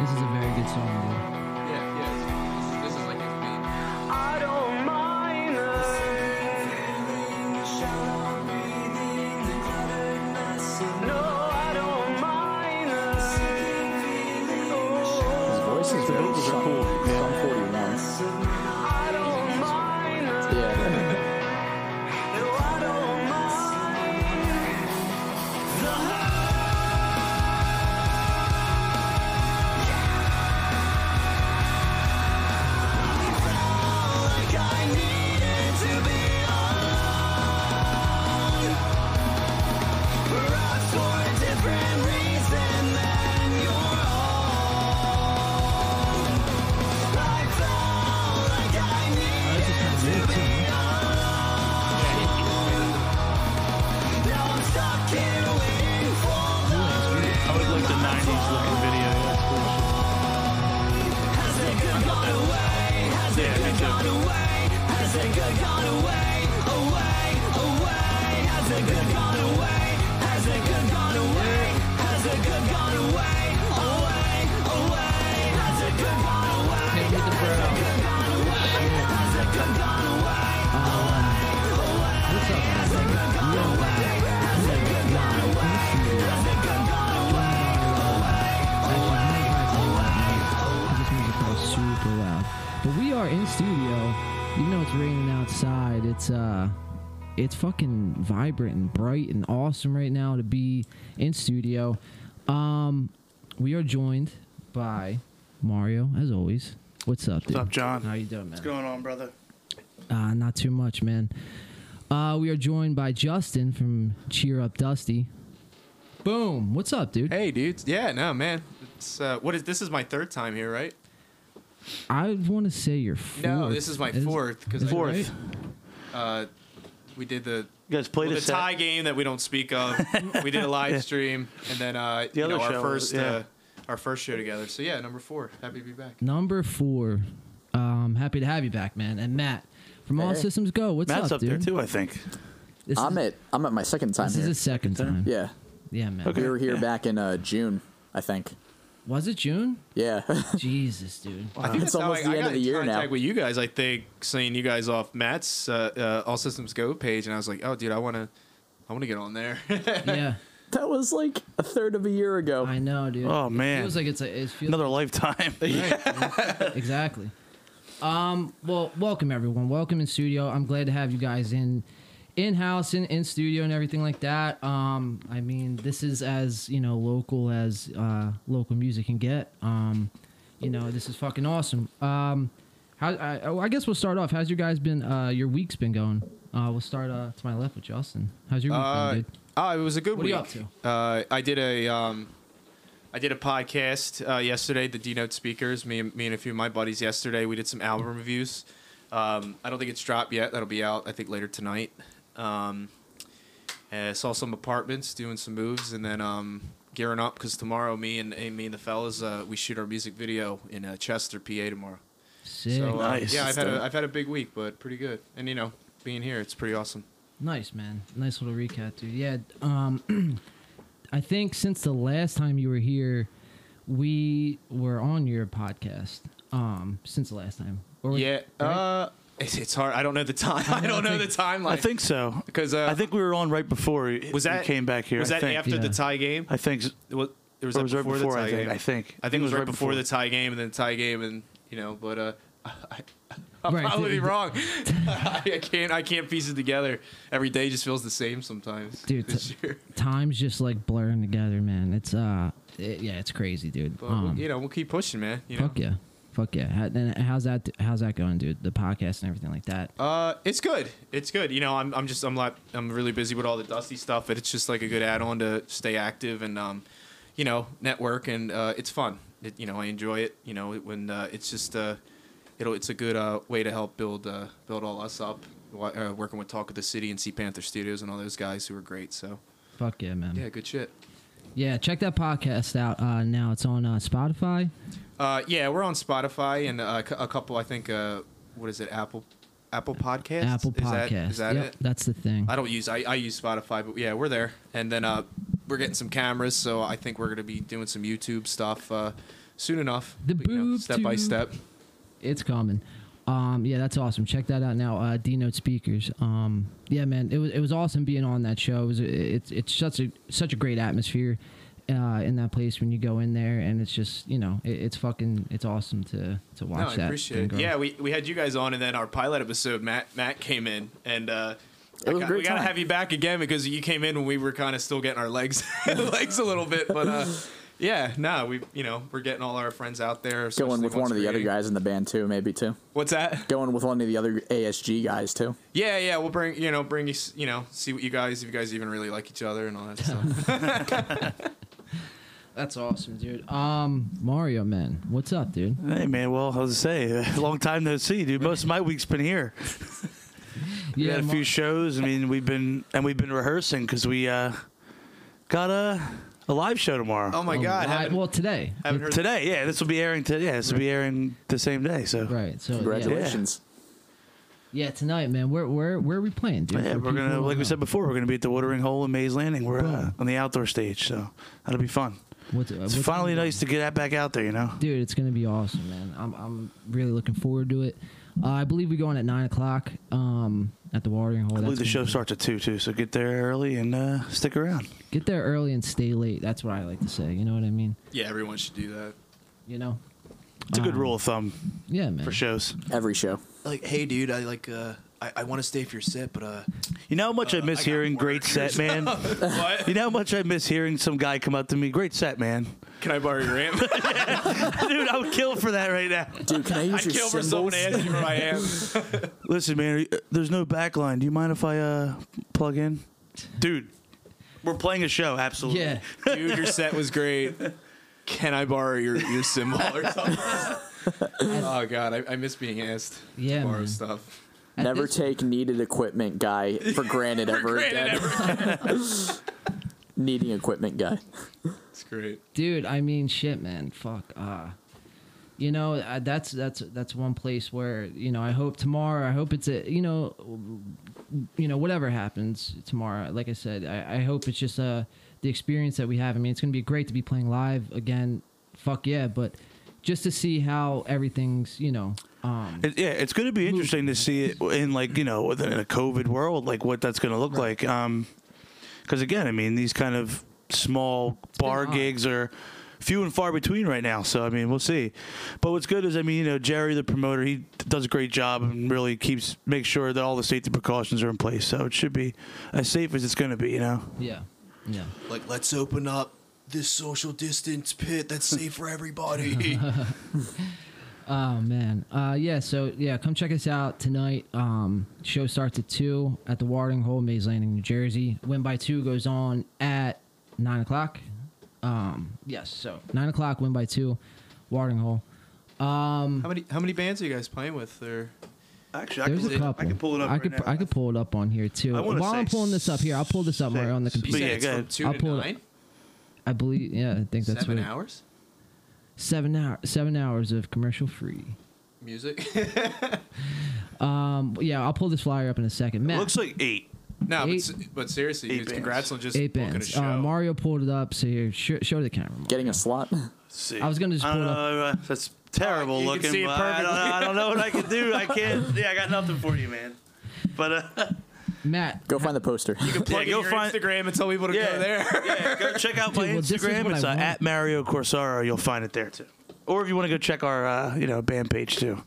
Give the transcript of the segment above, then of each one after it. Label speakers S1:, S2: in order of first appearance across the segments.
S1: This is a very good song,
S2: Yeah, yeah. This, this is like his main.
S3: I don't mind No, I don't mind Oh,
S4: His voice is very cool. Psalm 41.
S3: I don't mind
S4: Yeah.
S3: No, I don't mind
S1: though. Oh, this is kind of weird, too.
S5: I would like the 90s looking video. That's cool. shit. Yeah, me too.
S1: What's up, man? Yo, wow. Yo, wow. Thank you. Yo, wow.
S2: Hit with the brown.
S1: I should never say that, man. 'Cause this music plays super loud. But we are in studio, even though it's raining outside. It's uh, it's fucking vibrant and bright and awesome right now to be in studio. Um, we are joined by Mario, as always. What's up, dude?
S6: What's up, John?
S1: How you doing, man?
S6: What's going on, brother?
S1: Uh, not too much, man. Uh, we are joined by Justin from Cheer Up Dusty. Boom. What's up, dude?
S2: Hey, dudes. Yeah, no, man. It's uh, what is this? Is my third time here, right?
S1: I want to say you're fourth.
S2: No, this is my fourth because
S1: is it
S4: Fourth.
S2: uh, we did the
S4: You guys played
S2: well,
S4: a
S2: the
S4: set.
S2: tie game that we don't speak of. we did a live stream, and then uh,
S4: The
S2: you know,
S4: other
S2: our
S4: show,
S2: first
S4: yeah.
S2: uh, our first show together. So yeah, number four. Happy to be back.
S1: Number four. Um, happy to have you back, man. And Matt from All
S7: Hey.
S1: Systems Go. What's
S6: Matt's up,
S1: dude?
S6: there too, I think.
S1: This
S7: I'm
S1: is,
S7: at I'm at my second time
S1: This
S7: here.
S1: is the second time.
S7: yeah,
S1: Yeah, man.
S7: we were here
S6: yeah.
S7: back in uh, June, I think.
S1: Was it June?
S7: Yeah,
S1: Jesus, dude.
S2: I think
S7: It's
S2: that's how
S7: almost the
S2: I, I
S7: end
S2: got
S7: of the
S2: in
S7: year now.
S2: contact With you guys, I think seeing you guys off Matt's uh, uh, All Systems Go page, and I was like, oh, dude, I want to, I want to get on there.
S1: Yeah,
S7: that was like a third of a year ago.
S1: I know, dude.
S6: Oh, man.
S1: It feels like it's a. It feels
S6: Another lifetime.
S1: exactly. Um, well, welcome everyone. Welcome in studio. I'm glad to have you guys in in house in in studio and everything like that. Um, I mean, this is as you know local as uh, local music can get. Um, you know, this is fucking awesome. Um, how I, oh, I guess we'll start off. How's your guys been? Uh, your week's been going. Uh, we'll start uh, to my left with Justin. How's your week
S2: Uh,
S1: been, dude?
S2: oh, it was a good
S1: What are
S2: week.
S1: you up
S2: Uh, I did a, um, I did a podcast uh, yesterday. The D Note Speakers, me and me and a few of my buddies yesterday. We did some
S1: Mm-hmm.
S2: album reviews. Um, I don't think it's dropped yet. That'll be out, I think, later tonight. Um, uh, saw some apartments, doing some moves, and then um, gearing up because tomorrow, me and eh, me and the fellas, uh, we shoot our music video in uh, Chester, PA, tomorrow.
S1: Sick.
S2: So uh,
S6: Nice.
S2: yeah, I've had
S7: That's
S2: a,
S7: dope.
S2: I've had a big week, but pretty good. And you know, being here, it's pretty awesome.
S1: Nice man. Nice little recap, dude. Yeah. Um I think since the last time you were here, we were on your podcast. Um, since the last time. Or we-
S2: Yeah. Uh, it's, it's hard. I don't know the time. I don't know the timeline.
S6: I think so.
S2: because uh,
S6: I think we were on right before you-
S2: was that
S6: you came back here.
S2: Was
S6: I
S2: that
S6: think.
S2: after
S1: Yeah.
S2: the tie game?
S6: I think. s-
S2: Was, or was
S6: Or
S2: that
S6: was right
S2: before,
S6: before,
S2: the
S6: I
S2: tie
S6: think-
S2: game?
S6: I think.
S2: I think it was right before the tie game, and then the tie game, and you know. But uh, I'll
S1: Right,
S2: uh, probably
S1: the-
S2: be wrong. I can't. I can't piece it together. Every day just feels the same sometimes.
S1: Dude,
S2: this
S1: t-
S2: year.
S1: time's just like blurring together, man. It's uh it- yeah, it's crazy, dude. Um,
S2: But we'll- you know, we'll keep pushing, man. You know.
S1: fuck yeah. Fuck yeah. How, then how's that how's that going, dude? The podcast and everything like that.
S2: Uh, it's good. It's good. You know, I'm, I'm just I'm like I'm really busy with all the dusty stuff, but it's just like a good add-on to stay active and um, you know, network and uh, it's fun. It, you know, I enjoy it. You know, when uh, it's just uh, it'll it's a good uh, way to help build uh, build all us up. wa- Uh, working with Talk of the City and Sea Panther Studios and all those guys who are great. So
S1: Fuck yeah, man.
S2: yeah, good shit.
S1: Yeah, check that podcast out uh now. It's on uh Spotify.
S2: Uh, yeah, we're on Spotify and uh, a couple. I think uh, what is it? Apple Apple Podcasts.
S1: Apple
S2: Is
S1: Podcast.
S2: that, is that
S1: yep,
S2: it?
S1: that's the thing.
S2: I don't use I, I use Spotify, but yeah, we're there. And then uh, we're getting some cameras, so I think we're gonna be doing some YouTube stuff uh, soon enough.
S1: The
S2: but, you know,
S1: boob
S2: step by
S1: tube.
S2: step.
S1: It's coming. Um, yeah, that's awesome. Check that out now. Uh, D Note Speakers. Um, yeah, man, it was it was awesome being on that show. It was it's it's such a such a great atmosphere uh, in that place when you go in there, and it's just you know it, it's fucking it's awesome to to watch
S2: No, I
S1: that.
S2: appreciate it.
S1: thing
S2: Yeah,
S1: grow.
S2: we, we had you guys on, and then our pilot episode, Matt Matt came in, and uh,
S7: It was
S2: I
S7: a
S2: got-
S7: great
S2: we gotta
S7: time.
S2: have you back again because you came in when we were kind of still getting our legs legs a little bit, but uh, yeah, no, we you know we're getting all our friends out
S7: Going
S2: there. especially
S7: with one
S2: once
S7: of the other
S2: creating-
S7: guys in the band too, maybe too.
S2: What's that?
S7: Going with one of the other ASG guys too.
S2: Yeah, yeah, we'll bring you know bring you s- you know see what you guys if you guys even really like each other and all that stuff.
S1: that's awesome, dude. Um, Mario, man, what's up, dude?
S8: Hey man, well, I was gonna say, long time no see, dude. Most of my week's been here. We had a
S1: Mar-
S8: few shows. I mean, we've been and we've been rehearsing because we uh, got a a live show tomorrow.
S2: oh my
S1: well,
S2: god,
S1: li-
S2: haven't,
S1: well, Um, today,
S2: haven't heard
S8: Today, yeah, this will be airing today. Yeah, this will be airing the same day. So
S1: right? So yeah,
S7: Congratulations.
S1: yeah, tonight, man. Where where where are we playing, dude?
S8: yeah,
S1: For
S8: we're
S1: people
S8: gonna
S1: who
S8: like we
S1: don't
S8: said before, we're gonna be at the Watering Hole in Mays Landing. We're uh, on the outdoor stage, so that'll be fun.
S1: know. What's- uh,
S8: It's
S1: what's-
S8: finally nice to get that back out there, you know.
S1: dude it's gonna be awesome man i'm, I'm really looking forward to it uh, i believe we go on at 9 o'clock um, at the watering hole
S8: I
S1: That's
S8: believe the
S1: gonna
S8: show
S1: be-
S8: starts at two too, so get there early and uh, stick around.
S1: get there early and stay late that's what i like to say you know what i mean
S2: Yeah, everyone should do that.
S1: you know
S8: It's a good
S1: Um,
S8: rule of thumb
S1: yeah man
S8: for shows.
S7: Every show.
S2: Like, hey, dude, I like uh, I, I want to stay for your set, but uh,
S8: You know how much I
S2: I
S8: miss
S2: got
S8: hearing great
S2: work.
S8: set, man.
S2: what?
S8: you know how much I miss hearing some guy come up to me, great set, man.
S2: Can I borrow your amp?
S8: Dude, I would kill for that right now.
S7: Dude, can I use
S2: I'd
S7: your
S2: kill for someone
S7: symbols?
S2: to ask you where I am.
S8: Listen, man, are you- there's no backline. Do you mind if I uh, plug in, dude? We're playing a show, absolutely.
S1: yeah
S2: Dude, your set was great. Can I borrow your, your symbol or something? oh god, I, I miss being asked
S1: Yeah,
S2: to borrow
S1: man.
S2: stuff.
S1: At
S7: Never
S1: this-
S7: take needed equipment guy for granted ever
S2: Granted,
S7: again.
S2: every-
S7: Needing equipment guy.
S2: it's great.
S1: dude i mean shit man fuck uh you know I, that's that's that's one place where you know i hope tomorrow i hope it's a you know you know whatever happens tomorrow like i said i, I hope it's just uh the experience that we have i mean it's going to be great to be playing live again fuck yeah but just to see how everything's you know um
S8: It, yeah, it's going to be interesting to see it in like you know within a COVID world, like what that's going to look like. Um, because again, I mean these kind of small bar
S1: odd.
S8: gigs are few and far between right now. So I mean we'll see. But what's good is I mean you know Jerry the promoter he does a great job and really keeps makes sure that all the safety precautions are in place. So it should be as safe as it's going to be. You know.
S1: yeah yeah
S9: like let's open up this social distance pit that's safe for everybody.
S1: Oh man, uh, yeah. So yeah, come check us out tonight. Um, show starts at two at the Warding Hole, Maze Landing, New Jersey. Win by two goes on at nine o'clock. Um, yes, so nine o'clock. Win by two, Warding Hole.
S2: How many how many bands are you guys playing with? Or
S8: Actually,
S1: There's a couple. I could I could pull it up on here too.
S8: I wanna
S1: While
S8: say
S1: I'm pulling this up here, I'll pull this up Mario, on the
S8: six.
S2: you
S1: computer.
S2: said
S8: yeah,
S2: it's
S8: go
S2: from two
S8: ahead.
S1: I'll
S2: to
S1: pull it-
S2: nine,
S1: I believe. Yeah, I think that's
S2: seven
S1: what it-
S2: hours.
S1: Seven hour. Seven hours of commercial free.
S2: Music?
S1: Um, yeah, I'll pull this flyer up in a second. Matt,
S8: looks like eight.
S2: no, but
S1: Eight-
S2: s but seriously,
S8: eight
S2: dudes, congrats
S8: bands.
S2: on just
S1: eight
S2: booking a
S1: bands.
S2: show.
S1: Uh, Mario pulled it up. So here, sh- show the camera. Mario.
S7: Getting a slot.
S8: See.
S1: I was gonna just
S8: I
S1: pull
S8: don't
S1: it
S8: know. uh, That's terrible
S2: You can
S8: looking.
S2: see it
S8: but I, don't,
S2: perfectly.
S8: I don't know what I can do. I can't. Yeah, I got nothing for you, man. But uh,
S1: Matt,
S7: Go find the poster.
S2: Plug in
S8: go
S2: your
S8: find-
S2: Instagram and tell people to
S8: Yeah.
S2: go there.
S8: yeah, go check out my
S1: Dude, well, this is
S8: Instagram.
S1: what
S8: It's
S1: I
S8: uh,
S1: want.
S8: at Mario Corsaro. You'll find it there too. Or if you want to go check our uh, you know band page too,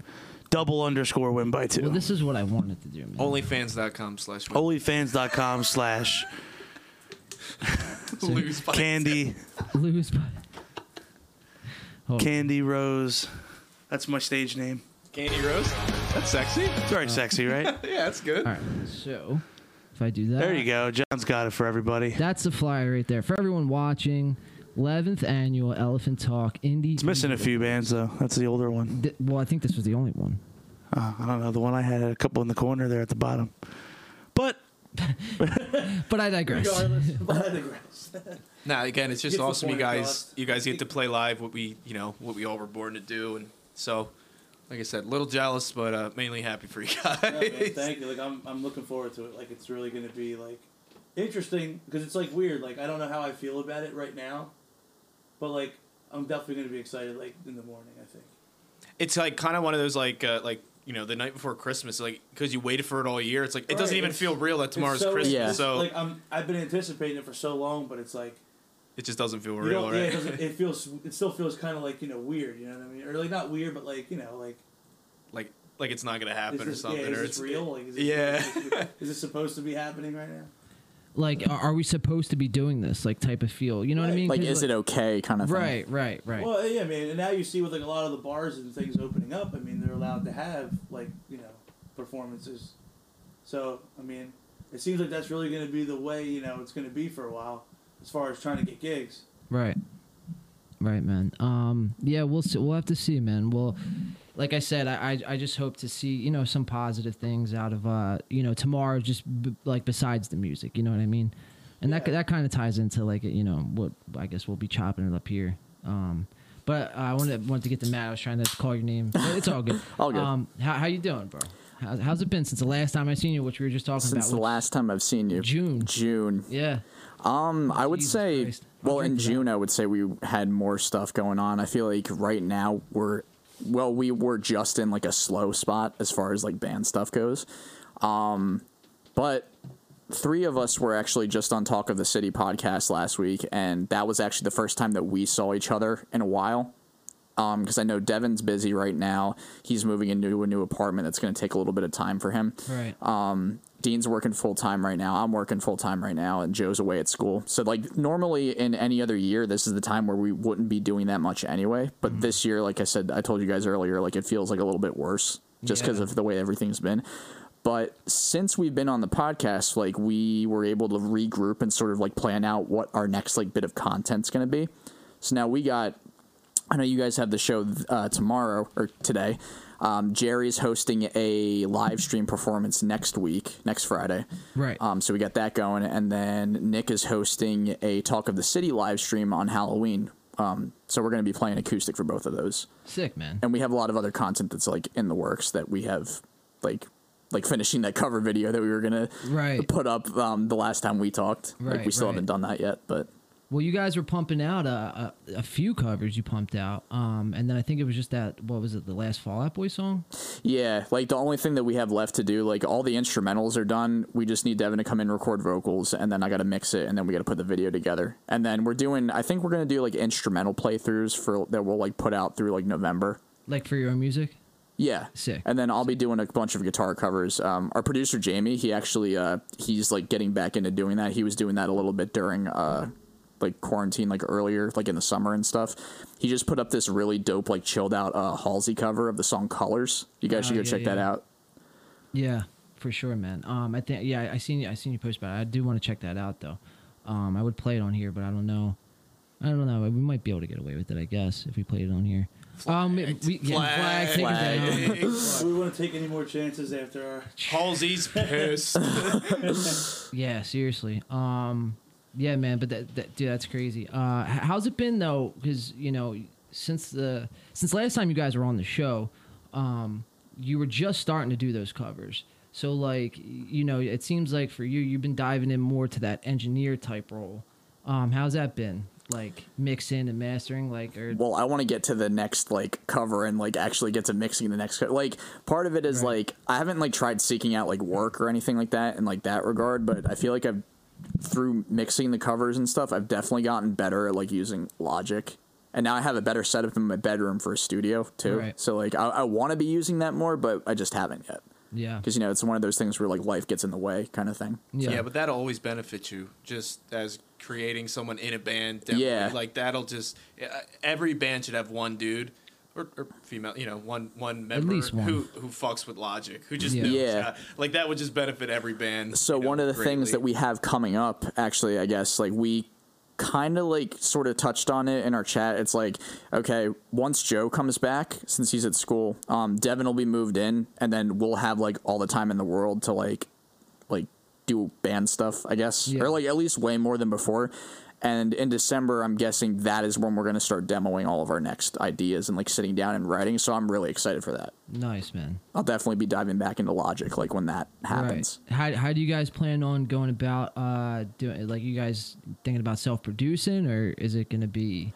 S8: double underscore win by two.
S1: Well, this is what I wanted to do, man.
S8: Oh.
S2: Onlyfans.com slash
S8: Holyfans.com slash
S2: lose by-
S8: candy
S1: Lose by. Hold on.
S8: candy rose. That's my stage name.
S2: Candy Rose. That's sexy.
S8: It's very sexy, right?
S2: Yeah, that's good.
S1: All right, so if I do that,
S8: There you go. John's got it for everybody.
S1: That's the flyer right there for everyone watching. 11th annual Elephant Talk Indie.
S8: It's missing a few bands though. That's the older one.
S1: Th- well, I think this was the only one.
S8: Uh, I don't know. The one I had had a couple in the corner there at the bottom. But
S1: But I digress.
S2: Now again, it's just
S8: Beautiful
S2: awesome. You
S8: point of
S2: guys,
S8: cost.
S2: you guys get to play live. What we, you know, what we all were born to do, and so, like I said, a little jealous, but uh, mainly happy for you guys.
S8: thank you. Like I'm, I'm looking forward to it. Like it's really going to be like interesting because it's like weird. Like I don't know how I feel about it right now, but like
S6: I'm definitely going to be excited like in the morning. I think.
S2: It's like kind of one of those like uh, like you know the night before Christmas, like because you waited for it all year. It's like it doesn't
S6: Right,
S2: even
S6: it's-
S2: feel real that tomorrow's
S6: It's so-
S2: Christmas,
S7: Yeah.
S2: so
S6: like I'm, I've been anticipating it for so long, but it's like
S2: it just doesn't feel
S6: you
S2: real,
S6: don't, yeah, it,
S2: right?
S6: doesn't, it feels it still feels kind of like you know weird. You know what I mean? Or like not weird, but like you know like
S2: like like it's not gonna happen
S6: is
S2: or
S6: this, yeah,
S2: something,
S6: is
S2: or
S6: this
S2: it's
S6: real? Like, is this,
S2: Yeah.
S6: is this supposed to be happening right now?
S1: Like, are- are we supposed to be doing this? Like, type of feel. You know what I
S6: Right.
S1: mean?
S7: Like,
S1: 'Cause,
S7: is it okay? Kind of
S1: Right, right, right.
S6: Well, yeah, I mean, and now you see with like a lot of the bars and things opening up. I mean, they're allowed to have like you know performances. So I mean, it seems like that's really going to be the way you know it's going to be for a while, as far as trying to get gigs.
S1: Right. Right, man. Um, yeah, we'll see. We'll have to see, man. Well, like I said, I, I I just hope to see you know some positive things out of uh you know tomorrow, just b- like besides the music. You know what I mean? And that
S6: Yeah.
S1: that kind of ties into like you know what I guess we'll be chopping it up here. Um, but I wanted wanted to get to Matt. I was trying to call your name. But it's all good.
S7: All good.
S1: Um, how how you doing, bro? How, how's it been since the last time I seen you, which we were just talking
S7: Since
S1: about?
S7: the
S1: which-
S7: last time I've seen you,
S1: June.
S7: June.
S1: yeah.
S7: Um, I would
S1: Jesus
S7: say,
S1: Christ. I'll
S7: well, in
S1: drink to that.
S7: June, I would say we had more stuff going on. I feel like right now we're, well, we were just in like a slow spot as far as like band stuff goes. Um, but three of us were actually just on Talk of the City podcast last week, and that was actually the first time that we saw each other in a while. Um, because I know Devin's busy right now. He's moving into a new apartment that's going to take a little bit of time for him.
S1: Right.
S7: Um, Dean's working full time right now. I'm working full time right now, and Joe's away at school. So, like, normally in any other year, this is the time where we wouldn't be doing that much anyway. But this year, like I said, I told you guys earlier, like, it feels like a little bit worse just because
S1: Yeah.
S7: of the way everything's been. But since we've been on the podcast, like, we were able to regroup and sort of like plan out what our next, like, bit of content's going to be. So now we got I know you guys have the show uh, tomorrow or today. Um, Jerry's hosting a live stream performance next week, next Friday.
S1: Right.
S7: Um, so we got that going, and then Nick is hosting a Talk of the City live stream on Halloween. Um, so we're going to be playing acoustic for both of those,
S1: Sick, man.
S7: and we have a lot of other content that's like in the works that we have like like finishing that cover video that we were going to
S1: Right.
S7: put up um, the last time we talked. like
S1: Right,
S7: we still
S1: right.
S7: haven't done that yet, but
S1: Well, you guys were pumping out a, a, a few covers you pumped out, um, and then I think it was just that what was it the last Fallout Boy song?
S7: Yeah, like the only thing that we have left to do, like all the instrumentals are done. We just need Devin to come in, record vocals, and then I got to mix it, and then we got to put the video together. And then we're doing, I think we're gonna do like instrumental playthroughs for that we'll like put out through like November.
S1: Like for your own music?
S7: Yeah,
S1: Sick.
S7: And then I'll be doing a bunch of guitar covers. Um, our producer Jamie, he actually, uh, he's like getting back into doing that. He was doing that a little bit during uh, like quarantine, like earlier, like in the summer and stuff. He just put up this really dope, like chilled out uh, Halsey cover of the song Colors. You guys
S1: Oh,
S7: should go
S1: yeah,
S7: check that
S1: yeah.
S7: out.
S1: Yeah, for sure, man. Um, I think yeah, I, I seen I seen you post about it. I do want to check that out though. Um, I would play it on here, but I don't know. I don't know. We might be able to get away with it, I guess, if we played it on here. Um, we, we, yeah, flag, take it down.
S6: we wouldn't take any more chances after our.
S2: Halsey's pissed.
S1: Yeah, seriously. Um, yeah, man. But that, that dude, that's crazy. Uh, h- how's it been though? Because you know, since the since last time you guys were on the show, um, you were just starting to do those covers. So like, y- you know, it seems like for you, you've been diving in more to that engineer type role. Um, how's that been? Like mixing and mastering, like or
S7: well i want to get to the next like cover and like actually get to mixing the next co- like part of it is
S1: Right.
S7: like i haven't like tried seeking out like work or anything like that in like that regard but i feel like i've through mixing the covers and stuff i've definitely gotten better at like using logic and now i have a better setup in my bedroom for a studio too
S1: Right.
S7: so like i, I want to be using that more but i just haven't yet
S1: yeah,
S7: because you know it's one of those things where like life gets in the way kind of thing
S2: Yeah.
S1: yeah,
S2: but that'll always benefit you, just as creating someone in a band. Definitely.
S7: Yeah.
S2: like that'll just uh, every band should have one dude or, or female, you know, one one member
S1: least one.
S2: who who fucks with logic, who just
S1: Yeah.
S2: knows.
S7: Yeah.
S2: uh, like that would just benefit every band.
S7: So
S2: you know,
S7: one of the things
S2: greatly.
S7: that we have coming up, actually, I guess, like we kind of like sort of touched on it in our chat. It's like, okay, once Joe comes back, since he's at school, um, Devin will be moved in, and then we'll have like all the time in the world to like, like do band stuff, I guess,
S1: Yeah.
S7: or like at least way more than before. And in December, I'm guessing that is when we're going to start demoing all of our next ideas and like sitting down and writing. So I'm really excited for that.
S1: nice man.
S7: I'll definitely be diving back into Logic like when that happens.
S1: Right. How how do you guys plan on going about uh doing like you guys thinking about self producing or is it gonna be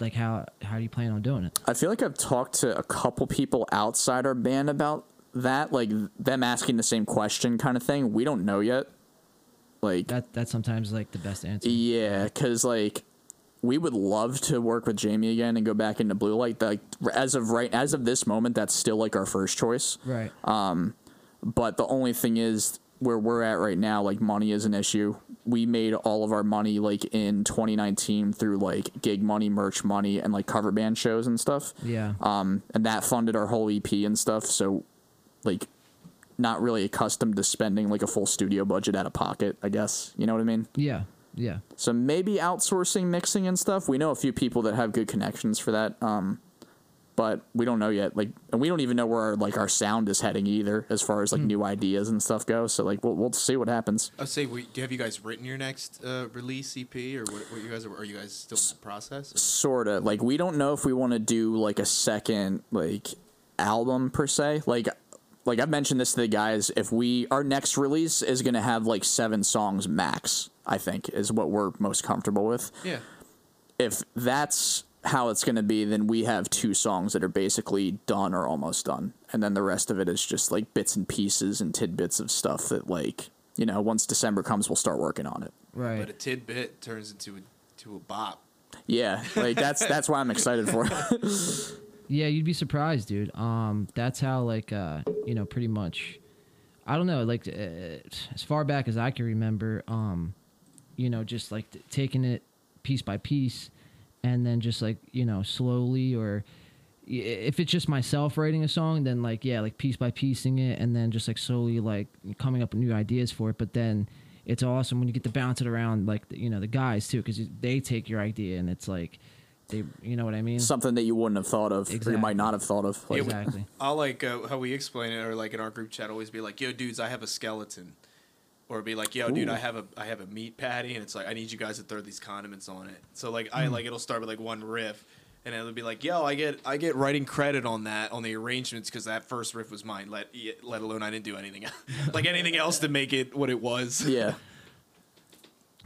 S1: Like how how do you plan on doing it?
S7: I feel like I've talked to a couple people outside our band about that, like them asking the same question kind of thing. We don't know yet. Like,
S1: That that's sometimes like the best answer.
S7: yeah, because like we would love to work with Jamie again and go back into blue light. Like as of right, as of this moment, that's still like our first choice.
S1: Right.
S7: But the only thing is where we're at right now, like money is an issue. We made all of our money like in 2019 through like gig money, merch money, and like cover band shows and stuff.
S1: yeah.
S7: Um, and that funded our whole EP and stuff. So, like, not really accustomed to spending like a full studio budget out of pocket. I guess you know what I mean.
S1: yeah. Yeah.
S7: So maybe outsourcing mixing and stuff. We know a few people that have good connections for that. Um, but we don't know yet. Like, and we don't even know where our, like our sound is heading either, as far as like new ideas and stuff go. So like, we'll we'll see what happens.
S2: I would Uh, say, we, do- have you guys written your next uh, release EP, or what, what you guys are? Are you guys still in the process?
S7: sort of like we don't know if we want to do like a second like album per se like like i've mentioned this to the guys if we our next release is going to have like seven songs max i think is what we're most comfortable with
S2: Yeah,
S7: if that's how it's going to be then we have two songs that are basically done or almost done and then the rest of it is just like bits and pieces and tidbits of stuff that like you know once december comes we'll start working on it
S1: Right.
S2: but a tidbit turns into a, to a bop.
S7: yeah like that's that's why i'm excited for it
S1: Yeah, you'd be surprised, dude. Um, that's how like uh, you know, pretty much. I don't know, like uh, as far back as I can remember, um, you know, just like t- taking it piece by piece, and then just like you know, slowly or i- if it's just myself writing a song, then like yeah, like piece by piecing it, and then just like slowly like coming up with new ideas for it. But then it's awesome when you get to bounce it around, like the, you know, the guys too, because they take your idea and it's like they, you know what I mean?
S7: something that you wouldn't have thought of or you
S1: Exactly.
S7: might not have thought of. Like,
S2: Yeah, we-
S1: Exactly.
S2: I'll like uh, how we explain it, or like in our group chat, always be like, "Yo, dudes, I have a skeleton," or be like, "Yo, dude, I have a I have a meat patty," and it's like, "I need you guys to throw these condiments on it." So like, I like it'll start with like one riff, and it'll be like, "Yo, I get I get writing credit on that on the arrangements because that first riff was mine. Let let alone I didn't do anything like anything else to make it what it was."
S7: yeah.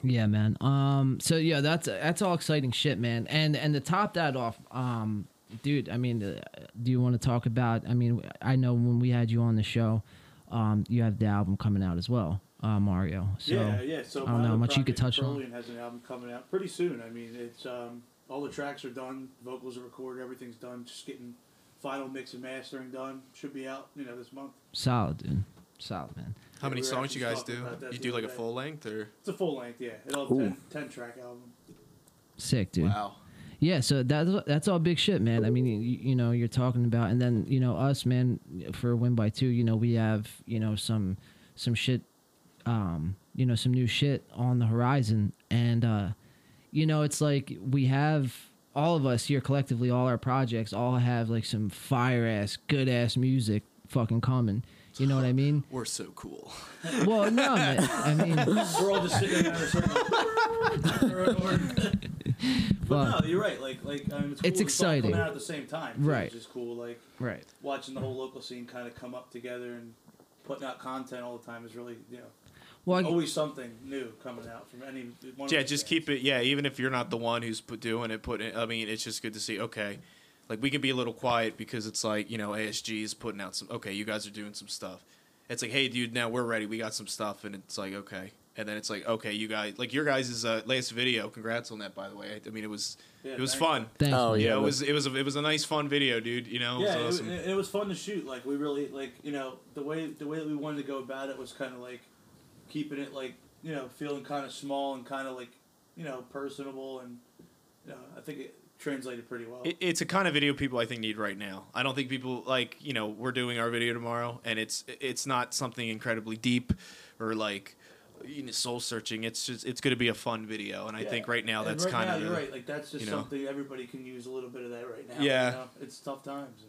S1: Yeah, man. Um, so yeah, that's that's all exciting shit, man. And and to top that off, um, dude, I mean, uh, do you want to talk about? I mean, I know when we had you on the show, um, you have the album coming out as well, uh, Mario. So
S6: yeah, yeah. So
S1: I don't know how much you could touch on.
S6: Brilliant has an album coming out pretty soon. I mean, it's um, all the tracks are done, vocals are recorded, everything's done. Just getting final mix and mastering done. Should be out, you know, this month.
S1: solid, dude. Solid, man.
S2: How many
S6: we were
S2: songs
S6: actually
S2: you guys
S6: talking
S2: do?
S6: about that
S2: You
S6: the
S2: do
S6: other
S2: like a
S6: day.
S2: full length or
S6: It's a full length, yeah. It'll
S7: Ooh.
S6: ten, ten track album.
S1: Sick, dude.
S2: wow.
S1: Yeah, so that's that's all big shit, man. I mean, you, you know, you're talking about, and then you know us, man. For win by two, you know, we have you know some some shit, um, you know, some new shit on the horizon, and uh, you know, it's like we have all of us here collectively, all our projects, all have like some fire ass, good ass music fucking coming. You know what I mean?
S2: We're so cool.
S1: Well, no, man, I mean,
S8: We're all just sitting in our circle. They're in order.
S1: Well-
S8: but no, you're right. Like, like I mean, it's, cool
S1: It's
S8: that it's all
S1: exciting.
S8: Coming out at the same time, too,
S1: Right.
S8: Which is cool. Like
S1: right.
S8: watching the whole local scene kind of come up together and putting out content all the time is really, you know,
S1: Well, I-
S8: always something new coming out from any. One of
S2: Yeah,
S8: these
S2: just
S8: bands.
S2: keep it. Yeah, even if you're not the one who's put, doing it, putting. it- I mean, it's just good to see. Okay, like we can be a little quiet because it's like you know ASG is putting out some. Okay, you guys are doing some stuff. It's like, hey, dude, now we're ready. We got some stuff, and it's like, okay, and then it's like, okay, you guys, like your guys' uh, latest video. Congrats on that, by the way. I, I mean, it was
S8: Yeah,
S2: it was
S8: thanks.
S2: fun.
S1: thanks.
S7: Oh,
S1: man.
S2: Yeah,
S7: Yeah,
S2: it
S7: but-
S2: was it was a, it was a nice, fun video, dude. You know, it
S8: Yeah, it,
S2: was
S8: was-
S2: awesome.
S8: it, was fun to shoot. Like we really like you know the way the way that we wanted to go about it was kind of like keeping it like you know feeling kind of small and kind of like you know personable and you know, I think it translated pretty well.
S2: It, it's a kind of video people I think need right now. I don't think people like you know we're doing our video tomorrow, and it's it's not something incredibly deep or like you know, soul searching. It's just it's going to be a fun video, and I
S8: Yeah.
S2: think right now
S8: And
S2: oh, that's
S8: right
S2: kind
S8: now,
S2: of
S8: you're right. Like that's just
S2: you know.
S8: something everybody can use a little bit of that right now.
S2: Yeah.
S8: you know? it's tough times. I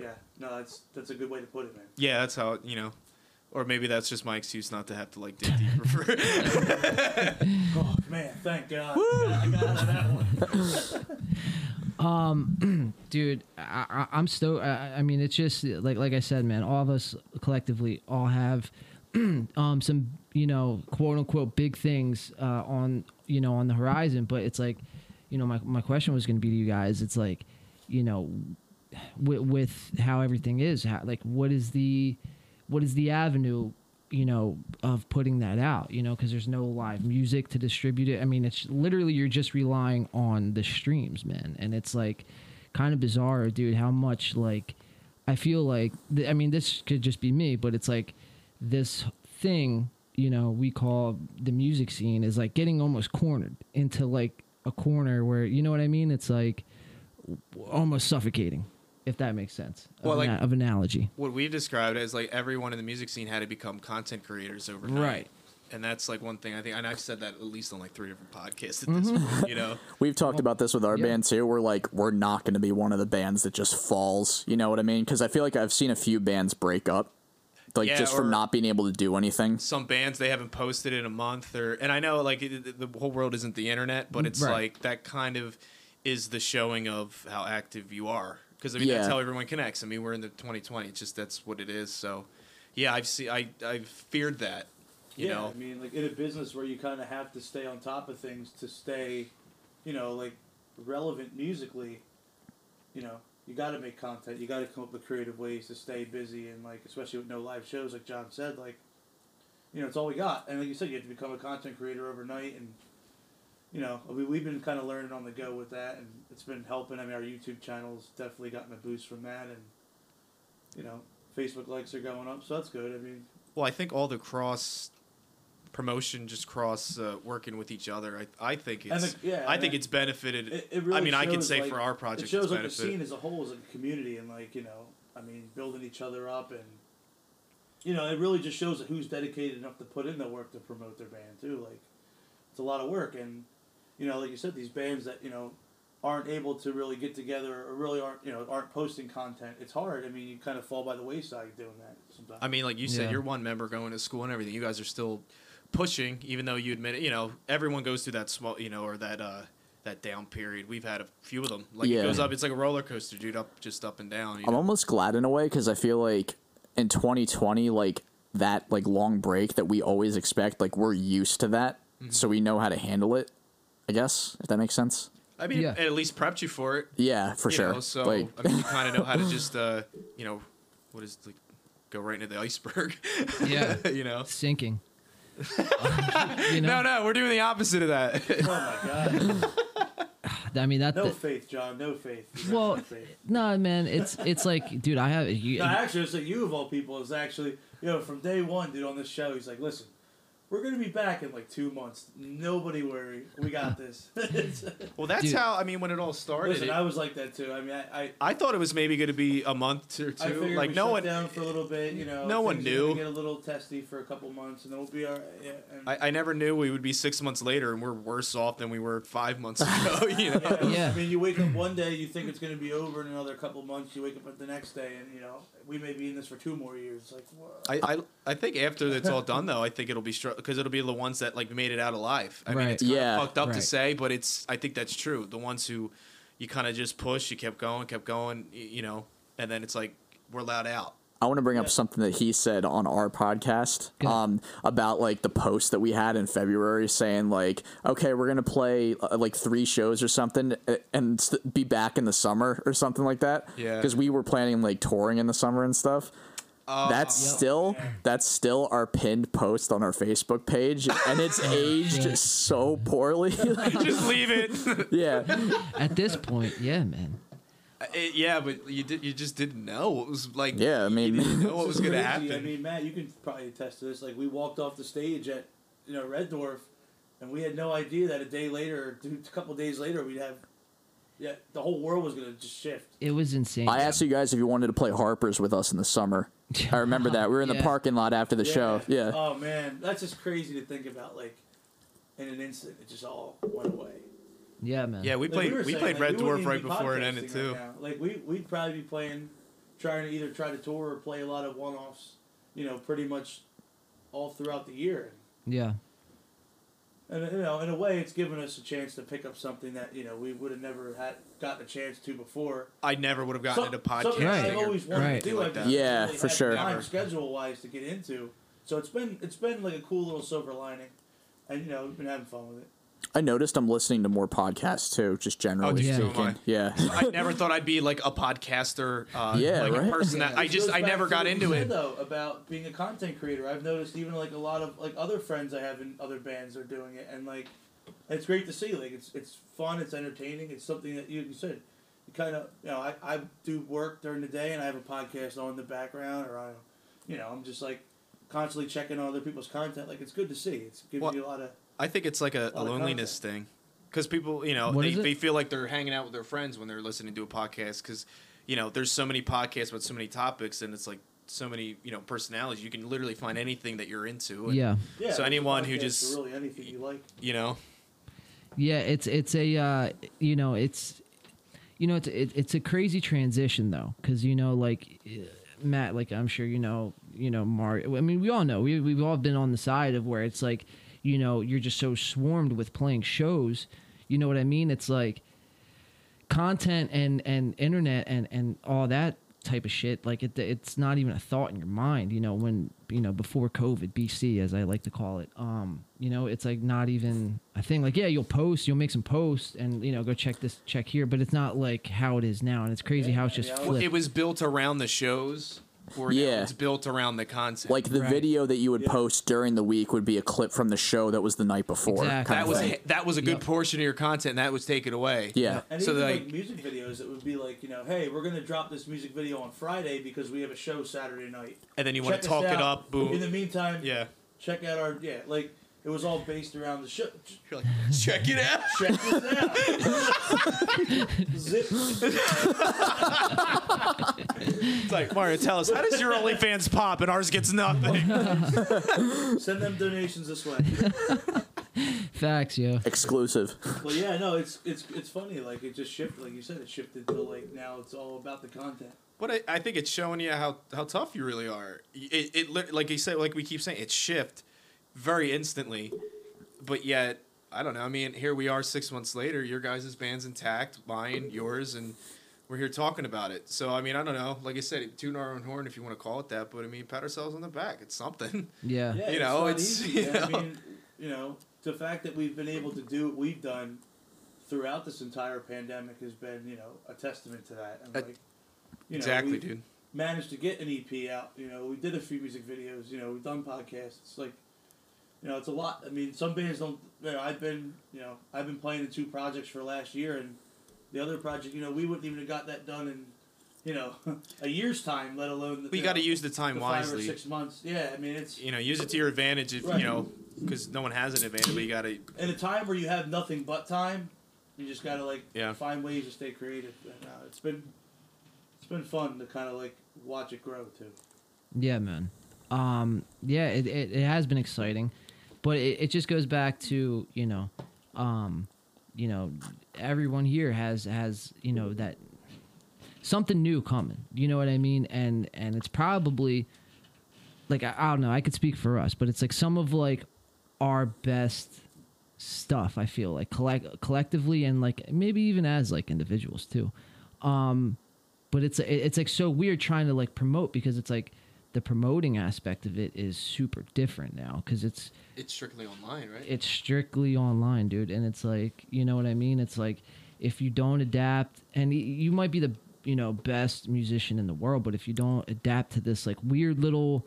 S8: mean, yeah, no, that's that's a good way to put it, man.
S2: yeah, that's how you know. Or maybe that's just my excuse not to have to like dig deeper. For
S8: Oh man, thank God, I got out of that one.
S1: dude I, I, i'm stoked I, I mean it's just like like i said man all of us collectively all have um some you know quote unquote big things uh on you know on the horizon but it's like you know, my my question was going to be to you guys. It's like, you know, with, with how everything is, how, like, what is the what is the avenue, you know, of putting that out? You know, because there's no live music to distribute it. I mean, it's literally you're just relying on the streams, man, and it's like kind of bizarre, dude. How much like I feel like th- I mean this could just be me, but it's like this thing you know we call the music scene is like getting almost cornered into like a corner where you know what I mean. It's like w- almost suffocating, if that makes sense. of
S2: Well,
S1: an-
S2: like-
S1: of analogy.
S2: what we've described as like everyone in the music scene had to become content creators overnight.
S1: Right.
S2: And that's like one thing I think, and I've said that at least on like three different podcasts at this
S8: Mm-hmm.
S2: point. You know,
S7: We've talked about this with our
S1: yeah.
S7: band too. We're like, we're not going to be one of the bands that just falls. You know what I mean? Because I feel like I've seen a few bands break up, like
S2: Yeah,
S7: just
S2: or-
S7: from not being able to do anything.
S2: some bands they haven't posted in a month, or and I know like it, the whole world isn't the internet, but it's
S1: Right.
S2: like that kind of is the showing of how active you are. Because I mean, that's
S7: Yeah.
S2: how everyone connects. I mean, we're in the 2020. It's just that's what it is. So, yeah, I've seen, I I've feared that. You
S8: yeah,
S2: know,
S8: I mean, like in a business where you kind of have to stay on top of things to stay, you know, like relevant musically, you know, you got to make content. You got to come up with creative ways to stay busy and like, especially with no live shows, like John said, like, you know, it's all we got. And like you said, you have to become a content creator overnight and. You know, I mean, we've been kind of learning on the go with that, and it's been helping. I mean, our YouTube channel's definitely gotten a boost from that, and you know, Facebook likes are going up, so that's good. I mean,
S2: Well, I think all the cross promotion, just cross uh, working with each other. I I think
S8: And
S2: it's
S8: the- yeah,
S2: I think
S8: and
S2: it's benefited.
S8: it, it really
S2: I mean, I can
S8: shows,
S2: say
S8: like-
S2: for our project,
S8: it shows
S2: it's
S8: like the
S2: benefited.
S8: scene as a whole, as like a community, and like you know, I mean, building each other up, and you know, it really just shows that who's dedicated enough to put in the work to promote their band too. Like, it's a lot of work, and you know, like you said, these bands that you know aren't able to really get together or really aren't you know aren't posting content. It's hard. I mean, you kind of fall by the wayside doing that sometimes.
S2: I mean, like you said,
S1: Yeah.
S2: you're one member going to school and everything. You guys are still pushing, even though you admit it. You know, everyone goes through that small, you know, or that uh, that down period. We've had a few of them. Like
S7: Yeah.
S2: it goes up. It's like a roller coaster, dude. Up, just up and down. You
S7: I'm
S2: know?
S7: almost glad in a way because I feel like in 2020, like that like long break that we always expect, like we're used to that,
S2: Mm-hmm.
S7: so we know how to handle it. I guess if that makes sense.
S2: I mean,
S1: Yeah.
S2: it at least prepped you for it.
S7: Yeah, for
S2: you
S7: sure.
S2: Know, so
S7: like,
S2: I mean, you kind of know how to just, uh, you know, what is like, go right into the iceberg.
S1: Yeah.
S2: you know.
S1: Sinking. you know,
S2: No, no, we're doing the opposite of that.
S8: oh my god,
S1: I mean that.
S8: no
S1: that-
S8: faith, John, no faith. You
S1: well,
S8: got no faith.
S1: no, man, it's it's like, dude, I have you,
S8: No, actually, it's like you of all people is actually, you know, from day one, dude, on this show, he's like, listen, we're gonna be back in like two months. Nobody worry, we got this.
S2: Well, that's
S1: Dude.
S2: how I mean when it all started.
S8: listen,
S2: it-
S8: I
S2: I,
S8: was like that too. I mean, I, I,
S2: thought it was maybe going to be a month or
S8: I
S2: two.
S8: figured
S2: Like
S8: we
S2: no
S8: shut
S2: one.
S8: down for a little bit, you know.
S2: no one
S8: things are gonna
S2: knew.
S8: Get a little testy for a couple months, and then we'll be all right. Yeah, and,
S2: I, I never knew we would be six months later, and we're worse off than we were five months ago. you know?
S8: yeah,
S1: Yeah.
S8: I mean, you wake up one day, you think it's gonna be over in another couple months. You wake up the next day, and you know, we may be in this for two more years. Like, what?
S2: I, I I think after it's all done though, I think it'll be because it'll be the ones that like made it out alive. I mean,
S1: Right.
S2: it's kinda
S7: Yeah.
S2: fucked up to
S1: Right.
S2: say, but it's I think that's true. The ones who you kind of just push, you kept going, kept going, y- you know, and then it's like we're allowed out.
S7: I want to bring up something that he said on our podcast um, about like the post that we had in February saying like, okay, we're gonna play uh, like three shows or something uh, and st- be back in the summer or something like that.
S2: Yeah.
S7: because we were planning like touring in the summer and stuff.
S2: Uh,
S7: that's still that's still our pinned post on our Facebook page, and it's aged
S1: shit.
S7: so poorly.
S2: just leave it.
S7: yeah,
S1: at this point, yeah, man.
S2: It- yeah, but you did. You just didn't know. It was like
S7: yeah. I mean,
S2: you didn't know what was going to
S8: crazy.
S2: happen.
S8: I mean, Matt, you can probably attest to this. Like, we walked off the stage at, you know, Red Dwarf, and we had no idea that a day later, or two, a couple days later, we'd have, yeah, the whole world was gonna just shift.
S1: It was insane.
S7: I asked you guys if you wanted to play Harper's with us in the summer. I remember that. We were in the
S1: Yeah.
S7: parking lot after the show. Yeah.
S8: Oh man, that's just crazy to think about. Like, in an instant, it just all went away.
S1: yeah, man.
S2: yeah, we
S8: Like,
S2: played.
S8: were
S2: we,
S8: saying,
S2: played
S8: like,
S2: Red
S8: wouldn't
S2: Dwarf
S8: even
S2: right
S8: be
S2: before it
S8: podcasting
S2: ended
S8: right
S2: too.
S8: now. Like, we we'd probably be playing, trying to either try to tour or play a lot of one offs. You know, pretty much all throughout the year.
S1: yeah.
S8: And you know, in a way, it's given us a chance to pick up something that you know we would have never had gotten a chance to before.
S2: I never would have gotten into
S8: Some- something
S2: podcasting.
S1: Right.
S8: I've
S2: or
S8: always wanted
S1: Right.
S8: to do. I've
S2: Like
S8: just
S2: that.
S7: Yeah,
S8: really
S7: for
S8: had
S7: sure.
S8: Time
S2: Never.
S8: schedule wise to get into. So it's been it's been like a cool little silver lining, and you know we've been having fun with it.
S7: I noticed I'm listening to more podcasts too, just generally
S2: dude, Oh, so am
S7: speaking.
S2: I.
S7: Yeah.
S2: I never thought I'd be like a podcaster, uh,
S7: Yeah,
S2: like
S7: right?
S2: a person that I
S8: Which
S2: just
S8: goes
S2: I
S8: back
S2: never
S8: to
S2: got
S8: what you
S2: into
S8: said,
S2: it.
S8: Though about being a content creator, I've noticed even like a lot of like other friends I have in other bands are doing it, and like it's great to see. Like it's it's fun, it's entertaining, it's something that you, you said. You kind of you know I, I do work during the day and I have a podcast on in the background, or I, you know I'm just like constantly checking on other people's content. Like it's good to see. It's giving
S2: Well,
S8: you a lot of
S2: I think it's like a, a
S8: Well, it
S2: loneliness thing. 'Cause thing because people, you know,
S1: What
S2: they,
S1: is it?
S2: they feel like they're hanging out with their friends when they're listening to a podcast because, you know, there's so many podcasts about so many topics and it's like so many, you know, personalities. You can literally find anything that you're into. And,
S1: yeah.
S8: yeah.
S2: So anyone who
S8: podcasts are
S2: just-
S8: really anything you like.
S2: You know,
S1: Yeah, it's it's a uh, you know it's you know it's it, it's a crazy transition though because you know like eh, Matt like I'm sure you know you know Mario I mean we all know we we've all been on the side of where it's like you know you're just so swarmed with playing shows you know what I mean it's like content and and internet and and all that type of shit like it it's not even a thought in your mind you know when you know before covid bc as i like to call it um you know it's like not even a thing like yeah you'll post you'll make some posts and you know go check this check here but it's not like how it is now and it's crazy how it's just
S8: yeah.
S2: Well,
S1: flipped
S2: it was built around the shows. Or yeah,
S7: Yeah.
S2: it's built around the concept.
S7: Like the
S1: Right.
S7: video that you would post during the week would be a clip from the show that was the night before.
S1: Exactly.
S7: kind
S2: that
S7: of
S2: was
S7: thing.
S2: that was a good
S1: Yeah.
S2: portion of your content. and That was taken away.
S7: Yeah.
S8: And
S2: So
S8: even
S2: like-
S8: like, music videos, it would be like you know, hey, we're gonna drop this music video on Friday because we have a show Saturday night.
S2: And then you want
S8: Check
S2: to
S8: us
S2: talk it
S8: out.
S2: up. Boom.
S8: In the meantime,
S2: yeah.
S8: check out our yeah, like it was all based around the show.
S2: You're like, check it out.
S8: Check this out. Zip.
S2: It's like Mario, tell us how does your OnlyFans pop and ours gets nothing?
S8: Send them donations this way.
S1: facts yeah
S7: Exclusive.
S8: Well, yeah, no, it's it's it's funny. Like it just shifted, like you said, it shifted to like now it's all about the content.
S2: but I, I think it's showing you how how tough you really are. It, it lit- like you said, like we keep saying, it shift very instantly, but yet I don't know. I mean, here we are six months later. Your guys' band's intact, mine, yours, and we're here talking about it. So I mean, I don't know. Like I said, tune our own horn if you want to call it that. But I mean, pat ourselves on the back. It's something.
S1: yeah
S8: Yeah,
S2: You know,
S8: not
S2: it's-
S8: easy,
S2: you
S8: man.
S2: know.
S8: I mean, you know, the fact that we've been able to do what we've done throughout this entire pandemic has been, you know, a testament to that. And
S2: Uh,
S8: like, you know,
S2: exactly,
S8: we've
S2: dude.
S8: Managed to get an EP out. You know, we did a few music videos. You know, we've done podcasts. It's like, you know, it's a lot. I mean, some bands don't. You know, I've been, you know, I've been playing in two projects for last year, and the other project, you know, we wouldn't even have got that done in, you know, a year's time, let alone.
S2: We
S8: you
S2: got to
S8: know,
S2: use the time
S8: the five or
S2: wisely.
S8: six months. Yeah, I mean, it's
S2: You know, use it to your advantage if
S8: Right.
S2: you know, because no one has an advantage. But you got to
S8: in a time where you have nothing but time, you just gotta like
S2: Yeah.
S8: find ways to stay creative. And, uh, it's been it's been fun to kind of like watch it grow too.
S1: Yeah, man. Um, yeah, it, it, it has been exciting, but it, it just goes back to you know, um, you know, everyone here has has you know that something new coming. You know what I mean? And and it's probably like I, I don't know. I could speak for us, but it's like some of like our best stuff. I feel like collect collectively and like maybe even as like individuals too. Um, but it's it- it's like so weird trying to like promote because it's like the promoting aspect of it is super different now because it's
S2: It's strictly online, right?
S1: it's strictly online, dude. And it's like, you know what I mean? It's like if you don't adapt, and y- you might be the you know best musician in the world, but if you don't adapt to this like weird little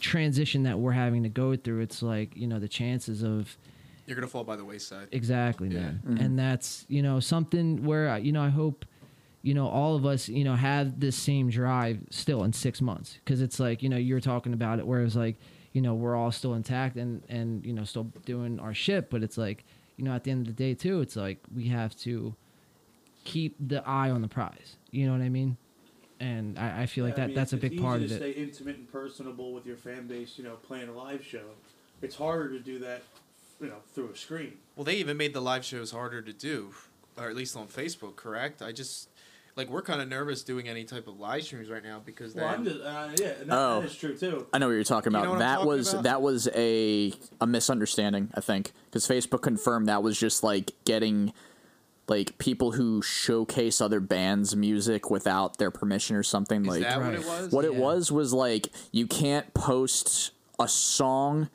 S1: transition that we're having to go through, it's like you know the chances of
S2: You're gonna fall by the wayside.
S1: Exactly,
S2: Yeah.
S1: man. And that's you know something where you know I hope you know all of us you know have this same drive still in six months because it's like you know you're talking about it where it's like you know we're all still intact and and you know still doing our shit, but it's like you know at the end of the day too, it's like we have to keep the eye on the prize. You know what I mean? And I, I feel like
S8: Yeah,
S1: that
S8: I mean,
S1: that's a
S8: it's- it's
S1: big part of
S8: easy
S1: it.
S8: to Stay intimate and personable with your fan base. You know, playing a live show, it's harder to do that. You know, through a screen.
S2: Well, they even made the live shows harder to do, or at least on Facebook. Correct? I just like we're kind of nervous doing any type of live streams right now because
S8: Well, I'm
S2: then-
S8: just uh, yeah, and that,
S7: Oh.
S8: that is true too.
S7: I know what you're talking
S2: You
S7: about.
S2: know what I'm
S7: that
S2: talking
S7: was
S2: about?
S7: that was a a misunderstanding, I think, because Facebook confirmed that was just like getting like people who showcase other bands' music without their permission or something.
S2: is
S7: like
S2: that what
S1: Right.
S2: it was?
S7: what it
S1: Yeah.
S7: was was like you can't post a song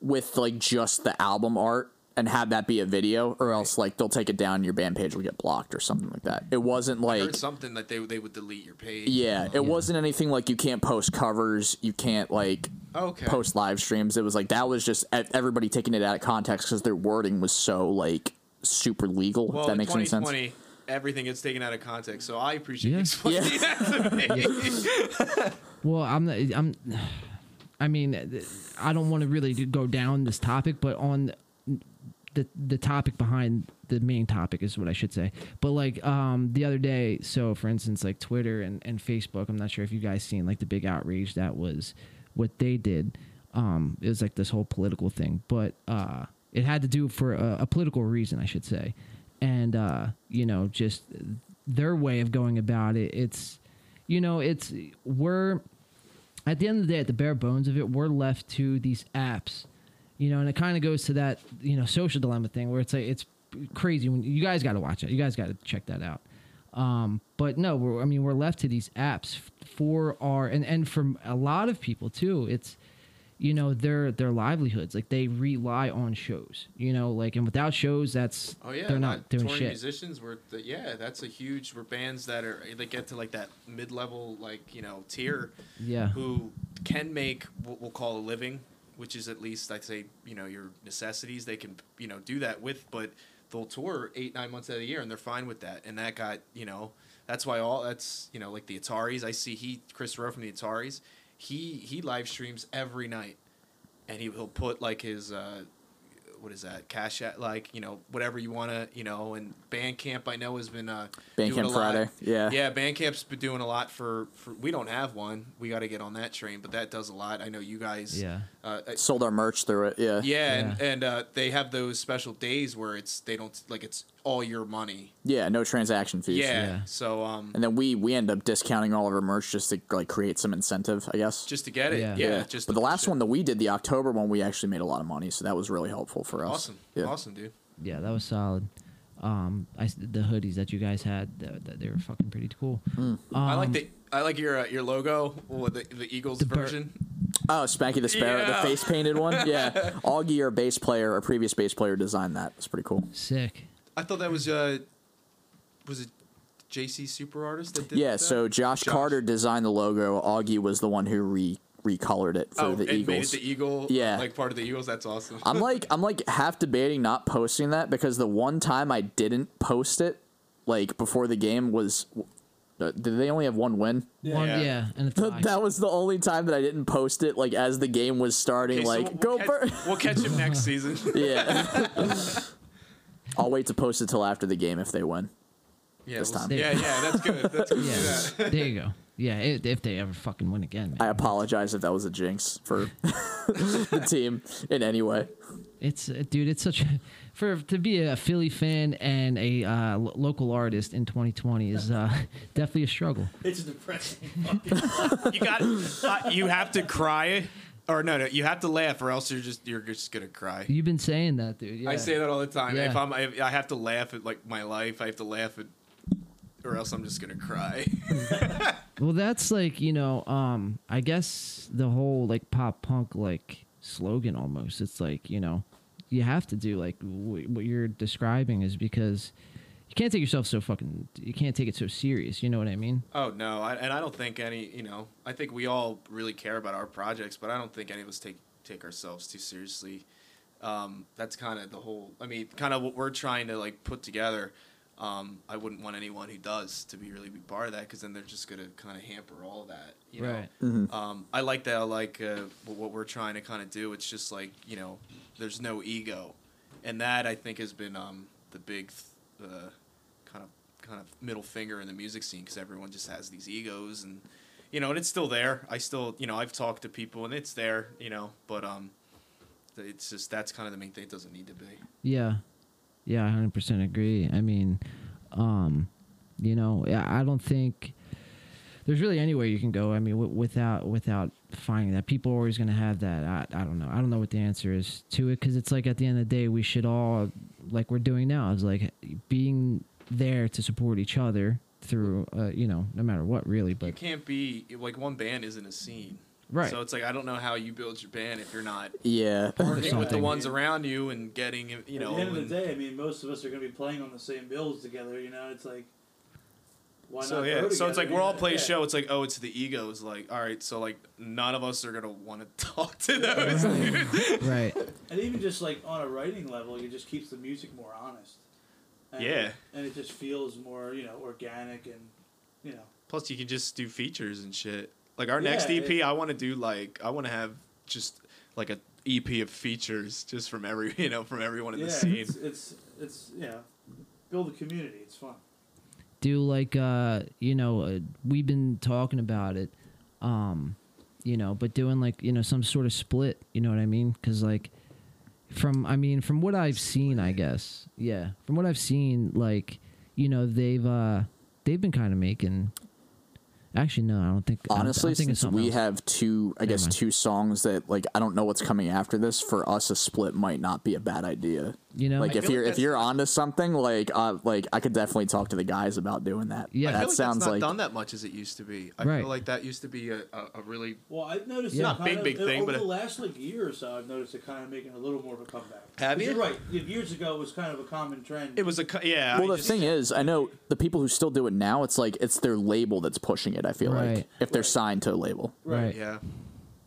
S7: with like just the album art and have that be a video, or else like they'll take it down, and your band page will get blocked or something like that. It wasn't
S2: I
S7: like
S2: heard something that they they would delete your page.
S7: yeah, it wasn't anything like you can't post covers, you can't like
S2: Okay.
S7: post live streams. It was like that was just ev- everybody taking it out of context because their wording was so like super legal.
S2: well,
S7: if that
S2: in
S7: makes any sense.
S2: 2020, Everything gets taken out of context, so I appreciate
S1: Yeah.
S2: you explaining
S7: Yeah.
S2: that to me.
S1: Well, I'm not, I'm I mean th- I don't want to really do- go down this topic, but on the the topic behind the main topic is what I should say. But like um the other day, so for instance like Twitter and and Facebook, I'm not sure if you guys seen like the big outrage that was what they did. Um it was like this whole political thing, but uh it had to do for a, a political reason, I should say. And uh you know, just their way of going about it, it's you know, it's we're at the end of the day, at the bare bones of it, we're left to these apps, you know, and it kind of goes to that, you know, social dilemma thing where it's like, it's crazy when you guys got to watch it. You guys got to check that out. Um, but no, we're, I mean, we're left to these apps f- for our, and, and from a lot of people too, it's, you know, their, their livelihoods, like they rely on shows, you know, like, and without shows, that's,
S2: Oh yeah,
S1: they're not
S2: like,
S1: doing
S2: touring
S1: shit.
S2: Musicians were the, yeah, that's a huge. We're bands that are they get to like that mid level like you know tier.
S1: Yeah.
S2: Who can make what we'll call a living, which is at least I'd say you know your necessities they can you know do that with, but they'll tour eight nine months out of the year and they're fine with that. And that got you know that's why all that's you know like the Ataris. I see he Chris Rowe from the Ataris. He he live streams every night and he, he'll put like his uh, what is that cash at like you know whatever you want to you know and bandcamp i know has been uh doing
S7: Bandcamp
S2: a lot-
S7: Friday, yeah.
S2: yeah bandcamp's been doing a lot for, for we don't have one we got to get on that train but that does a lot i know you guys
S1: Yeah.
S2: uh, uh,
S7: Sold our merch through it. Yeah.
S2: yeah, and, and uh, they have those special days where it's they don't like it's all your money
S7: Yeah, No transaction fees.
S2: yeah,
S1: Yeah.
S2: so um
S7: And then we we end up discounting all of our merch just to like create some incentive, I guess.
S2: just to get it
S1: Yeah.
S2: yeah,
S7: yeah.
S2: just
S7: but the last one that we did, the October one, we actually made a lot of money, so that was really helpful for us.
S2: awesome
S7: Yeah.
S2: awesome dude
S1: yeah, that was solid. Um, I s the hoodies that you guys had, that, that they were fucking pretty cool.
S7: Mm.
S2: i like
S1: Um,
S2: the i like your uh, your logo or the, the eagles
S1: The bir-
S2: version
S7: Oh, Spanky the Sparrow,
S2: Yeah.
S7: the face painted one. Yeah, Augie, our bass player, our previous bass player, designed that. It's pretty cool.
S1: Sick.
S2: I thought that was uh, was it JC Super Artist that did
S7: yeah,
S2: that?
S7: so Josh, Carter designed the logo. Augie was the one who re recolored it for
S2: oh,
S7: the
S2: and made it
S7: Eagles.
S2: the Eagle.
S7: Yeah.
S2: like part of the Eagles. That's awesome.
S7: I'm like I'm like half debating not posting that because the one time I didn't post it like before the game was uh, did they only have one win?
S1: One,
S2: Yeah.
S1: yeah, and a tie.
S7: That, that was the only time that I didn't post it like as the game was starting
S2: Okay, so
S7: like go
S2: we'll catch,
S7: bird.
S2: We'll catch him next season.
S7: yeah. I'll wait to post it till after the game if they win.
S2: yeah,
S7: This
S2: we'll-
S7: time.
S2: Yeah, yeah, that's good. That's good.
S1: yeah,
S2: Yeah.
S1: there you go. Yeah, i if they ever fucking win again,
S7: I
S1: man.
S7: apologize if that was a jinx for the team in any way.
S1: it's uh, dude, it's such a, for to be a Philly fan and a uh, lo- local artist in 2020 is uh, definitely a struggle.
S8: It's a depressing.
S2: You got. Uh, you have to cry, or no, no, you have to laugh, or else you're just you're just gonna cry.
S1: You've been saying that, dude. Yeah.
S2: I say that all the time.
S1: Yeah.
S2: If I'm, I, I have to laugh at like my life. I have to laugh at, or else I'm just gonna cry.
S1: Well, that's like you know, um, I guess the whole like pop punk like slogan almost. It's like you know, you have to do like w- what you're describing is because you can't take yourself so fucking. You can't take it so serious. You know what I mean?
S2: Oh no, I, and I don't think any. You know, I think we all really care about our projects, but I don't think any of us take take ourselves too seriously. Um, that's kind of the whole. I mean, kind of what we're trying to like put together. Um, I wouldn't want anyone who does to be really be part of that because then they're just gonna kind of hamper all that. You
S1: Right.
S2: Know? Um, I like that. I like uh, what what we're trying to kind of do. It's just like you know, there's no ego, and that I think has been um, the big uh, kind of kind of middle finger in the music scene because everyone just has these egos and you know, and it's still there. I still you know I've talked to people and it's there. You know, but um, it's just that's kind of the main thing. It doesn't need to be.
S1: Yeah. Yeah, I 100% agree. I mean, um, you know, yeah, I don't think there's really any way you can go. I mean, w- without without finding that, people are always going to have that. I, I don't know. I don't know what the answer is to it because it's like at the end of the day, we should all like we're doing now is like being there to support each other through, uh, you know, no matter what, really.
S2: You
S1: But
S2: can't be like one band isn't a scene.
S1: Right.
S2: So it's like I don't know how you build your band if you're not
S7: Yeah.
S2: working with the
S1: something.
S2: ones around you and getting you know.
S8: At the end of
S2: and-
S8: the day, I mean, most of us are going to be playing on the same bills together. You know, it's like. Why
S2: so
S8: not
S2: yeah, so
S8: grow
S2: it's
S8: together,
S2: like
S8: you
S2: we're all
S8: know?
S2: playing
S8: Yeah.
S2: show. It's like oh, it's the egos. Like all right, so like none of us are gonna want to talk to those.
S1: right.
S8: And even just like on a writing level, it just keeps the music more honest. And,
S2: Yeah.
S8: And it just feels more, you know, organic and, you know.
S2: Plus, you can just do features and shit. Like our
S8: Yeah,
S2: next EP,
S8: it-
S2: I want to do like I want to have just like a EP of features just from every you know from everyone in
S8: Yeah,
S2: the
S8: it's,
S2: scene.
S8: it's, it's, you know, build a community. It's fun.
S1: do like uh you know uh, we've been talking about it um you know but doing like you know some sort of split you know what i mean because like from i mean from what i've seen i guess yeah from what i've seen like you know they've uh they've been kind of making actually no i don't think I don't- I
S7: Honestly,
S1: don't think
S7: since
S1: it's something
S7: we
S1: else.
S7: have two, I guess
S1: mind.
S7: two songs that like I don't know what's coming after this. For us, a split might not be a bad idea.
S1: You know?
S7: like
S1: I
S7: if
S2: feel
S7: you're
S2: like
S7: if
S2: that's-
S7: you're onto something, like uh, like I could definitely talk to the guys about doing that.
S1: Yeah.
S7: that
S1: I feel
S2: I feel like
S7: sounds
S2: that's not
S7: like
S2: done that much as it used to be. I
S1: Right.
S2: feel like that used to be a, a, a really
S8: Well, I've noticed
S1: Yeah.
S8: it
S1: Not
S8: kind
S2: big,
S8: of-
S2: big thing,
S8: over
S2: but
S8: the
S2: it-
S8: last like year or so. I've noticed it kind of making a little more of a comeback.
S2: Have
S8: 'Cause
S2: you?
S8: You're right. Yeah, Years ago, it was kind of a common trend.
S2: it was a co- yeah.
S7: Well,
S2: I
S7: the
S2: just-
S7: thing is, I know the people who still do it now. It's like it's their label that's pushing it. I feel
S1: Right.
S7: like if they're signed to a label,
S8: right.
S1: right
S2: yeah.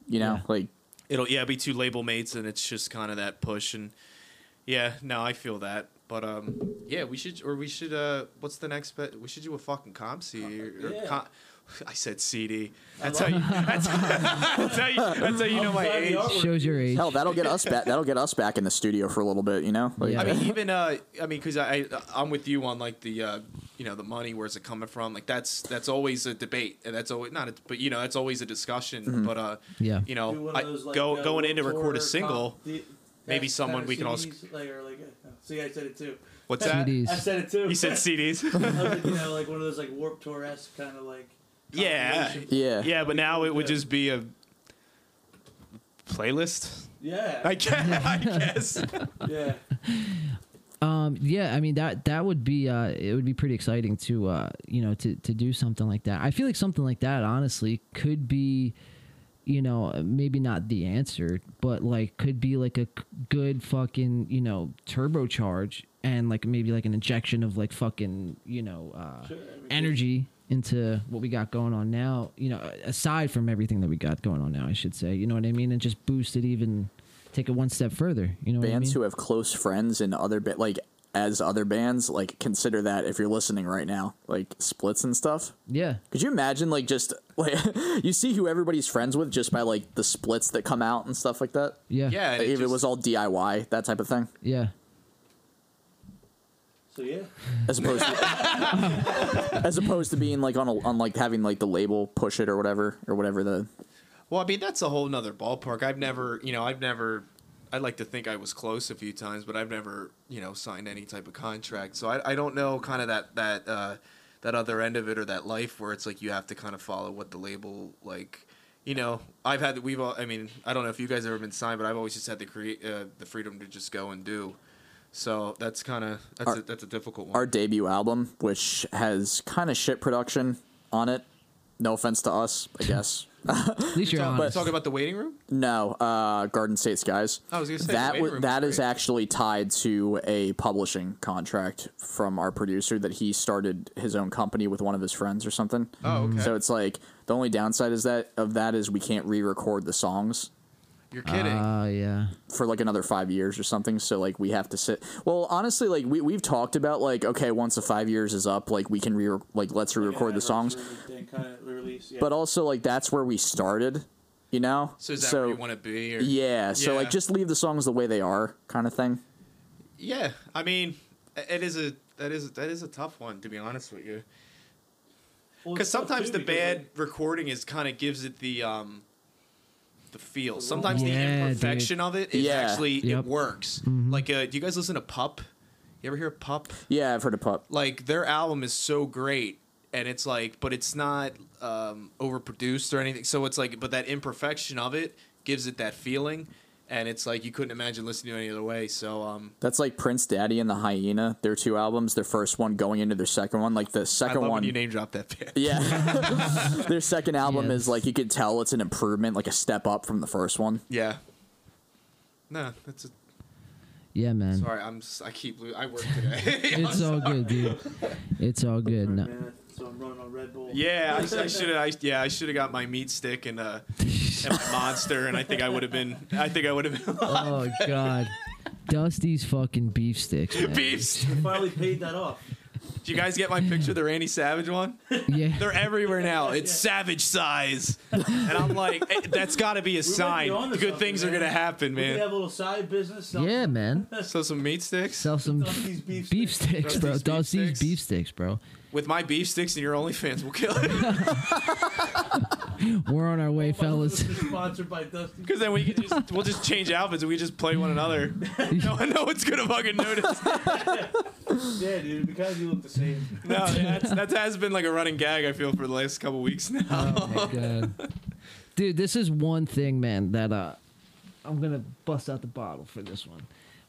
S7: you know,
S1: Yeah.
S7: like
S2: it'll yeah be two label mates and it's just kind of that push and yeah no i feel that but um yeah we should or we should uh what's the next bet we should do a fucking comp cd or, or
S8: Yeah.
S2: com- i said cd that's how you that's, that's how you that's how you know my
S8: Outside the
S2: age
S8: artwork,
S1: shows your age
S7: hell, that'll get us back. That'll get us back in the studio for a little bit. You know, like
S1: Yeah.
S2: I mean, even uh, I mean, because I I'm with you on like the uh, you know the money where's it coming from? Like that's that's always a debate, and that's always not, a, but you know that's always a discussion. But uh,
S1: Yeah.
S2: you
S8: do
S2: know,
S8: one
S2: I,
S8: of those, like,
S2: go
S8: uh,
S2: going in to
S8: world
S2: record a
S8: tour
S2: single.
S8: comp- the-
S2: maybe
S8: that
S2: someone
S8: kind
S2: we can all
S8: CDs, like, or like, uh, see, I said it too.
S2: What's that?
S1: CDs.
S8: I said it too.
S2: You said CDs.
S8: I was like, you know, like one of those like Warp Tour esque kind of like.
S2: Yeah.
S8: compilation.
S7: yeah,
S2: Yeah, but now it would
S8: Yeah.
S2: just be a playlist.
S8: Yeah.
S2: I guess. I guess.
S8: yeah.
S1: Um, yeah, I mean that that would be uh, it would be pretty exciting to uh, you know to to do something like that. I feel like something like that honestly could be, you know, maybe not the answer, but like could be like a c- good fucking you know turbocharge and like maybe like an injection of like fucking you know uh,
S8: Sure, I mean,
S1: energy into what we got going on now. You know, aside from everything that we got going on now, I should say. You know what I mean? And just boost it even, take it one step further. You know, what I
S7: bands
S1: mean?
S7: who have close friends and other ba- like as other bands, like consider that if you're listening right now, like splits and stuff.
S1: yeah.
S7: Could you imagine like just like you see who everybody's friends with just by like the splits that come out and stuff like that?
S1: Yeah.
S2: Yeah.
S7: Like,
S2: and
S7: if it
S2: just-
S7: was all DIY, that type of thing,
S1: Yeah.
S8: So yeah.
S7: as opposed to, as opposed to being like on a, on like having like the label push it or whatever or whatever the
S2: Well, I mean, that's a whole nother ballpark. I've never, you know, I've never. I'd like to think I was close a few times, but I've never, you know, signed any type of contract. So I, I don't know kind of that that uh, that other end of it or that life where it's like you have to kind of follow what the label like. You know, I've had we've all. I mean, I don't know if you guys have ever been signed, but I've always just had the create uh, the freedom to just go and do. So that's kind of that's
S7: Our-
S2: a, that's a difficult one.
S7: our debut album, which has kind of shit production on it. No offense to us, I guess.
S1: At least you're
S2: Talk-
S1: honest.
S2: talk about the waiting room.
S7: No, uh, Garden State Skies.
S2: I was gonna say,
S7: that
S2: the weight
S7: wa-
S2: room
S7: that
S2: was
S7: is
S2: great.
S7: actually tied to a publishing contract from our producer that he started his own company with one of his friends or something.
S2: Oh, okay.
S7: Mm-hmm. So it's like the only downside is that of that is we can't re-record the songs
S2: You're kidding.
S1: Uh, yeah.
S7: for like another five years or something. So like we have to sit. Well, honestly, like we we've talked about like okay, once the five years is up, like we can re like let's re-record the songs.
S8: Kind of release. Yeah.
S7: But also like that's where we started, you know.
S2: so is that where you want to be? Or?
S7: yeah, so
S2: Yeah.
S7: like just leave the songs the way they are, kind of thing.
S2: Yeah, I mean, it is a that is that is a tough one to be honest with you.
S8: Well,
S2: Because
S8: it's tough,
S2: sometimes
S8: too,
S2: the
S8: because,
S2: bad
S8: like,
S2: recording is kind of gives it the um the feel. Sometimes
S1: Yeah,
S2: the
S1: dude.
S2: imperfection of it is
S7: Yeah.
S2: actually
S1: Yep. Mm-hmm.
S2: it works. Like, uh, do you guys listen to Pup? You ever hear of Pup?
S7: Yeah, I've heard of Pup.
S2: like their album is so great and it's like but it's not um overproduced or anything so it's like but that imperfection of it gives it that feeling and it's like you couldn't imagine listening to it any other way. So um,
S7: That's like Prince Daddy and the Hyena. Their two albums. Their first one going into their second one. Like the
S2: I
S7: second
S2: love
S7: one.
S2: when you name drop that band.
S7: yeah. their second album
S1: Yeah.
S7: is like you could tell it's an improvement, like a step up from the first one.
S2: Yeah. No, that's a,
S1: Yeah, man.
S2: sorry. I'm s- I keep lo- I work today.
S1: It's all good, dude. It's all good.
S8: Sorry,
S1: No.
S8: man. So I'm running on Red Bull.
S2: yeah, I, should have. I, yeah, I should have got my meat stick and uh and my monster, and I think I would have been. I think I would have been
S1: Oh god. Dusty's fucking beef sticks. Man.
S2: beefs.
S8: Finally paid that off.
S2: Did you guys get my picture of the Randy Savage one?
S1: Yeah.
S2: They're everywhere now. It's savage size, and I'm like, eh, that's got to be a sign.
S8: on to
S2: Good things are
S8: something,
S2: gonna
S8: man.
S2: happen,
S8: We could have
S2: man.
S8: a little side business. sell-
S1: Yeah, man.
S2: So some meat sticks
S1: Sell some
S8: Dusty's beef
S1: beef sticks, bro.
S2: Dusty's beef
S1: Dusty's
S2: sticks.
S1: beef sticks, bro.
S2: with my beef sticks and your OnlyFans will kill it.
S1: We're on our way,
S8: My business
S1: fellas.
S8: is Sponsored by Dusty.
S2: Because then we can just we'll just change outfits and we just play one another. No, no one's gonna fucking notice.
S8: Yeah, dude, because you look the same.
S2: No, that's, that has been like a running gag. I feel for the last couple weeks now.
S1: Oh my god. Dude, this is one thing, man, that uh I'm gonna bust out the bottle for this one.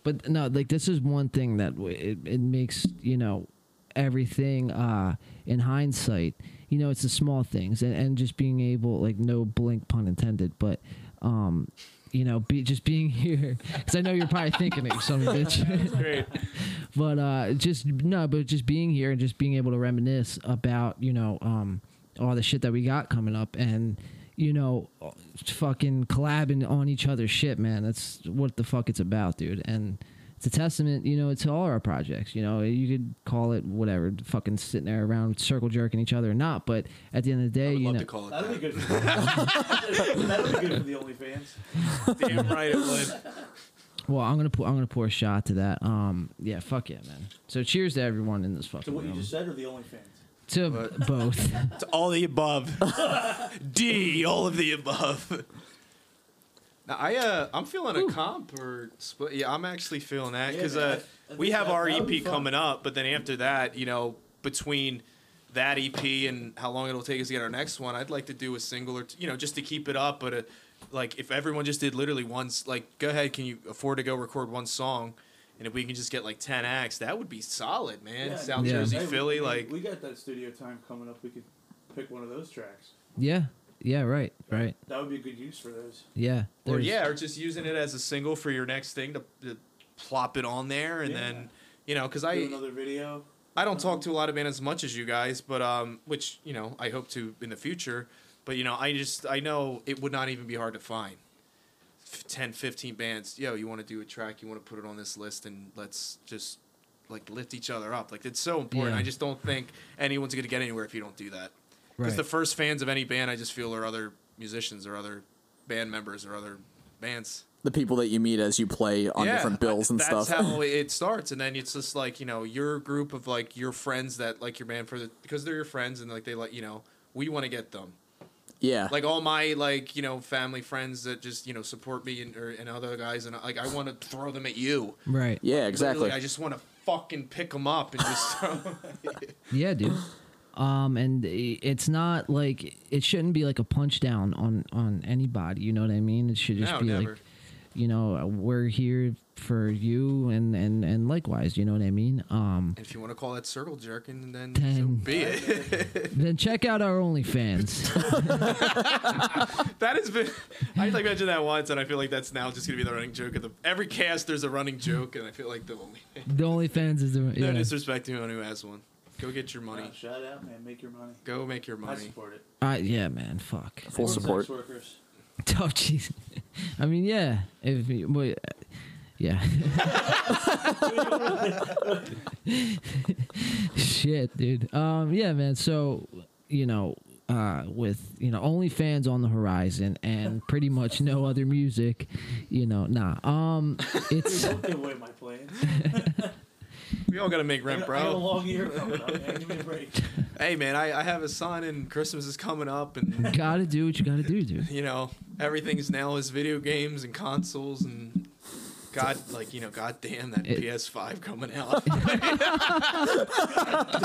S1: But no, like this is one thing that w- it, it makes, you know, everything uh in hindsight, you know, it's the small things and, and just being able like no blink pun intended, but um you know, be just being here because I know you're probably thinking it, you son of a bitch.
S2: Great.
S1: but uh just no but just being here and just being able to reminisce about you know um all the shit that we got coming up and you know fucking collabing on each other's shit man that's what the fuck it's about dude and it's a testament you know to all our projects you know you could call it whatever fucking sitting there around circle jerking each other or not but at the end of the day
S2: I would
S1: you
S2: love
S1: know
S2: to call it
S8: That'll be
S2: that.
S8: good. For That'll be good for the OnlyFans.
S2: Damn right it would.
S1: well i'm gonna pour i'm gonna pour a shot to that um yeah fuck yeah man so cheers to everyone in this
S8: To
S1: fucking
S8: what you
S1: room.
S8: just said, or the OnlyFans.
S1: to both
S2: It's all the above. D, all of the above. Now, I uh, I'm feeling a comp or split. Yeah, I'm actually feeling that
S8: Yeah,
S2: because
S8: man,
S2: uh,
S8: I- I
S2: we
S8: think
S2: have
S8: that-
S2: our
S8: that'll be
S2: EP
S8: fun.
S2: coming up, but then after that, you know, between that EP and how long it'll take us to get our next one, I'd like to do a single or t- you know just to keep it up. But uh like, if everyone just did literally once, like, go ahead, can you afford to go record one song? And if we can just get like ten acts, that would be solid, man.
S8: Yeah.
S2: South
S1: Yeah.
S2: Jersey,
S8: Hey, we-
S2: Philly,
S8: we-
S2: like,
S8: we got that studio time coming up. We could pick one of those tracks.
S1: yeah yeah right right
S8: That would be a good use for those.
S1: Yeah.
S2: Or
S1: there's-
S2: yeah, or just using it as a single for your next thing to, to plop it on there, and
S8: Yeah.
S2: then you know, because
S8: Do
S2: I
S8: another video.
S2: I don't talk to a lot of bands as much as you guys, but um, which you know I hope to in the future, but you know I just I know it would not even be hard to find. F- 10 15 bands yo you want to do a track you want to put it on this list and let's just like lift each other up like it's so important
S1: Yeah.
S2: i just don't think anyone's going to get anywhere if you don't do that because
S1: Right.
S2: the first fans of any band i just feel are other musicians or other band members or other bands
S7: The people that you meet as you play on different bills and
S2: that's
S7: stuff.
S2: how it starts, and then it's just like you know your group of like your friends that like your band for the because they're your friends and like they like you know we want to get them
S7: yeah.
S2: like all my like you know family friends that just you know support me and or, and other guys and like I want to throw them at you.
S1: Right.
S7: yeah, exactly.
S2: Literally, I just want to fucking pick them up and just throw 'em.
S1: Yeah, dude. Um, and i- it's not like it shouldn't be like a punch down on on anybody. You know what I mean? It should just
S2: No,
S1: be
S2: never.
S1: like, you know, uh, we're here for you, and and and likewise. You know what I mean? Um,
S2: if you want to call that circle jerking, then so
S1: Then-
S2: be it.
S1: then check out our OnlyFans.
S2: That has been. I like mentioned that once, and I feel like that's now just gonna be the running joke of the every cast. There's a running joke, and I feel like the only
S1: the OnlyFans is the
S2: no
S1: yeah.
S2: disrespect to anyone who has one. Go get your money.
S8: Wow, Uh, shout out, man. Make your money.
S2: Go make your
S8: I
S2: money.
S8: support it.
S1: I- yeah, man. Fuck.
S7: Full
S8: Or
S7: support.
S8: Sex workers.
S1: Oh, jeez. I mean, yeah. If you- well, yeah. Shit, dude. Um, yeah, man. So, you know, uh, with you know OnlyFans on the horizon and pretty much no other music, you know, nah. Um,
S8: Dude,
S1: it's
S8: don't give away my plans.
S2: We all gotta make
S8: I
S2: rent,
S8: got, I got a
S2: bro.
S8: long year coming up, man. Give me a break.
S2: Hey, man, I, I have a son, and Christmas is coming up, and
S1: gotta do what you gotta do, dude.
S2: you know everything's now is video games and consoles and. God, like you know, goddamn that
S1: It-
S2: PS5 coming out.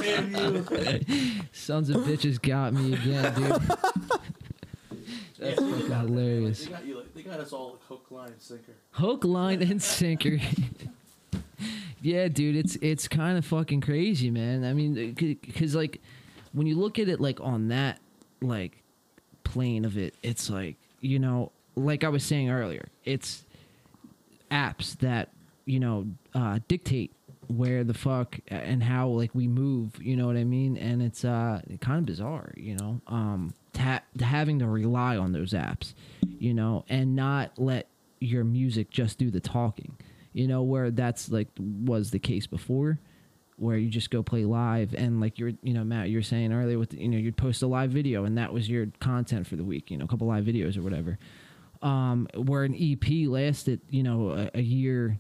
S8: Damn you.
S1: Sons of bitches got me again, dude.
S8: Yeah,
S1: That's
S8: think
S1: fucking
S8: about that, man. Like,
S1: hilarious.
S8: They got you. Like, they got got us all like hook, line, and sinker.
S1: Hook, line, and sinker. yeah, dude, it's it's kind of fucking crazy, man. I mean, because like when you look at it like on that like plane of it, it's like you know, like I was saying earlier, it's apps that you know uh, dictate where the fuck and how like we move. You know what I mean? And it's uh kind of bizarre, you know. Um, ta- having to rely on those apps, you know, and not let your music just do the talking. You know where that's like was the case before, where you just go play live and like you're you know Matt you were saying earlier with you know you'd post a live video and that was your content for the week. You know, a couple live videos or whatever um, where an EP lasted, you know, a, a year,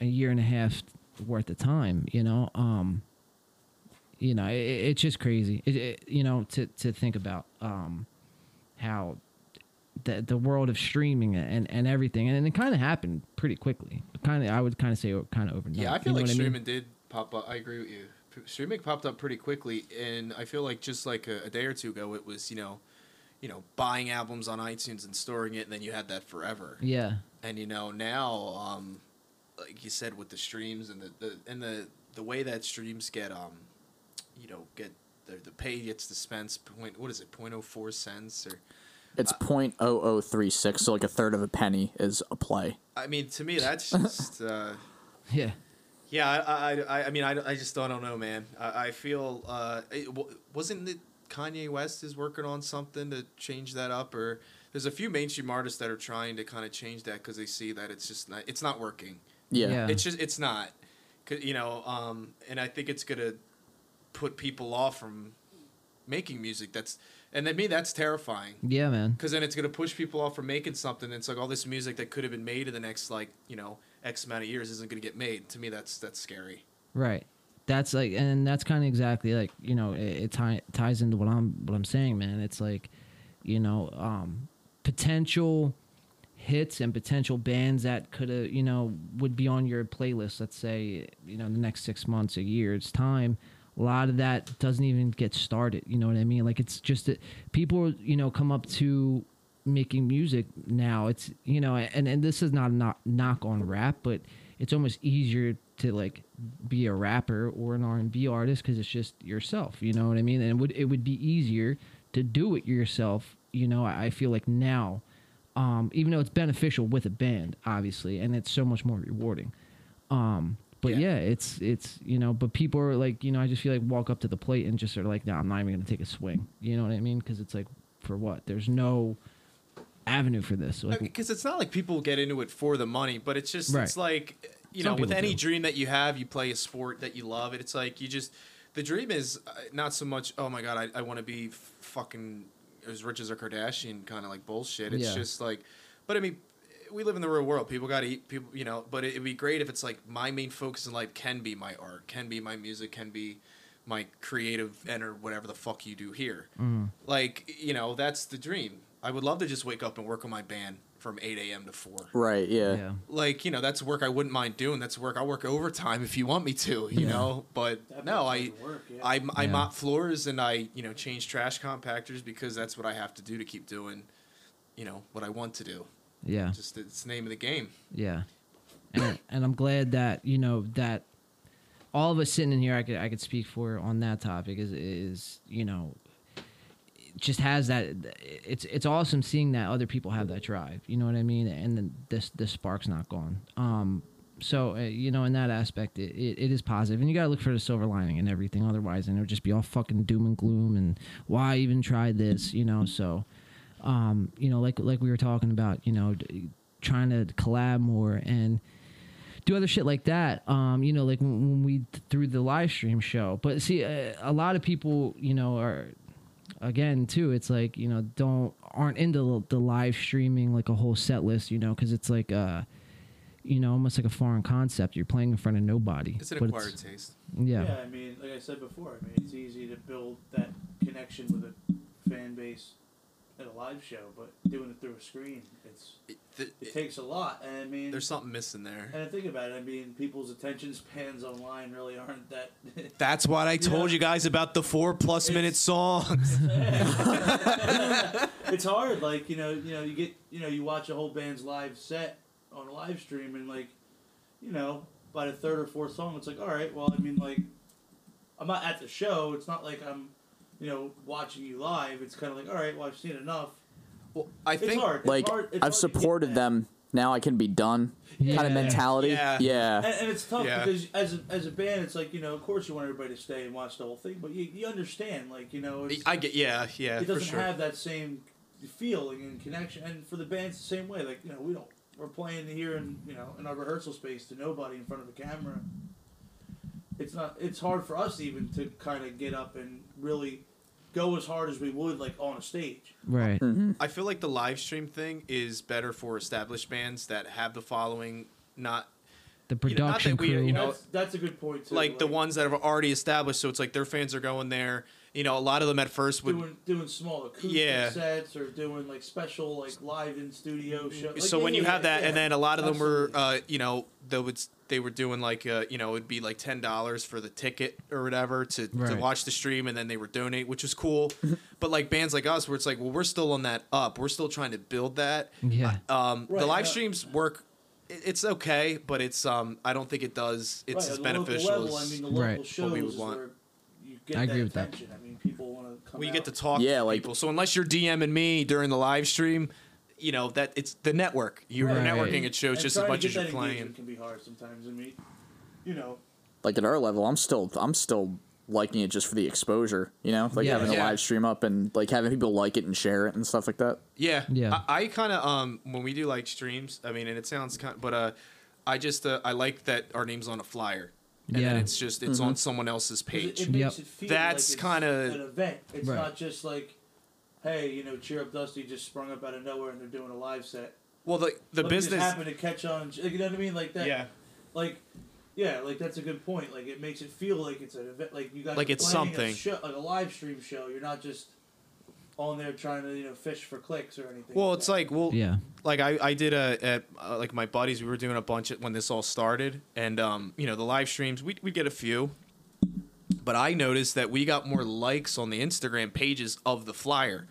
S1: a year and a half worth of time, you know, um, you know, it, it's just crazy, it, it, you know, to, to think about, um, how the, the world of streaming and, and everything. And, it kind of happened pretty quickly. Kind of, I would kind of say kind of overnight.
S2: Yeah, I feel
S1: You know
S2: like
S1: what mean?
S2: streaming did pop up. I agree with you. P- Streaming popped up pretty quickly, and I feel like just like a, a day or two ago, it was you know, you know, buying albums on iTunes and storing it, and then you had that forever.
S1: Yeah.
S2: And you know now, um, like you said, with the streams and the, the and the the way that streams get um, you know, get the the pay gets dispensed point. What is it? Point oh four cents or
S7: It's
S2: uh,
S7: point oh oh three six, so like a third of a penny is a play.
S2: I mean, to me, that's just. Uh,
S1: Yeah.
S2: Yeah, I, I, I, I mean, I, I just don't, I don't know, man. I, I feel uh, it, w- wasn't it Kanye West is working on something to change that up, or there's a few mainstream artists that are trying to kind of change that because they see that it's just not, it's not working.
S7: Yeah.
S1: Yeah.
S2: It's just, it's not, 'Cause, you know, um, and I think it's gonna put people off from making music. That's, and to me, that's terrifying.
S1: Yeah, man.
S2: Because then it's going to push people off from making something. It's like all this music that could have been made in the next like you know X amount of years isn't going to get made. To me, that's that's scary.
S1: Right. That's like, and that's kind of exactly like you know it, it tie, ties into what I'm what I'm saying, man. It's like, you know, um, potential hits and potential bands that could have you know would be on your playlist. Let's say you know the next six months, a year's time. A lot of that doesn't even get started. You know what I mean? Like it's just that people you know come up to making music now it's you know and and this is not a knock, knock on rap but it's almost easier to like be a rapper or an r&b artist because it's just yourself you know what i mean and it would it would be easier to do it yourself you know i, I feel like now um even though it's beneficial with a band obviously and it's so much more rewarding um but yeah.
S2: Yeah.
S1: it's it's you know but people are like you know i just feel like walk up to the plate and just are like no i'm not even gonna take a swing you know what i mean because it's like for what there's no avenue for this. Like,
S2: Because it's not like people get into it for the money, but it's just
S1: Right.
S2: it's like you
S1: Some
S2: know with
S1: people
S2: any
S1: do.
S2: dream that you have, you play a sport that you love, and it's like you just the dream is uh, not so much oh my god I, I want to be f- fucking as rich as a Kardashian kind of like bullshit. It's
S1: Yeah.
S2: just like, but I mean. We live in the real world. People got to eat. People, you know. But it, it'd be great if it's like my main focus in life can be my art, can be my music, can be my creative enter whatever the fuck you do here. Like you know, that's the dream. I would love to just wake up and work on my band from eight a.m. to four.
S7: Right. Yeah.
S1: yeah,
S2: Like you know, that's work I wouldn't mind doing. That's work I'll work overtime if you want me to. You know, but
S8: That
S2: no, I.
S8: makes it work, yeah.
S2: I, I
S1: Yeah.
S2: mop floors and I you know change trash compactors because that's what I have to do to keep doing, you know what I want to do.
S1: yeah,
S2: Just it's the name of the game.
S1: yeah. And, and I'm glad that you know that all of us sitting in here, I could I could speak for on that topic is is you know it just has that it's it's awesome seeing that other people have that drive you know what i mean and then this this spark's not gone um so uh, you know in that aspect it, it, it is positive and you gotta look for the silver lining and everything otherwise and it'll just be all fucking doom and gloom and why I even try this you know so um you know like like we were talking about you know d- trying to collab more and do other shit like that. Um, you know, like when, when we th- through the live stream show. But see, uh, a lot of people, you know, are again too. It's like you know, don't aren't into the, the live streaming like a whole set list, you know, because it's like uh, you know, almost like a foreign concept. You're playing in front of nobody.
S2: It's an
S1: but
S2: acquired taste.
S1: yeah,
S8: Yeah, I mean, like I said before, I mean, it's easy to build that connection with a fan base at a live show, but doing it through a screen, it's
S2: It, th-
S8: it takes a lot. And I mean,
S2: there's something missing there.
S8: and I think about it. I mean, people's attention spans online really aren't that.
S2: That's what I told
S8: Yeah.
S2: you guys about the four plus minute songs.
S8: it's hard. Like you know, you know, you get you know, you watch a whole band's live set on a live stream, and like, you know, by the third or fourth song, it's like, all right, well, I mean, like, I'm not at the show. It's not like I'm, you know, watching you live. It's kind of like, all right, well, I've seen enough.
S2: well, I
S8: It's
S2: think
S8: hard. It's
S7: Like
S8: hard- it's hard
S7: I've
S8: to get
S7: supported
S8: that.
S7: them. Now I can be done. Kind
S1: Yeah.
S7: of mentality.
S2: Yeah.
S8: And, and it's tough
S2: Yeah.
S8: because as a, as a band, it's like you know, of course you want everybody to stay and watch the whole thing, but you, you understand, like you know, it's,
S2: I get yeah, yeah,
S8: it
S2: for
S8: doesn't
S2: sure.
S8: have that same feeling and connection. And for the band's the same way. Like you know, we don't we're playing here in you know in our rehearsal space to nobody in front of a camera. It's not. It's hard for us even to kind of get up and really go as hard as we would like on a stage.
S1: Right.
S2: I feel like the live stream thing is better for established bands that have the following, not
S1: The
S2: You know, not
S1: production
S2: that we- you
S1: crew.
S2: know,
S8: That's, that's a good point too.
S2: like the ones that are already established. So it's like their fans are going there. You know, a lot of them at first would.
S8: doing doing small acoustic
S2: Yeah.
S8: sets or doing like special like live in studio shows. Like,
S2: Mm-hmm. so
S8: yeah,
S2: when you
S8: yeah,
S2: have that,
S8: yeah,
S2: and then a lot of them were,
S8: absolutely.
S2: uh, you know, they would they were doing like, uh, you know, it'd be like ten dollars for the ticket or whatever to, to
S1: Right.
S2: watch the stream, and then they were donate, which was cool. but like bands like us, where it's like, well, we're still on that up, we're still trying to build that.
S1: Yeah.
S2: Um, the
S8: Right,
S2: live
S8: yeah.
S2: streams work. it- It's okay, but it's um, I don't think it does. It's
S8: Right,
S2: as
S8: on the local
S2: beneficial
S8: level,
S2: as
S8: I mean, the
S1: Right.
S8: local
S1: what
S8: shows
S2: we would
S8: is
S2: want.
S8: where you get
S1: I agree
S8: that
S1: with that.
S8: attention. I mean, people want to come.
S2: we
S8: out.
S2: get to talk
S7: Yeah,
S2: to
S7: like-
S2: people. So unless you're DMing me during the live stream, you know that it's the network. You're
S1: Right.
S2: networking at shows
S8: And
S2: just as
S8: trying to
S2: much
S8: get
S2: as you're
S8: that
S2: playing.
S8: engagement Can be hard sometimes. I mean, you know,
S7: Like at our level, I'm still I'm still liking it just for the exposure. You know, like
S1: Yeah.
S7: having a
S2: Yeah.
S7: live stream up and like having people like it and share it and stuff like that.
S2: Yeah,
S1: Yeah.
S2: I, I kind of um when we do like streams, I mean, and it sounds kind, but uh, I just uh, I like that our name's on a flyer, and then
S1: Yeah.
S2: it's just it's on someone else's
S8: 'cause Mm-hmm. it,
S2: page.
S8: it makes
S1: Yep.
S8: it feel
S2: That's
S8: like it's
S2: kinda-
S8: an event. It's
S1: Right.
S8: not just like, hey, you know, cheer up, Dusty just sprung up out of nowhere and they're doing a live set.
S2: well, the the
S8: Let me just
S2: business,
S8: happen to catch on. Like, you know what I mean? Like that.
S2: yeah,
S8: Like. Yeah, like that's a good point. Like it makes it feel like it's an event. Like you guys
S2: Like
S8: are
S2: it's
S8: planning
S2: something.
S8: a show, like a live stream show. You're not just on there trying to you know fish for clicks or anything.
S2: Well, it's
S8: that.
S2: like well,
S1: Yeah.
S2: Like I, I did a at uh, like my buddies. We were doing a bunch of, when this all started, and um, you know, the live streams. We we get a few, but I noticed that we got more likes on the Instagram pages of the flyer.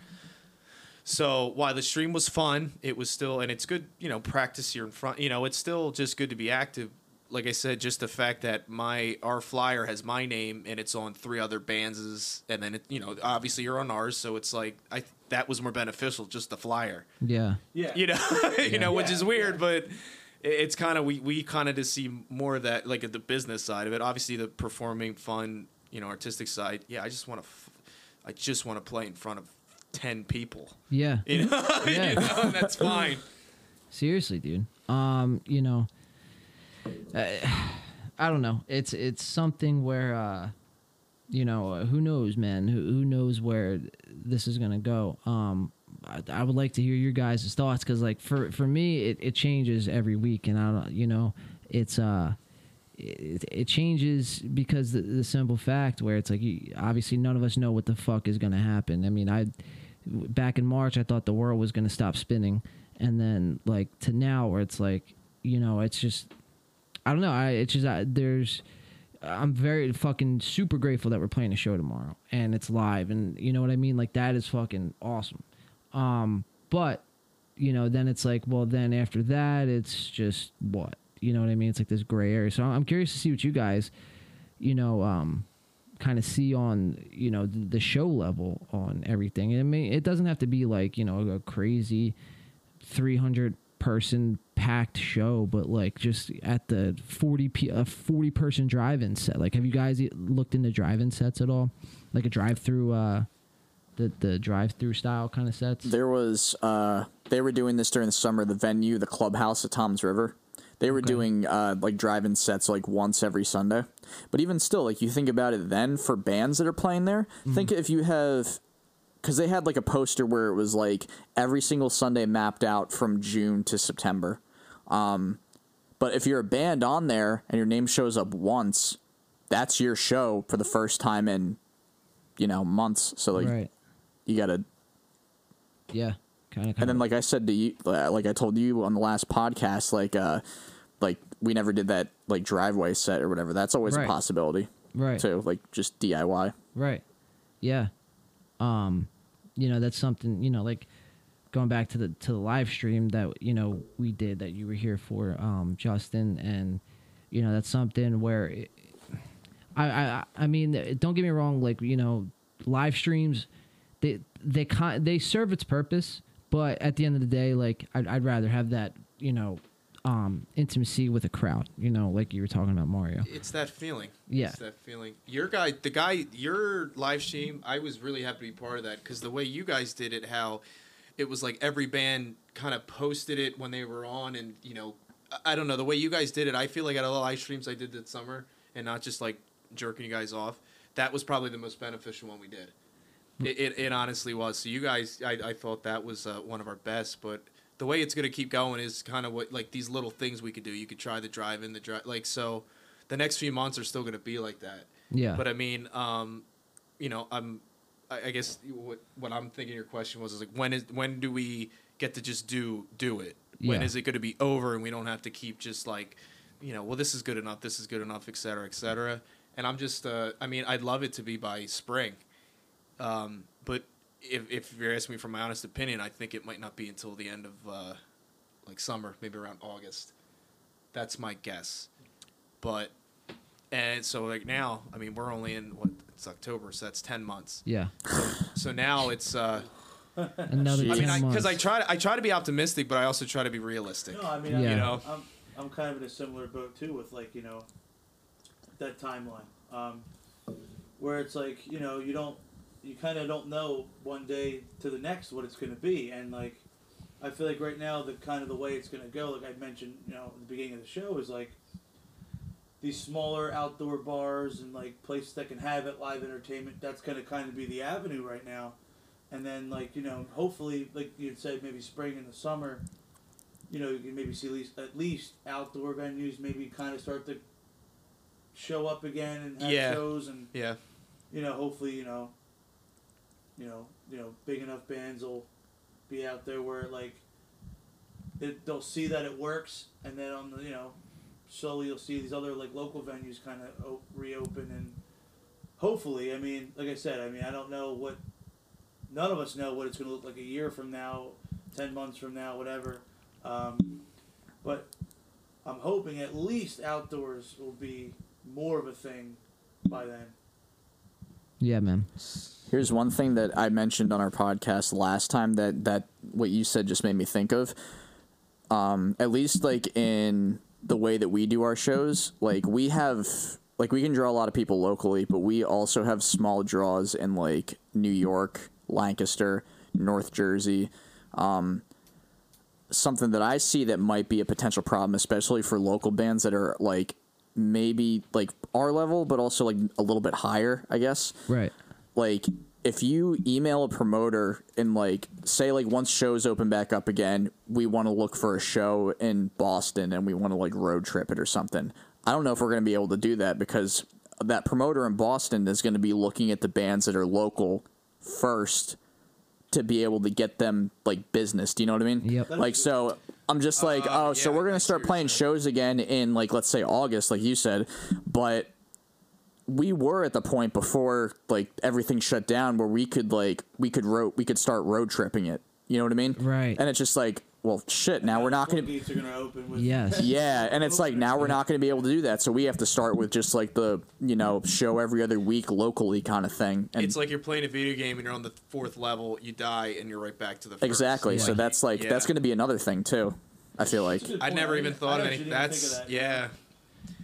S2: So while the stream was fun, it was still, and it's good, you know, practice here in front. You know, it's still just good to be active. Like I said, just the fact that my our flyer has my name and it's on three other bands, and then it, you know, obviously you're on ours, so it's like I that was more beneficial, just the flyer
S1: Yeah.
S8: yeah,
S2: you know, you know, which
S8: Yeah,
S2: is weird, but it- it's kind of we we kind of just see more of that like at the business side of it. Obviously, the performing, fun, you know, artistic side. Yeah, I just want to, f- I just want to play in front of ten people.
S1: Yeah.
S2: You know, You
S1: Yeah.
S2: know, and that's fine.
S1: Seriously, dude. Um, you know, uh, I, I don't know. It's it's something where, uh, you know, uh, who knows, man? Who who knows where th- this is gonna go? Um, I, I would like to hear your guys' thoughts because, like, for for me, it, it changes every week, and I don't, you know, it's uh. It, it changes because the, the simple fact where it's like you, obviously none of us know what the fuck is going to happen. I mean, I back in March, I thought the world was going to stop spinning, and then like to now, where it's like you know, it's just I don't know. I it's just I, there's I'm very fucking super grateful that we're playing a show tomorrow and it's live and you know what I mean. Like that is fucking awesome. Um, but you know, then it's like, well, then after that, it's just what you know what I mean. It's like this gray area. So I'm curious to see what you guys, you know, um, kind of see on you know the, the show level on everything. And I mean, it doesn't have to be like you know a crazy 300 person packed show, but like just at the 40 p a 40 person drive-in set. Like, have you guys e- looked into drive-in sets at all? Like a drive-through, uh, the the drive-through style kind of sets.
S7: There was uh they were doing this during the summer. The venue, the clubhouse at Tom's River. They were doing uh, like drive-in sets like once every Sunday, but even still, like you think about it, then for bands that are playing there, think if you have because they had like a poster where it was like every single Sunday mapped out from June to September. Um, but if you're a band on there and your name shows up once, that's your show for the first time in you know months. So like
S1: right.
S7: you gotta
S1: Yeah, kind of.
S7: And then, like I said to you, uh, like I told you on the last podcast, like, uh, like we never did that like driveway set or whatever. That's always
S1: Right.
S7: a possibility,
S1: right,
S7: Too, like just DIY.
S1: right, yeah. Um, you know that's something you know like going back to the to the live stream that you know we did that you were here for, um, Justin, and you know that's something where it, I, I I mean, don't get me wrong. Like you know, live streams, they they con- they serve its purpose, but at the end of the day, like I'd, I'd rather have that you know, um, intimacy with a crowd. You know, like you were talking about Mario.
S2: It's that feeling.
S1: Yeah.
S2: It's that feeling. Your guy, the guy, your live stream, I was really happy to be part of that because the way you guys did it, how it was like every band kind of posted it when they were on, and you know, I, I don't know, the way you guys did it, I feel like out of the live streams I did that summer and not just like jerking you guys off, that was probably the most beneficial one we did. It, it, it honestly was. So you guys, I, I thought that was uh, one of our best, but the way it's going to keep going is kind of what like these little things we could do. You could try the drive in the drive, like so. The next few months are still going to be like that.
S1: Yeah.
S2: But I mean, um, you know, I'm, I, I guess what what I'm thinking your question was is like when is when do we get to just do do it? When
S1: Yeah.
S2: is it going to be over and we don't have to keep just like, you know, well this is good enough, this is good enough, et cetera, et cetera. And I'm just, uh, I mean, I'd love it to be by spring. Um, but if, if you're asking me for my honest opinion, I think it might not be until the end of uh, like summer, maybe around August. That's my guess. But and so like now, I mean, we're only in what it's October, so that's ten months.
S1: Yeah,
S2: So now it's. Uh,
S1: another
S2: I mean,
S1: ten
S2: because
S1: months.
S2: I, try to I try to be optimistic, but I also try to be realistic.
S8: No, I mean,
S1: Yeah.
S8: I,
S2: You
S8: you
S2: know,
S8: I'm, I'm kind of in a similar boat too with like you know that timeline, um, where it's like you know you don't you kind of don't know one day to the next what it's going to be, and like I feel like right now the kind of the way it's going to go, like I mentioned, you know, at the beginning of the show is like these smaller outdoor bars and like places that can have it live entertainment. That's going to kind of be the avenue right now. And then, like you know, hopefully, like you'd say, maybe spring and the summer, you know, you can maybe see at least, at least outdoor venues maybe kind of start to show up again and have
S2: Yeah.
S8: shows and
S2: yeah,
S8: you know, hopefully, you know, you know, you know, big enough bands will be out there where like it, they'll see that it works, and then on the you know, slowly you'll see these other like local venues kind of o- reopen, and hopefully, I mean, like I said, I mean, I don't know what none of us know what it's going to look like a year from now, ten months from now, whatever, um, but I'm hoping at least outdoors will be more of a thing by then.
S1: yeah, man.
S7: Here's one thing that I mentioned on our podcast last time that that what you said just made me think of. Um, at least like in the way that we do our shows, like we have like we can draw a lot of people locally, but we also have small draws in like New York, Lancaster, North Jersey. Um, something that I see that might be a potential problem, especially for local bands that are like maybe like our level, but also like a little bit higher, I guess
S1: Right.
S7: like if you email a promoter and like say like once shows open back up again we want to look for a show in boston and we want to like road trip it or something i don't know if we're going to be able to do that because that promoter in boston is going to be looking at the bands that are local first to be able to get them like business do you know what i mean
S1: Yep. That
S7: like so i'm just like
S2: Uh,
S7: oh so
S2: yeah,
S7: we're
S2: I
S7: going to
S2: see
S7: start
S2: what you're
S7: playing
S2: saying.
S7: shows again in like let's say august like you said but we were at the point before like everything shut down where we could like we could road we could start road tripping it. You know what I mean?
S1: Right.
S7: And it's just like, well, shit. Now we're not going to.
S8: floodgates are gonna open with
S1: Yes.
S7: Yeah, and it's like now we're not going to be able to do that, so we have to start with just like the you know show every other week locally kind of thing. And
S2: it's like you're playing a video game and you're on the fourth level, you die, and you're right back to the first.
S7: exactly, so
S1: like,
S7: that's like
S2: yeah.
S7: that's going to be another thing too. I feel like
S8: That's a good
S2: I
S8: point.
S2: never even
S8: didn't-
S2: thought of
S8: actually
S2: anything.
S8: didn't think
S2: That's
S8: of that.
S2: yeah.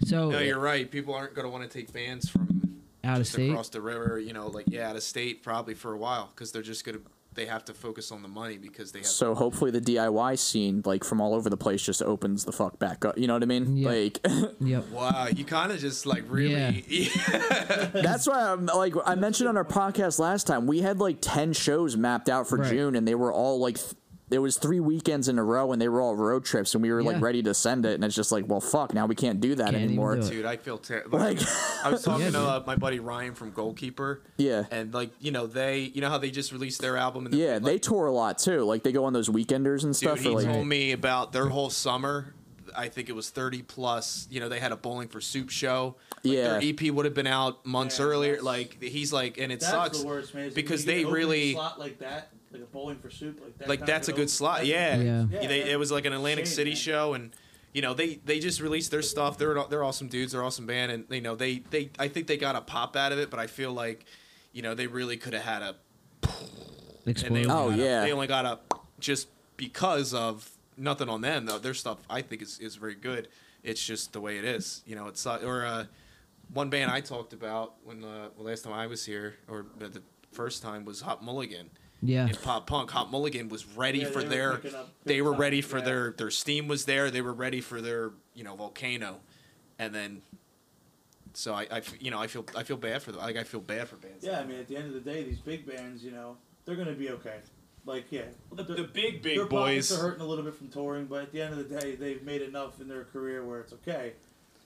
S1: So
S2: No, you're right. People aren't going to want to take bands from
S1: Out of
S2: just
S1: state?
S2: across the river. You know, like yeah, out of state probably for a while because they're just going to they have to focus on the money because they have.
S7: so. Hopefully, the DIY scene like from all over the place just opens the fuck back up. You know what I mean?
S1: Yeah.
S7: Like
S1: yep.
S2: wow, you kind of just like really.
S7: That's why I'm like I mentioned on our podcast last time we had like ten shows mapped out for
S1: Right.
S7: June and they were all like th- it was three weekends in a row, and they were all road trips, and we were like
S1: Yeah.
S7: ready to send it, and it's just like, well, fuck, now we can't do that
S1: Can't even
S7: anymore.
S1: do it.
S2: Dude, I feel terrible.
S7: Like,
S2: I was talking
S1: Yeah,
S2: to uh, my buddy Ryan from Goalkeeper.
S7: Yeah.
S2: And like, you know, they, you know how they just released their album. And
S7: yeah, they tour a lot too. Like they go on those weekenders and
S2: Dude,
S7: stuff.
S2: he
S7: for, like,
S2: told me about their whole summer. I think it was 30 plus. You know, they had a Bowling for Soup show. Like,
S7: Yeah.
S2: Their EP would have been out months
S8: Yeah,
S2: earlier.
S8: that's-
S2: Like, he's like, and it
S8: That's
S2: sucks.
S8: the worst, man. is when
S2: because
S8: you get
S2: they
S8: an opening
S2: really-
S8: slot like that, like a bowling for soup, like that.
S2: like
S8: kind of
S2: that's a
S8: open-
S2: good slot.
S8: that's a-
S2: Yeah.
S1: Yeah.
S8: Yeah,
S2: They, it
S8: that's
S2: was like an Atlantic
S8: insane,
S2: City
S8: man.
S2: show, and you know they they just released their stuff. They're an- they're awesome dudes. They're awesome band, and you know they they I think they got a pop out of it, but I feel like you know they really could have had a and they
S1: Explode.
S2: only
S7: Oh,
S2: got a-
S7: yeah.
S2: they only got up just because of nothing on them though. Their stuff I think is is very good. It's just the way it is. You know, it's not- or uh, one band I talked about when uh, well, last time I was here or the the first time was Hot Mulligan
S1: Yeah.
S2: in pop punk. Hot Mulligan was ready
S8: Yeah,
S2: for
S8: they were
S2: their
S8: picking up big
S2: they were
S8: time,
S2: ready for
S8: yeah.
S2: their their steam was there. They were ready for their you know volcano, and then so I, I f- you know I feel I feel bad for them. Like I feel bad for bands.
S8: Yeah, I mean, at the end of the day, these big bands, you know, they're gonna be okay. Like, yeah,
S2: The, the big
S8: their
S2: big
S8: pockets
S2: boys.
S8: are hurting a little bit from touring, but at the end of the day, they've made enough in their career where it's okay.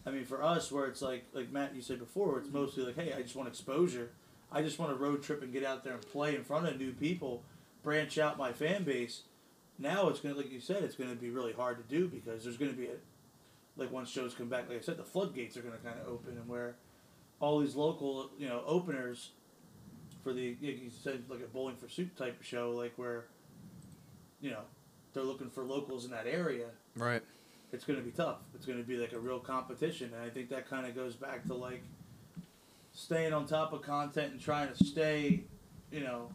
S8: I mean, for us, where it's like, like Matt, you said before, where it's mostly like, hey, I just want exposure. I just want to road trip and get out there and play in front of new people, branch out my fan base. Now it's gonna, like you said, it's gonna be really hard to do because there's gonna be a, like once shows come back, like I said, the floodgates are gonna kind of open and where all these local, you know, openers for the like you said like a bowling for soup type of show, like where you know they're looking for locals in that area.
S2: Right.
S8: It's going to be tough. It's going to be like a real competition, and I think that kind of goes back to like staying on top of content and trying to stay, you know,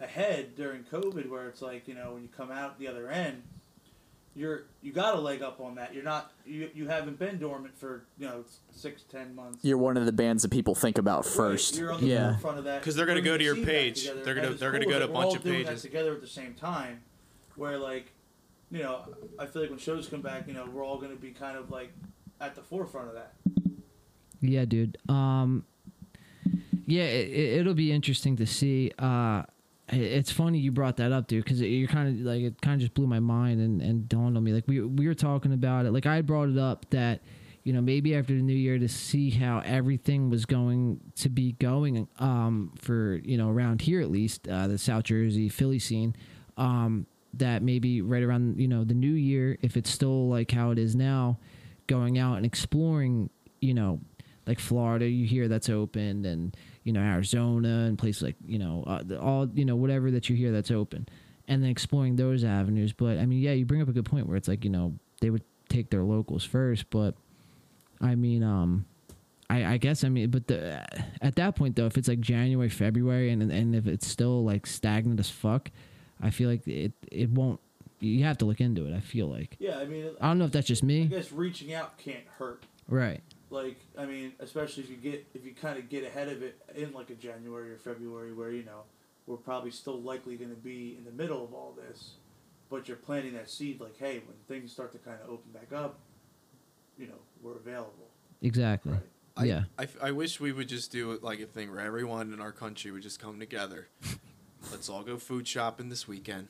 S8: ahead during COVID, where it's like you know when you come out the other end. You're you got a leg up on that. You're not you, you haven't been dormant for you know six ten months.
S7: you're one of the bands that people think about first.
S8: You're on the
S7: yeah,
S8: forefront of that
S2: 'Cause they're gonna
S8: bringing
S2: go to your
S8: the scene back
S2: page.
S8: together.
S2: They're gonna-
S8: And it's
S2: they're gonna
S8: cool
S2: go
S8: that
S2: to a
S8: we're
S2: bunch
S8: all
S2: of
S8: doing that
S2: pages.
S8: together at the same time, where like, you know, I feel like when shows come back, you know, we're all gonna be kind of like at the forefront of that.
S1: Yeah, dude. Um, yeah, it, it'll be interesting to see. Uh, it- it's funny you brought that up, dude, because you're kind of like it kind of just blew my mind and, and dawned on me. Like we we were talking about it. Like I brought it up that you know maybe after the new year to see how everything was going to be going um, for you know around here at least uh, the South Jersey Philly scene. Um, that maybe right around you know the new year, if it's still like how it is now, going out and exploring, you know, like Florida, you hear that's open, and you know Arizona and places like you know uh, the- all you know whatever that you hear that's open, and then exploring those avenues. But I mean, yeah, you bring up a good point where it's like you know they would take their locals first, but I mean, um, I, I guess I mean, but the at that point though, if it's like January, February, and and if it's still like stagnant as fuck, I feel like it it won't. You have to look into it. I feel like
S8: Yeah, I mean,
S1: I don't know if that's just
S8: I
S1: me,
S8: guess reaching out can't hurt.
S1: right?
S8: Like, I mean, especially if you get if you kind of get ahead of it in like a January or February, where you know we're probably still likely gonna be in the middle of all this, but you're planting that seed. Like, hey, when things start to kind of open back up, you know, we're available.
S1: Exactly.
S8: Right.
S2: I,
S1: yeah.
S2: I, I wish we would just do like a thing where everyone in our country would just come together. Let's all go food shopping this weekend.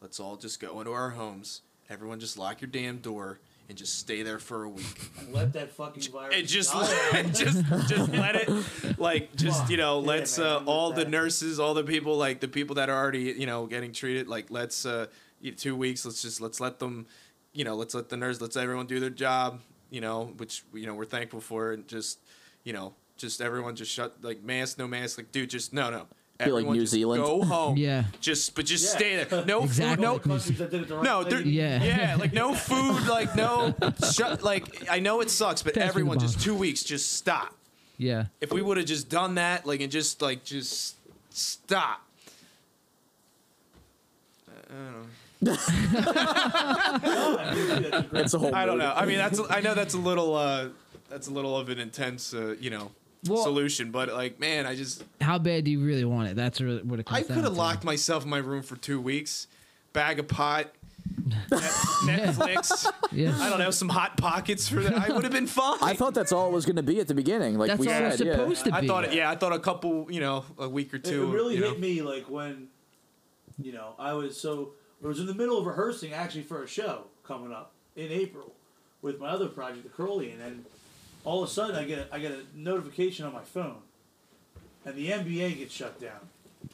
S2: Let's all just go into our homes. Everyone just lock your damn door and just stay there for a week.
S8: And let that fucking virus.
S2: And just
S8: die.
S2: and just just let it like just you know,
S8: Yeah,
S2: let's
S8: man,
S2: uh,
S8: I'm with
S2: all the
S8: that.
S2: nurses, all the people like the people that are already, you know, getting treated, like let's uh you- 2 weeks, let's just let's let them, you know, let's let the nurse, let's everyone do their job, you know, which you know, we're thankful for and just, you know, just everyone just shut like mask, no mask, like dude, just no, no.
S7: Be like New
S2: just
S7: Zealand.
S2: Go home.
S1: Yeah.
S2: Just but just
S8: Yeah.
S2: stay there. No food,
S1: Exactly.
S2: no
S8: countries that did it the right
S2: no,
S8: way.
S2: there, yeah,
S1: Yeah.
S2: like no food, like no, shut, like I know it sucks, but
S1: Pass me the
S2: everyone just
S1: box.
S2: two weeks, just stop.
S1: Yeah.
S2: If we would have just done that, like and just like just stop.
S7: it's a whole.
S2: I don't
S7: mood.
S2: know. I mean, that's I know that's a little uh that's a little of an intense uh, you know
S1: Well-
S2: solution, but like man, I just
S1: How bad do you really want it? That's really what it comes
S2: I
S1: down
S2: could
S1: to.
S2: have locked myself in my room for two weeks, bag of pot, Net- Netflix.
S1: Yeah.
S2: I don't know, some hot pockets for that. I would have been fine.
S7: I thought that's all it was going to be at the beginning. Like
S1: That's
S7: we
S1: all
S7: said,
S1: it's supposed
S7: yeah.
S1: to be.
S2: I thought, yeah, I thought a couple, you know, a week or
S8: It,
S2: two.
S8: really
S2: you
S8: hit
S2: know.
S8: me like when, you know, I was so It was in the middle of rehearsing actually for a show coming up in April with my other project, the Crowley, and all of a sudden I get a, I get a notification on my phone, and the NBA gets shut down.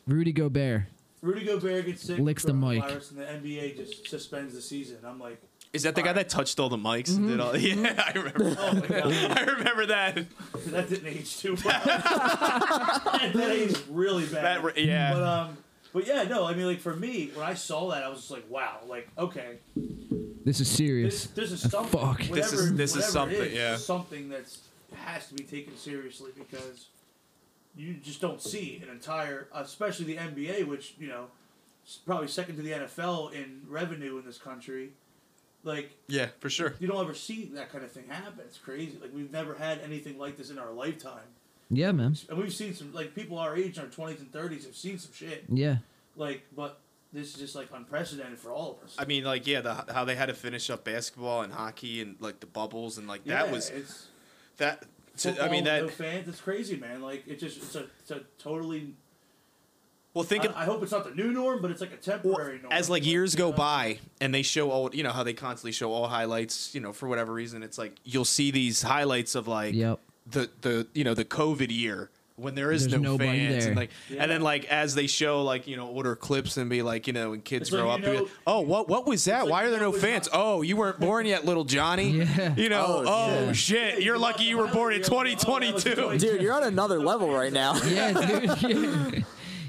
S1: Rudy Gobert.
S8: Rudy Gobert gets sick,
S1: Licks the mic.
S8: coronavirus, and the NBA just suspends the season. I'm like,
S2: Is that the guy that touched all the mics and
S8: Mm-hmm.
S2: did all? Yeah, I remember.
S8: oh my god,
S2: I remember that.
S8: that didn't age too well. that aged really bad.
S2: That re- yeah.
S8: But um, but yeah, no, I mean, like for me, when I saw that, I was just like, wow, like okay,
S1: This is
S8: this
S1: serious.
S8: this is something.
S1: Fuck.
S8: Whatever,
S2: This is- this is
S8: whatever it
S2: something, yeah.
S8: something that's has to be taken seriously because you just don't see an entire, especially the NBA, which you know, is probably second to the NFL in revenue in this country. Like
S2: Yeah, for sure.
S8: you don't ever see that kind of thing happen. It's crazy. Like we've never had anything like this in our lifetime,
S1: Yeah, man.
S8: and we've seen some like people our age in our twenties and thirties have seen some shit.
S1: Yeah.
S8: Like, but this is just like unprecedented for all of us.
S2: I mean, like, yeah, the, how they had to finish up basketball and hockey and like the bubbles and like that
S8: Yeah,
S2: was
S8: it's
S2: that. so, I
S8: football
S2: mean
S8: with
S2: that.
S8: no fans. It's crazy, man. Like it just it's a it's a totally.
S2: Well, think of
S8: I, I hope it's not the new norm, but it's like a
S2: well,
S8: temporary norm.
S2: as like years
S8: you
S2: go
S8: know?
S2: by and they show old, you know how they constantly show all highlights. You know, for whatever reason, it's like you'll see these highlights of like
S1: Yep.
S2: the the you know the COVID year when there is
S1: There's
S2: no
S1: nobody
S2: fans
S1: there.
S2: and like
S8: Yeah.
S2: and then like as they show like you know older clips and be like you know when kids
S8: It's like,
S2: grow
S8: you
S2: up, be
S8: know-
S2: like, oh what what was that?
S8: like,
S2: Why
S8: you
S2: are there
S8: know
S2: no
S8: it's
S2: fans?
S8: not-
S2: Oh, you weren't born yet, little Johnny.
S1: Yeah.
S2: You know,
S7: Oh,
S2: oh, shit,
S8: Yeah,
S2: you're
S8: you
S2: lucky you
S8: watch
S2: were
S8: the
S2: born in
S8: highlights, you're like, oh, that was
S2: 2022.
S8: 2022.
S7: Dude, you're on another level right now.
S1: Yeah, dude.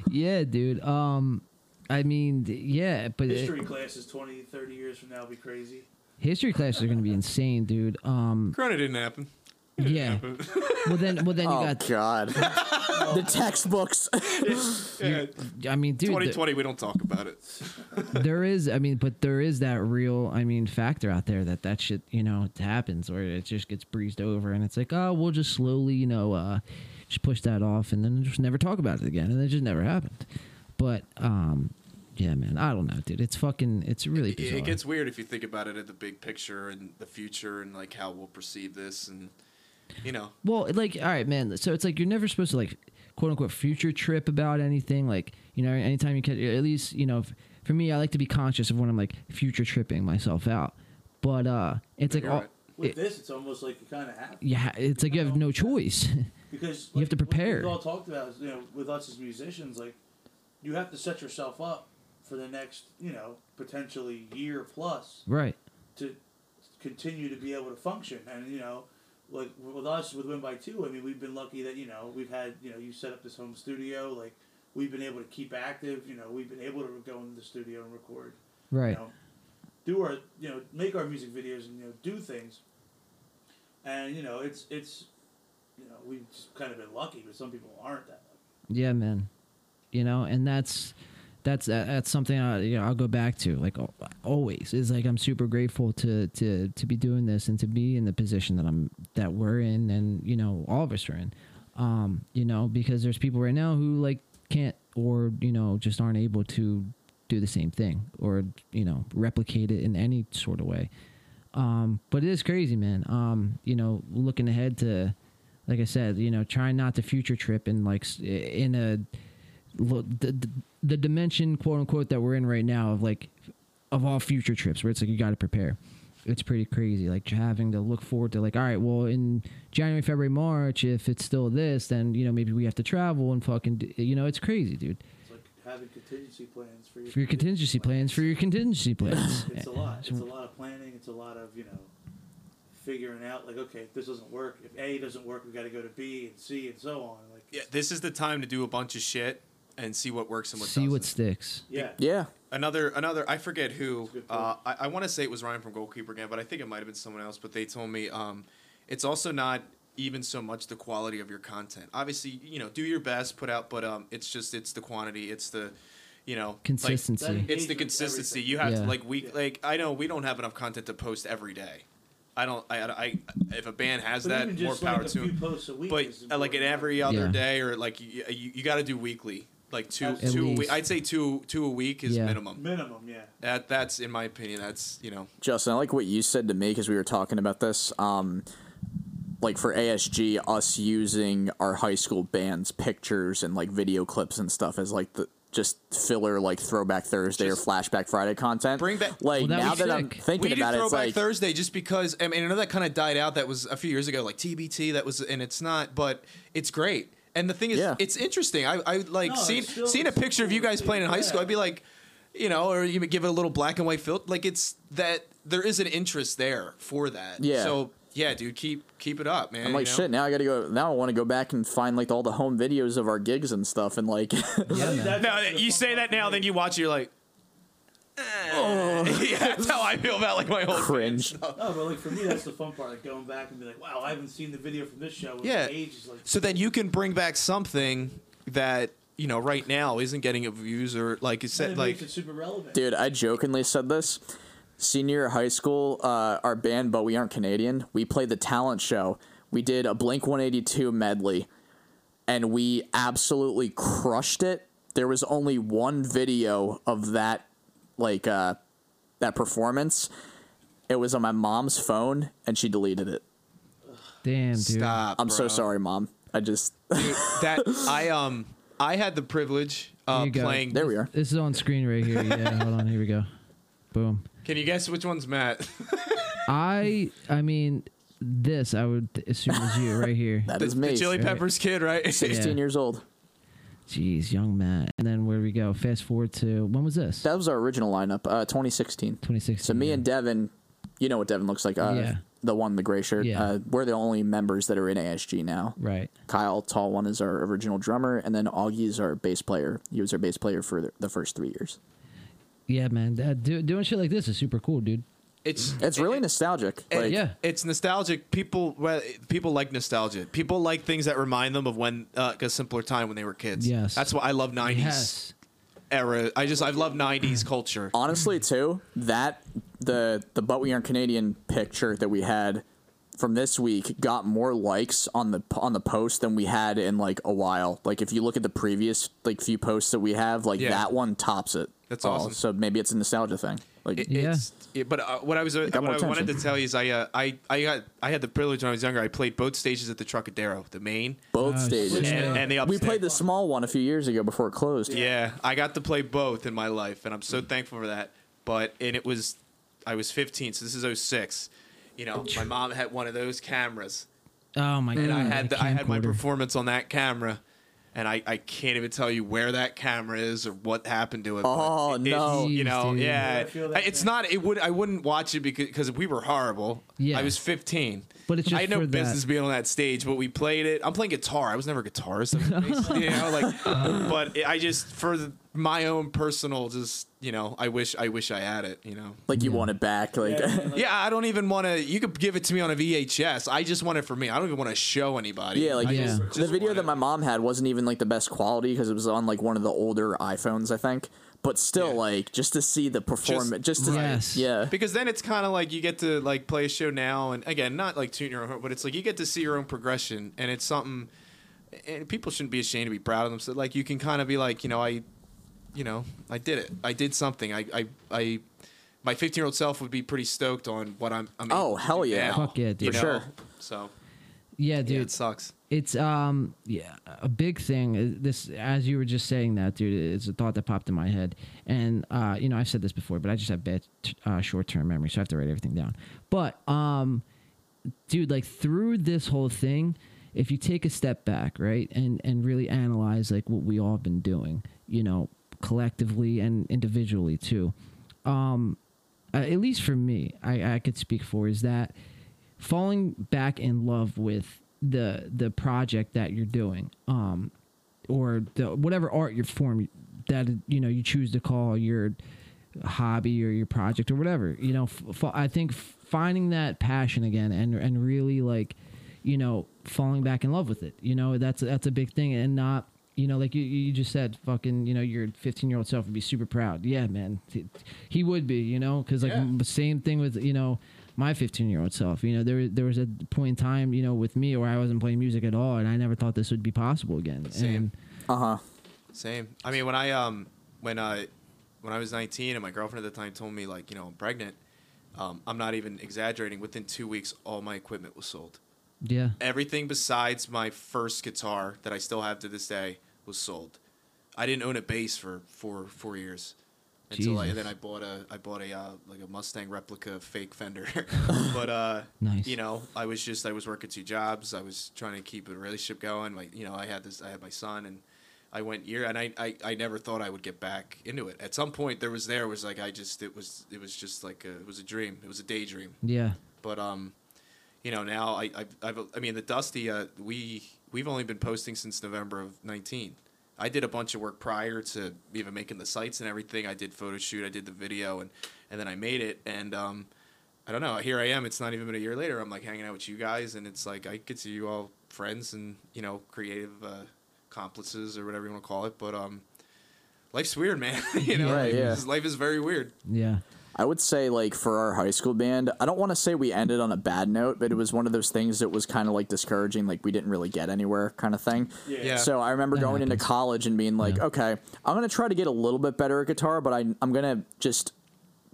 S1: Yeah. yeah, dude. Um, I mean, d- yeah, but it-
S8: History classes 20, 30 years from now will be crazy.
S1: history classes are gonna be insane, dude. Um,
S2: Corona didn't happen.
S1: yeah. Well then, well then you
S7: Oh
S1: got.
S7: god. the textbooks.
S2: Yeah,
S1: I mean, dude, th-
S2: 2020, we don't talk about it.
S1: there is. I mean, but there is that real. I mean, factor out there that that shit, you know, it happens or it just gets breezed over, and it's like, oh, we'll just slowly, you know, uh, just push that off, and then just never talk about it again, and it just never happened. But um, yeah, man, I don't know, dude. It's fucking. It's really.
S2: It-
S1: Bizarre.
S2: It gets weird if you think about it at the big picture and the future and like how we'll perceive this and you know.
S1: Well, like, all right, man. So it's like you're never supposed to like, quote unquote, future trip about anything. Like, you know, anytime you can, at least you know, f- for me, I like to be conscious of when I'm like future tripping myself out. But uh, it's like
S2: You're
S1: all,
S2: right.
S8: With
S1: it-
S8: this, it's almost like you kind of have to.
S1: yeah, it's like you have no choice.
S8: because
S1: You have to
S8: like, what
S1: prepare.
S8: We've all talked about, is, you know, with us as musicians, like you have to set yourself up for the next, you know, potentially year plus
S1: right.
S8: to continue to be able to function. And you know, like with us with Win by Two, I mean, we've been lucky that you know we've had you know you set up this home studio, like we've been able to keep active. You know, we've been able to go into the studio and record.
S1: Right.
S8: You know, do our you know make our music videos and you know do things. And you know it's it's, you know we've just kind of been lucky, but some people aren't that. lucky.
S1: Yeah, man. You know, and that's that's that- that's something I you know I'll go back to like al- always is like I'm super grateful to to to be doing this and to be in the position that I'm that we're in and you know all of us are in. Um, you know, because there's people right now who like can't or you know just aren't able to do the same thing or you know replicate it in any sort of way. Um, but it is crazy, man. Um, you know, looking ahead to, like I said, you know, trying not to future trip and like s- in a look the, the the dimension quote unquote that we're in right now of like of all future trips where it's like you got to prepare. It's pretty crazy, like having to look forward to like, all right, well, in January, February, March, if it's still this, then you know maybe we have to travel and fucking, d- you know, it's crazy, dude.
S8: It's like having contingency plans for your
S1: For your contingency plans, for your contingency plans,
S8: It's a lot. It's a lot of planning. It's a lot of you know figuring out like okay, if this doesn't work, if A doesn't work, we got to go to B and C and so on. Like
S2: Yeah, this is the time to do a bunch of shit and see what works and what
S1: see
S2: doesn't.
S1: what sticks.
S8: yeah,
S7: yeah.
S2: another another I forget who
S8: That's a good point.
S2: uh, I, I want to say it was Ryan from Goalkeeper Gang, but I think it might have been someone else. But they told me um, it's also not even so much the quality of your content. Obviously, you know, do your best, put out, but um, it's just it's the quantity, it's the you know like,
S1: Consistency.
S8: That-
S2: it's the
S8: Engagement,
S2: consistency.
S8: everything.
S2: You have
S1: Yeah.
S2: to like we
S8: Yeah.
S2: like I know we don't have enough content to post every day. I don't. I. I if a band has
S8: But
S2: that,
S8: even
S2: more
S8: just,
S2: power
S8: like, a
S2: to
S8: few
S2: them.
S8: posts a week
S2: But
S8: is
S2: uh, like in
S8: important.
S2: every other
S1: Yeah.
S2: day, or like you, you, you got to do weekly, like two,
S8: At
S2: two. A
S1: least.
S2: week. I'd say two, two a week is
S1: Yeah.
S2: minimum.
S8: minimum, yeah.
S2: That that's in my opinion. That's you know.
S7: Justin, I like what you said to me because we were talking about this. Um, like for ASG, us using our high school band's pictures and like video clips and stuff as like the just filler like Throwback Thursday
S2: Just
S7: or Flashback Friday content.
S2: bring back-
S7: like
S1: Well, that
S7: now
S1: was
S7: that I'm
S1: sick.
S2: we
S7: thinking
S2: need to
S7: about it,
S2: throw
S7: it's
S2: back
S7: like
S2: Thursday just because I mean I know that kind of died out. That was a few years ago, like TBT. That was and it's not, but it's great. And the thing is,
S7: Yeah.
S2: it's interesting. I, I like
S8: No,
S2: seeing
S8: it's still-
S2: seeing a
S8: it's
S2: picture of you
S8: cool to
S2: guys
S8: see.
S2: playing in high school.
S8: Yeah.
S2: I'd be like, you know, or you give it a little black and white filter. Like it's that there is an interest there for that.
S7: Yeah.
S2: So yeah, dude, keep keep it up, man.
S7: I'm like
S2: you know?
S7: shit. Now I gotta go. Now I want to go back and find like all the home videos of our gigs and stuff, and like
S1: Yeah, man.
S8: That's
S2: No,
S8: actually the
S2: you
S8: fun
S2: say
S8: part
S2: that
S8: for
S2: now,
S8: me.
S2: then you watch, it, you're like, eh. yeah, that's how I feel about like my whole
S7: cringe.
S8: No, Oh, but like for me, that's the fun part. Like going back and be like, wow, I haven't seen the video from this show in
S2: Yeah.
S8: ages. Like,
S2: So then you can bring back something that you know right now isn't getting a views or like you
S8: and
S2: said,
S8: it
S2: like
S8: makes it super relevant.
S7: Dude, I jokingly said this. Senior year of high school, uh, our band, but we aren't Canadian. We played the talent show. We did a Blink 182 medley, and we absolutely crushed it. There was only one video of that, like uh, that performance. It was on my mom's phone, and she deleted it.
S1: Damn, dude.
S2: stop.
S7: I'm so
S2: bro.
S7: sorry, mom. I just
S2: Dude, that I um I had the privilege
S1: Here
S2: of
S1: you go.
S2: playing.
S7: there we are.
S1: This is on screen right here. Yeah, hold on. Here we go. Boom.
S2: Can you guess which one's Matt?
S1: I I mean this I would assume is you right here.
S7: That
S2: the,
S7: is
S2: the
S7: me.
S2: Chili Peppers kid, right?
S7: 16 years old.
S1: Jeez, young Matt. And then where we go? Fast forward to when was this?
S7: That was our original lineup, uh, 2016.
S1: 2016.
S7: So me and Devin, you know what Devin looks like. Uh,
S1: Mm. Yeah.
S7: The one in the gray shirt.
S1: Yeah.
S7: Uh, we're the only members that are in ASG now.
S1: right.
S7: Kyle, tall one, is our original drummer, and then Augie is our bass player. He was our bass player for the, the first three years.
S1: Yeah, man. That, do, doing shit like this is super cool, dude.
S2: It's
S7: It's really nostalgic.
S2: it-
S7: Like,
S1: yeah.
S2: It's nostalgic. People, well, people like nostalgia. People like things that remind them of when uh, a simpler time when they were kids.
S1: Yes.
S2: that's why I love '90s
S1: Yes.
S2: era. I just I love '90s culture.
S7: Honestly, too, that the the but we aren't Canadian picture that we had from this week got more likes on the on the post than we had in like a while. Like if you look at the previous like few posts that we have, like
S2: Yeah.
S7: that one tops it.
S2: That's
S7: all.
S2: awesome.
S7: So maybe it's a nostalgia thing. Like
S2: It,
S1: Yeah.
S2: It's, it- but uh, what I was uh, what I
S7: got more
S2: wanted to
S7: attention.
S2: tell you is I uh, I I got I had the privilege when I was younger. I played both stages at the Trocadero, the main
S7: both
S1: Oh,
S7: stages.
S1: shit.
S2: and, and the upstairs.
S7: We played the small one a few years ago before it closed.
S2: Yeah, I got to play both in my life, and I'm
S7: Mm.
S2: so thankful for that. But and it was, I was 15, so this is 06. You know, my mom had one of those cameras,
S1: Oh my god.
S2: and I had
S1: that
S2: the, I had my
S1: camcorder.
S2: performance on that camera, and I, I can't even tell you where that camera is or what happened to it. but
S7: Oh,
S2: it-
S7: no.
S2: you know,
S1: Jeez, dude.
S2: yeah,
S8: Yeah, I feel that,
S2: it's
S8: man.
S2: not. It would I wouldn't watch it because because we were horrible.
S1: Yeah.
S2: I was 15.
S1: But it's just
S2: I had no
S1: for that.
S2: business being on that stage, but we played it. I'm playing guitar. I was never a guitarist, I was basically, you know. Like, but it- I just for the- my own personal, just you know, I wish I wish I had it. You know.
S7: Like you want it back. Like
S8: Yeah,
S7: yeah,
S8: like,
S2: Yeah, I don't even want to. You could give it to me on a VHS. I just want it for me. I don't even want to show anybody.
S7: like
S2: I just-
S1: Oh, Yeah.
S2: just
S7: the video
S2: want
S7: that
S2: it.
S7: my mom had wasn't even like the best quality because it was on like one of the older iPhones, I think. But still,
S2: Yeah.
S7: like just to see the performance, just, to,
S1: Yes.
S7: yeah,
S2: because then it's kind of like you get to like play a show now and again not like tune your own horn, but it's like you get to see your own progression and it's something and people shouldn't be ashamed to be proud of themselves like you can kind of be like you know i you know i did it i did something i i, I my 15 year old self would be pretty stoked on what i'm i mean,
S7: Oh, hell yeah.
S1: Fuck yeah, dude.
S2: you
S7: For sure.
S2: so
S1: Yeah,
S2: yeah
S1: dude.
S2: it sucks
S1: it's um yeah a big thing uh, this as you were just saying that dude it's a thought that popped in my head and uh you know i've said this before but i just have bad t- uh, short-term memory so i have to write everything down but um dude like through this whole thing if you take a step back right and and really analyze like what we all have been doing you know collectively and individually too uh, at least for me, I, I could speak for is that falling back in love with the the project that you're doing, um, or the whatever art your form that you know you choose to call your hobby or your project or whatever. You know, f- fa- I think finding that passion again and and really like you know falling back in love with it. You know, that's that's a big thing and not. You know, like you, you just said, fucking, you know, your 15 year old self would be super proud. Yeah, man. He- He would be, you know, because like
S2: Yeah.
S1: the same thing with you know my 15 year old self you know there there was a point in time you know with me where i wasn't playing music at all and i never thought this would be possible again
S2: Same.
S1: and
S7: uh huh.
S2: Same. I mean, when I um when I when I was 19 and my girlfriend at the time told me like, you know, I'm pregnant. Um, I'm not even exaggerating. Within two weeks, all my equipment was sold.
S1: yeah
S2: Everything besides my first guitar that I still have to this day was sold. I didn't own a bass for four four years. Until I,
S1: Jesus.
S2: then I bought a I bought a uh, like a Mustang replica fake Fender, but uh,
S1: Nice.
S2: you know I was just I was working two jobs. I was trying to keep a relationship going. Like you know I had this I had my son and I went year and I, I I never thought I would get back into it. At some point there was there was like I just it was it was just like a, it was a dream. It was a daydream
S1: Yeah.
S2: but um, you know now I I've, I've I mean the Dusty uh, we we've only been posting since November of nineteen. I did a bunch of work prior to even making the sites and everything. I did photo shoot, I did the video, and and then I made it. And um, I don't know. Here I am. It's not even been a year later. I'm like hanging out with you guys, and it's like I could see you all friends and you know creative uh, accomplices or whatever you want to call it. But um, life's weird, man. you know,
S7: Right,
S2: life,
S7: yeah.
S2: is, life is very weird.
S1: Yeah.
S7: I would say like for our high school band, I don't want to say we ended on a bad note, but it was one of those things that was kind of like discouraging, like we didn't really get anywhere kind of thing.
S2: Yeah.
S7: So I remember
S1: That
S7: going into
S1: happens.
S7: college and being like,
S1: Yeah.
S7: okay, I'm gonna try to get a little bit better at guitar, but I I'm gonna just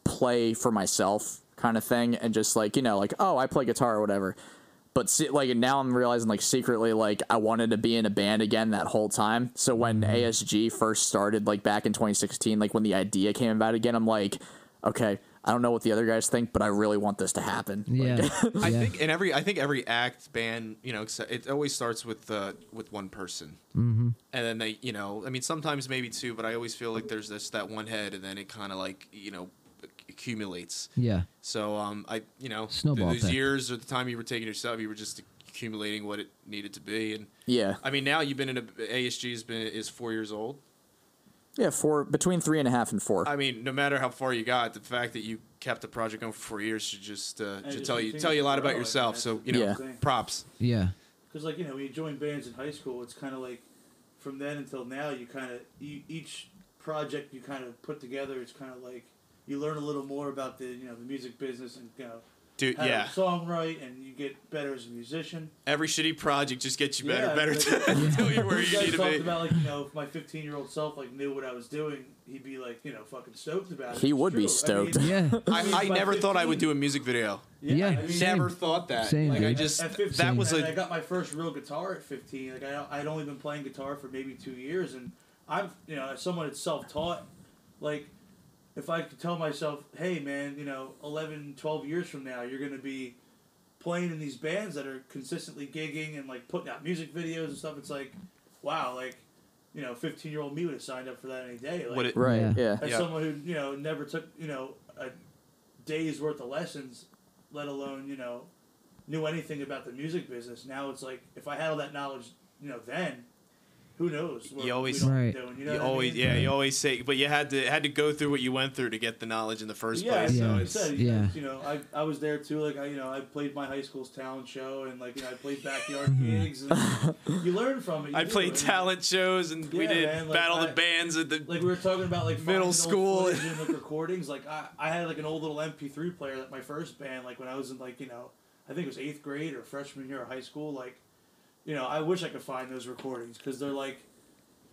S7: play for myself kind of thing and just like you know like oh I play guitar or whatever. But se- like now I'm realizing like secretly like I wanted to be in a band again that whole time. So when
S2: Mm-hmm.
S7: ASG first started like back in 2016, like when the idea came about again, I'm like, okay, I don't know what the other guys think, but I really want this to happen.
S2: Mm-hmm.
S7: Like,
S1: Yeah.
S2: I
S1: yeah.
S2: think in every I think every act band you know except- it always starts with uh, with one person, mm-hmm. and then they you know I mean sometimes maybe two, but I always feel like there's this that one head, and then it kind of like you know accumulates.
S1: yeah.
S2: So um I you know
S1: Snowball
S2: those
S1: effect.
S2: years or the time you were taking yourself, you were just accumulating what it needed to be, and
S7: yeah,
S2: I mean now you've been in a ASG has been is four years old.
S7: yeah, four between three and a half and four.
S2: I mean no matter how far you got, the fact that you kept the project going for four years should just uh, should
S8: just
S2: tell you
S8: continue
S2: tell you a
S8: to
S2: lot about
S8: grow, I
S2: yourself.
S8: guess.
S2: So you know
S7: Yeah.
S2: props.
S1: Yeah.
S8: Because like you know, when you join bands in high school, it's kind of like from then until now, you kind of each project you kind of put together. It's kind of like you learn a little more about the you know the music business and you know
S2: Dude,
S8: how
S2: yeah.
S8: to songwrite, and you get better as a musician.
S2: every shitty project just gets you better,
S8: Yeah,
S2: better
S8: like-
S2: to until you're where
S8: you
S2: you
S8: guys
S2: need to
S8: talked
S2: be.
S8: about like you know if my 15 year old self like knew what I was doing, he'd be like you know fucking stoked about it.
S7: He
S8: It's
S7: would be
S8: true.
S7: stoked.
S8: I mean,
S1: Yeah.
S2: I, I
S8: By
S2: never thought I would
S8: 15.
S2: do a music video.
S1: Yeah.
S8: I mean,
S1: Same.
S2: Never thought that.
S1: Same,
S2: like I
S1: dude.
S2: just
S8: At 15,
S2: that was
S8: and I
S2: a
S8: got my first real guitar at 15. Like I, I'd only been playing guitar for maybe two years, and I'm, you know, as someone that's self-taught, like if I could tell myself, hey man, you know, 11, 12 years from now, you're gonna be playing in these bands that are consistently gigging and like putting out music videos and stuff. It's like, wow, like, you know, 15 year old me would have signed up for that any day. Like,
S2: what it,
S7: Right.
S1: Yeah.
S7: yeah.
S8: as
S2: Yeah.
S8: someone who you know never took you know a day's worth of lessons, let alone you know knew anything about the music business. Now it's like if I had all that knowledge, you know, then who knows?
S2: You always-
S8: we
S1: Right.
S8: doing, you know
S2: you
S8: what I
S2: always
S8: mean?
S2: yeah you always say but you had to had to go through what you went through to get the knowledge in the first
S8: yeah,
S2: place.
S8: yeah.
S2: So
S8: I
S2: it's
S8: said,
S1: Yeah.
S8: You know, I, I was there too. Like I, you know, I played my high school's talent show, and like you know, I played backyard gigs. And you learn from it. you
S2: I
S8: do,
S2: played
S8: and-
S2: talent shows and we
S8: Yeah,
S2: did
S8: man, like,
S2: battle the
S8: I-
S2: bands at the
S8: like we were talking about like finding
S2: Middle
S8: old
S2: school.
S8: footage and like recordings like I, I had like an old little mp3 player that my first band like when i was in like you know i think it was eighth grade or freshman year of high school like you know i wish i could find those recordings because they're like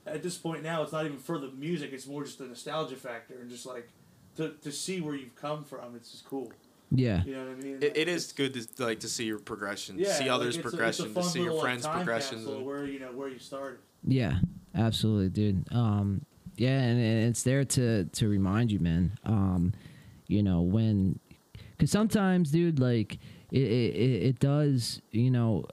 S8: at this point now it's not even for the music it's more just the nostalgia factor and just like to, to see where you've come from it's just cool
S1: Yeah.
S8: you know what i mean
S2: it, it is good to like to see your progression,
S8: yeah,
S2: see
S8: like,
S2: others
S8: it's a- it's a
S2: progression,
S8: fun
S2: to see your
S8: little, like,
S2: friends
S8: time
S2: progression.
S8: capsule where you know where you started
S1: Yeah, absolutely, dude. Um, yeah, and, and it's there to to remind you, man. Um, you know when, because sometimes, dude, like it, it it it does. You know,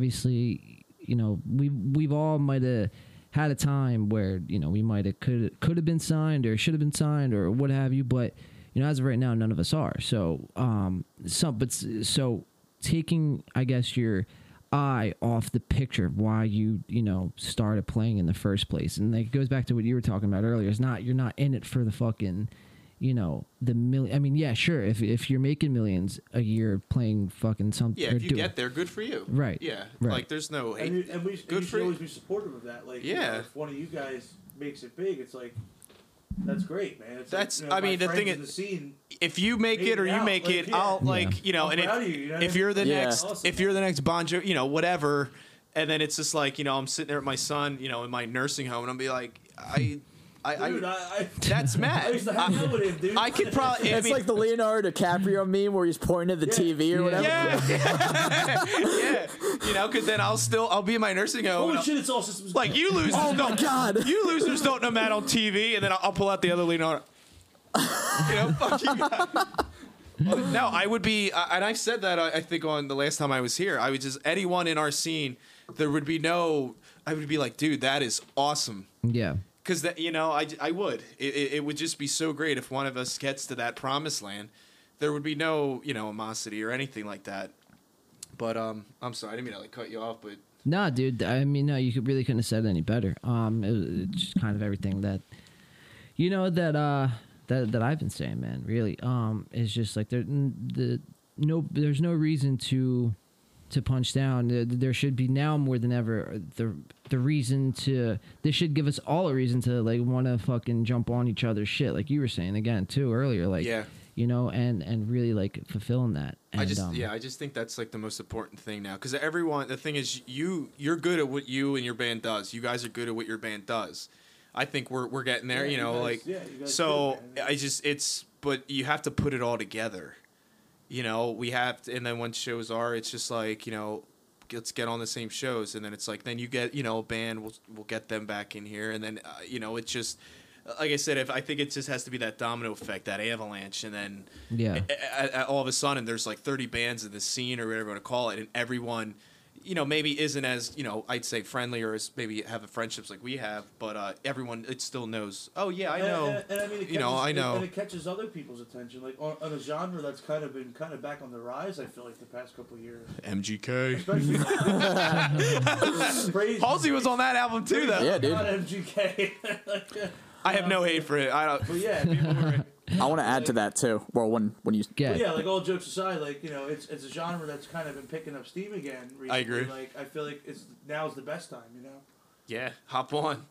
S1: obviously, you know we we've all might have had a time where you know we might have could could have been signed or should have been signed or what have you, but you know as of right now, none of us are. So um, some but s- so taking, I guess your eye off the picture of why you you know started playing in the first place and like it goes back to what you were talking about earlier it's not you're not in it for the fucking you know the million i mean yeah sure if if you're making millions a year playing fucking something
S2: Yeah,
S1: or
S2: if you
S1: doing-
S2: get there, good for you.
S1: Right,
S2: Yeah.
S1: right.
S2: Like there's no hate.
S8: and, you, and we, and
S2: good
S8: you
S2: for
S8: should
S2: you.
S8: always be supportive of that. Like, you know,
S2: Yeah.
S8: if one of you guys makes it big, it's like that's great, man. It's
S2: That's-
S8: like, you know,
S2: I mean,
S8: my
S2: the thing
S8: friends in
S2: is-
S8: the scene.
S2: if you make
S8: Maybe
S2: it or you
S8: out,
S2: make
S8: like,
S2: it,
S8: yeah.
S2: I'll
S1: Yeah.
S2: like you know,
S8: I'm
S2: and
S8: proud
S2: if,
S8: of you, you know what
S2: if
S8: I mean?
S2: you're the
S7: Yeah.
S2: next,
S8: Awesome.
S2: if you're the next Bon Jovi, you know, whatever, and then it's just like you know, I'm sitting there with my son, you know, in my nursing home, and I'll be like, I. I,
S8: Dude, I,
S2: I,
S8: I,
S2: that's
S8: I
S2: Matt.
S8: used to hang out
S2: I,
S8: with him, dude.
S2: I could probably. I
S7: It's
S2: mean,
S7: like the Leonardo DiCaprio meme where he's pointing at the TV or whatever.
S2: yeah, yeah, you know, because then I'll still I'll be in my nursing home. and
S8: Holy
S2: I'll-
S8: shit, it's all systems.
S2: Like you losers
S7: Oh my
S2: don't.
S7: God.
S2: You losers don't know Matt on TV, and then I'll, I'll pull out the other Leonardo. you know, fuck you guys. No, I would be, I- and I said that I I think on the last time I was here. I would just anyone in our scene, there would be no. I would be like, dude, that is awesome.
S1: Yeah.
S2: Because that you know, I, I would. It, it, it would just be so great if one of us gets to that promised land. There would be no you know animosity or anything like that. But um, I'm sorry, I didn't mean to like cut you off, but
S1: No, dude. I mean, no, you could, really couldn't have said it any better. Um, it, it's just kind of everything that, you know, that uh, that that I've been saying, man. Really, um, it's just like there, n- the no, there's no reason to, to punch down. There, there should be now more than ever uh, the the reason to. This should give us all a reason to like want to fucking jump on each other's shit, like you were saying again too earlier. Like,
S2: Yeah.
S1: you know, and and really like fulfilling that. And,
S2: I just
S1: um,
S2: yeah, I just think that's like the most important thing now because everyone. The thing is, you you're good at what you and your band does. You guys are good at what your band does. I think we're we're getting there.
S8: Yeah,
S2: you
S8: you
S2: know,
S8: guys-
S2: like
S8: yeah, you guys
S2: so.
S8: do, man.
S2: I just it's but you have to put it all together. You know, we have to, and then once shows are, it's just like you know, let's get on the same shows, and then it's like then you get you know a band, we'll we'll get them back in here, and then uh, you know it just. Like I said, if I think it just has to be that domino effect, that avalanche, and then
S1: Yeah.
S2: a- a- a- all of a sudden there's like 30 bands in the scene or whatever you want to call it and everyone you know maybe isn't as you know i'd say friendly or as maybe have the friendships like we have but uh, everyone it still knows oh yeah i
S8: And-
S2: know
S8: And, and I mean, it catches,
S2: you know i know
S8: And it catches other people's attention, like on, on a genre that's kind of been kind of back on the rise. I feel like the past couple of years,
S2: mgk
S8: especially. Praise
S2: halsey was on that album too though
S7: Yeah, dude.
S8: God, MGK.
S2: i have no hate for it i don't
S8: but yeah, people were,
S7: I want to add to that too. Well, when when you
S1: get
S8: but yeah, like all jokes aside, like you know, it's it's a genre that's kind of been picking up steam again. Recently.
S2: I agree.
S8: Like I feel like it's now's the best time, you know.
S2: yeah hop on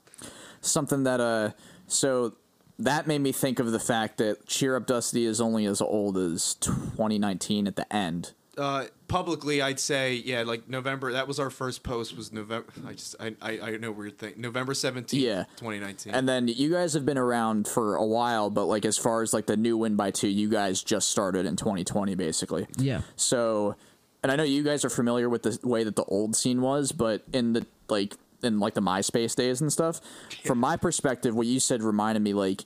S7: something that uh so that made me think of the fact that cheer up dusty is only as old as 2019 at the end
S2: uh, publicly, I'd say, yeah, like November. That was our first post. Was November? I just, I, I, I know weird thing. November seventeenth,
S7: Yeah.
S2: twenty nineteen.
S7: and then you guys have been around for a while but like as far as like the new win by two you guys just started in 2020 basically
S1: yeah.
S7: So, and I know you guys are familiar with the way that the old scene was, but in the like in like the MySpace days and stuff, from my perspective, what you said reminded me like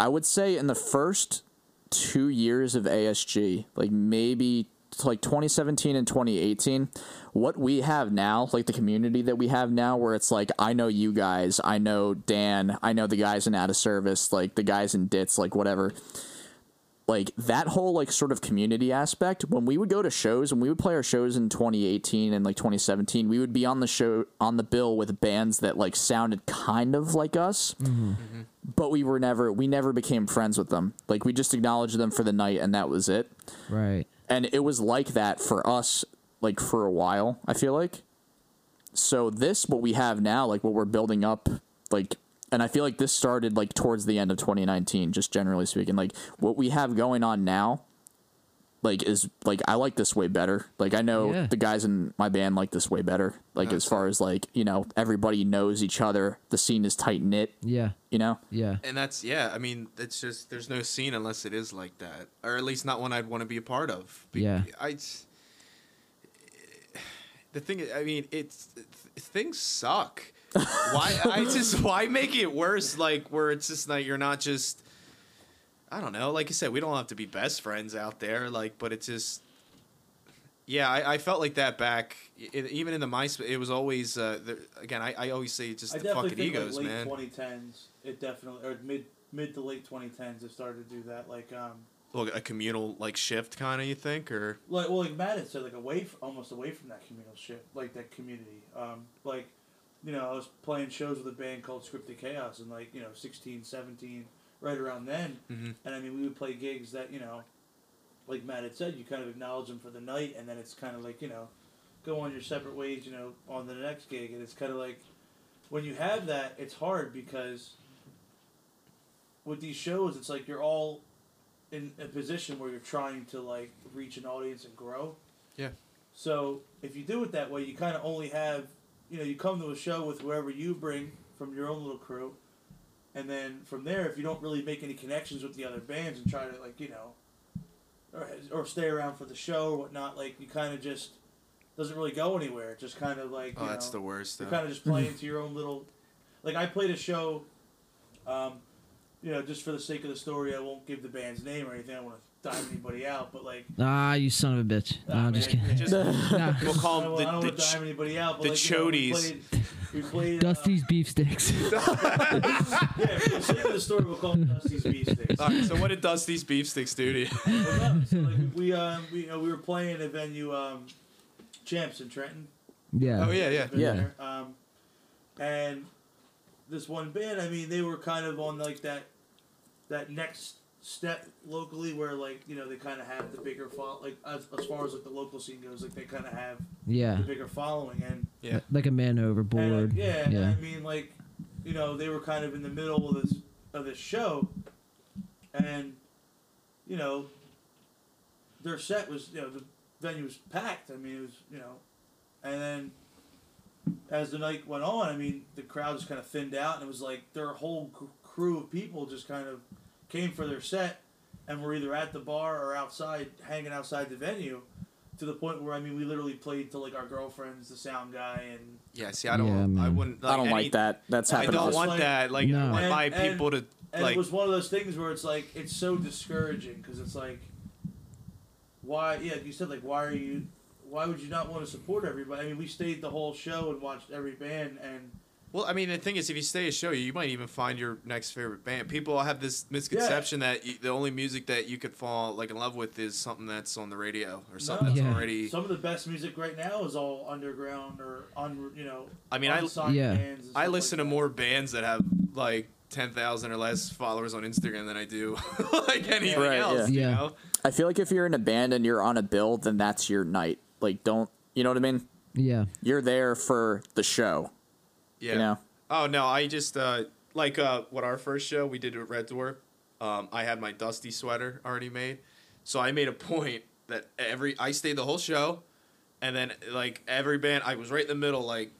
S7: I would say in the first two years of ASG, like maybe t- like 2017 and 2018 what we have now like the community that we have now where it's like i know you guys i know dan i know the guys in out of service like the guys in dits like whatever like that whole like sort of community aspect when we would go to shows when we would play our shows in 2018 and like 2017 we would be on the show on the bill with bands that like sounded kind of like us but we were never we never became friends with them like we just acknowledged them for the night and that was it
S1: Right.
S7: and it was like that for us like for a while i feel like so this what we have now like what we're building up like and i feel like this started like towards the end of 2019 just generally speaking like what we have going on now like is like i like this way better like i know
S1: Yeah.
S7: the guys in my band like this way better like as far as like you know everybody knows each other the scene is tight knit
S1: Yeah.
S7: you know
S1: Yeah.
S2: And that's yeah. I mean, it's just there's no scene unless it is like that, or at least not one I'd want to be a part of. Be-
S1: Yeah.
S2: I. s- The thing, is, I mean, it's th- things suck. why I just why make it worse? Like where it's just like you're not just. I don't know. Like I said, we don't have to be best friends out there. Like, but it's just. Yeah, I, I felt like that back, i even in the MySpace. It was always uh, there, again. I, I always say just
S8: I
S2: the
S8: definitely
S2: fucking
S8: think
S2: egos,
S8: like late
S2: man.
S8: 2010s, it definitely or mid mid to late 2010s, it started to do that. Like um,
S2: Well, a communal like shift, kind of. You think or
S8: like well, like Matt had said, like away f almost away from that communal shit, like that community. Um, like you know, I was playing shows with a band called Scripted Chaos, and like you know, 16, 17, right around then. And I mean, we would play gigs that you know, like Matt had said, you kind of acknowledge them for the night, and then it's kind of like you know, go on your separate ways, you know, on to the next gig, and it's kind of like when you have that, it's hard because with these shows, it's like you're all in a position where you're trying to like reach an audience and grow.
S2: Yeah.
S8: So if you do it that way, you kind of only have, you know, you come to a show with whoever you bring from your own little crew, And then from there, if you don't really make any connections with the other bands and try to like you know, or, or stay around for the show or whatnot, like you kind of just doesn't really go anywhere. It just kind of like
S2: Oh,
S8: you
S2: that's
S8: know,
S2: the worst.
S8: you're
S2: though.
S8: kind of just playing to your own little. Like I played a show, um, you know, just for the sake of the story, I won't give the band's name or anything. I don't want to dime anybody out, but like,
S1: Ah, you son of a bitch. No,
S8: Ah,
S1: I'm just
S8: man,
S1: kidding.
S2: Just-
S1: Nah.
S2: we'll
S8: I
S2: call
S8: don't,
S2: them the,
S8: want
S2: the
S8: to
S2: ch-
S8: dime anybody out. But
S2: the
S8: like, you know, we
S2: Chodies.
S8: played- we played, uh,
S1: Dusty's beef sticks.
S8: yeah, for the sake of the story, we'll call it Dusty's Beefsteaks.
S2: All right, so what did Dusty's beefsteaks do to you?
S8: Well, no, so, like, we um, we you know, we were playing a venue, um, Champs in Trenton.
S1: yeah.
S2: Oh yeah, yeah.
S8: Been
S7: Yeah.
S8: there, Um, and this one band, I mean, they were kind of on like that that next step locally, where like you know they kind of have the bigger fol like as, as far as like the local scene goes, like they kind of have
S1: Yeah.
S8: the bigger following and.
S2: Yeah.
S1: Like a man
S8: And,
S1: overboard.
S8: uh, yeah, and
S1: Yeah.
S8: I mean, like, you know, they were kind of in the middle of this of this show, and you know, their set was, you know, the venue was packed. I mean, it was, you know, and then as the night went on, I mean, the crowd just kind of thinned out, and it was like their whole cr- crew of people just kind of came for their set, and were either at the bar or outside, hanging outside the venue. To the point where I mean, we literally played to like our girlfriends, the sound guy, and
S2: Yeah. See, I don't.
S1: Yeah,
S2: want, I
S1: man.
S2: wouldn't.
S7: I don't
S2: any-
S7: like that. That's
S2: I
S7: happened. to
S2: don't
S7: us.
S2: want
S8: Like-
S2: that. Like, I
S1: No.
S2: want my
S8: And- and-
S2: people to
S8: And
S2: like.
S8: it was one of those things where it's like it's so discouraging because it's like, why? Yeah, you said like, why are you? Why would you not want to support everybody? I mean, we stayed the whole show and watched every band, and
S2: Well, I mean, the thing is, if you stay a show, you might even find your next favorite band. People have this misconception that you, the only music that you could fall like in love with is something that's on the radio or something
S8: No.
S2: that's
S1: Yeah.
S2: already.
S8: some of the best music right now is all underground or on, you know.
S2: I mean, I-
S8: unsigned
S1: Yeah.
S8: bands and
S2: I
S8: stuff
S2: listen
S8: like
S2: to
S8: that.
S2: more bands that have like ten thousand or less followers on Instagram than I do like anything
S7: Right,
S1: yeah.
S2: else. You
S1: Yeah.
S2: know?
S7: I feel like if you're in a band and you're on a bill, then that's your night. Like, don't you know what I mean?
S1: Yeah.
S7: You're there for the show.
S2: Yeah.
S7: You know?
S2: Oh no, I just uh like uh what our first show we did at Red Door, um, I had my dusty sweater already made. So I made a point that every I stayed the whole show and then like every band I was right in the middle, like,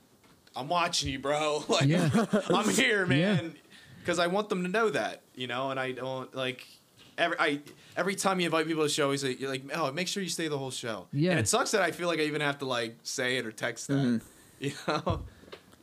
S2: I'm watching you, bro. Like
S1: Yeah.
S2: I'm here, man. Cause I want them to know that, you know, and I don't like every I every time you invite people to the show, he's like, you're like, oh, make sure you stay the whole show.
S1: Yeah.
S2: And it sucks that I feel like I even have to like say it or text that.
S7: Mm-hmm.
S2: You know?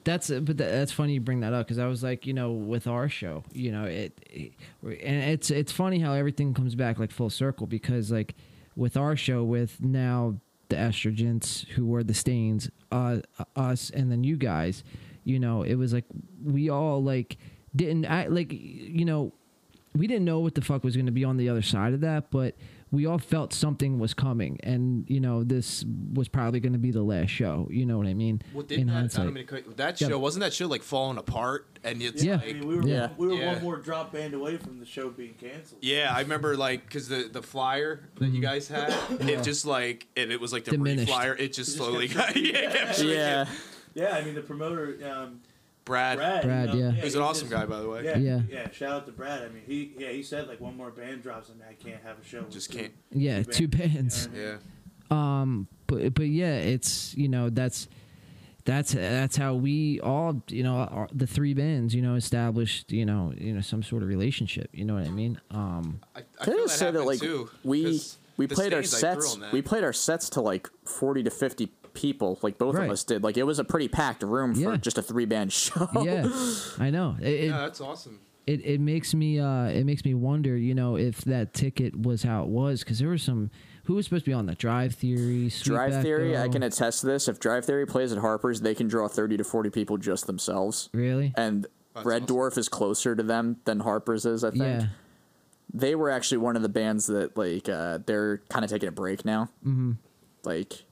S1: That's uh, but tha- that's funny you bring that up because I was like you know with our show you know it, it- and it's it's funny how everything comes back like full circle because like with our show with now the estrogens who were the stains uh us and then you guys you know it was like we all like didn't act like you know we didn't know what the fuck was going to be on the other side of that, but we all felt something was coming, and you know this was probably going to be the last show. You know what I mean?
S2: Well, didn't that, I don't mean to cut- that
S1: Yeah.
S2: show wasn't that show like falling apart? And it's
S1: Yeah.
S2: like,
S8: I mean, we were
S7: Yeah.
S8: we were
S2: Yeah.
S8: one more drop band away from the show being canceled.
S2: yeah, I remember like because the the flyer that you guys had, it just like and it was like the
S1: Mm-hmm. Diminished.
S2: flyer, it just slowly got yeah, it kept shrinking.
S7: Yeah.
S8: Yeah, I mean the promoter, um,
S2: Brad,
S8: Brad. you
S1: Brad,
S8: know,
S1: yeah.
S2: who's
S8: he
S2: an awesome
S8: just-
S2: guy by the way,
S8: Yeah,
S1: Yeah.
S8: yeah, Shout out to Brad. I mean, he yeah he said like one more band drops, I mean, I can't have a show. with
S2: just
S8: two-
S2: can't.
S1: Yeah,
S8: bands,
S1: two
S8: you know what I
S1: bands.
S8: mean?
S2: Yeah,
S1: Um, but but yeah, it's you know that's that's that's how we all you know our, the three bands you know established you know you know some sort of relationship. You know what I mean? Um,
S2: I, I
S7: Can I
S2: feel
S7: just say that
S2: happened,
S7: like
S2: too,
S7: we
S2: 'cause
S7: we
S2: the
S7: played our
S2: stains I threw
S7: sets
S2: on that.
S7: we played our sets to like forty to fifty people. Like both
S1: Right.
S7: of us did. Like it was a pretty packed room
S1: Yeah.
S7: for just a three band show.
S1: yeah, I know. It, it,
S2: yeah, that's awesome.
S1: it, it makes me uh it makes me wonder you know if that ticket was how it was because there were some who was supposed to be on that drive theory Sweet
S7: Drive
S1: Back
S7: Theory, I
S1: Girl?
S7: can attest to this. If Drive Theory plays at Harper's, they can draw thirty to forty people just themselves.
S1: really
S7: And
S2: That's
S7: Red
S2: awesome.
S7: Dwarf is closer to them than Harper's is, I think.
S1: yeah
S7: they were actually one of the bands that like uh, they're kind of taking a break now. Mm-hmm. Like,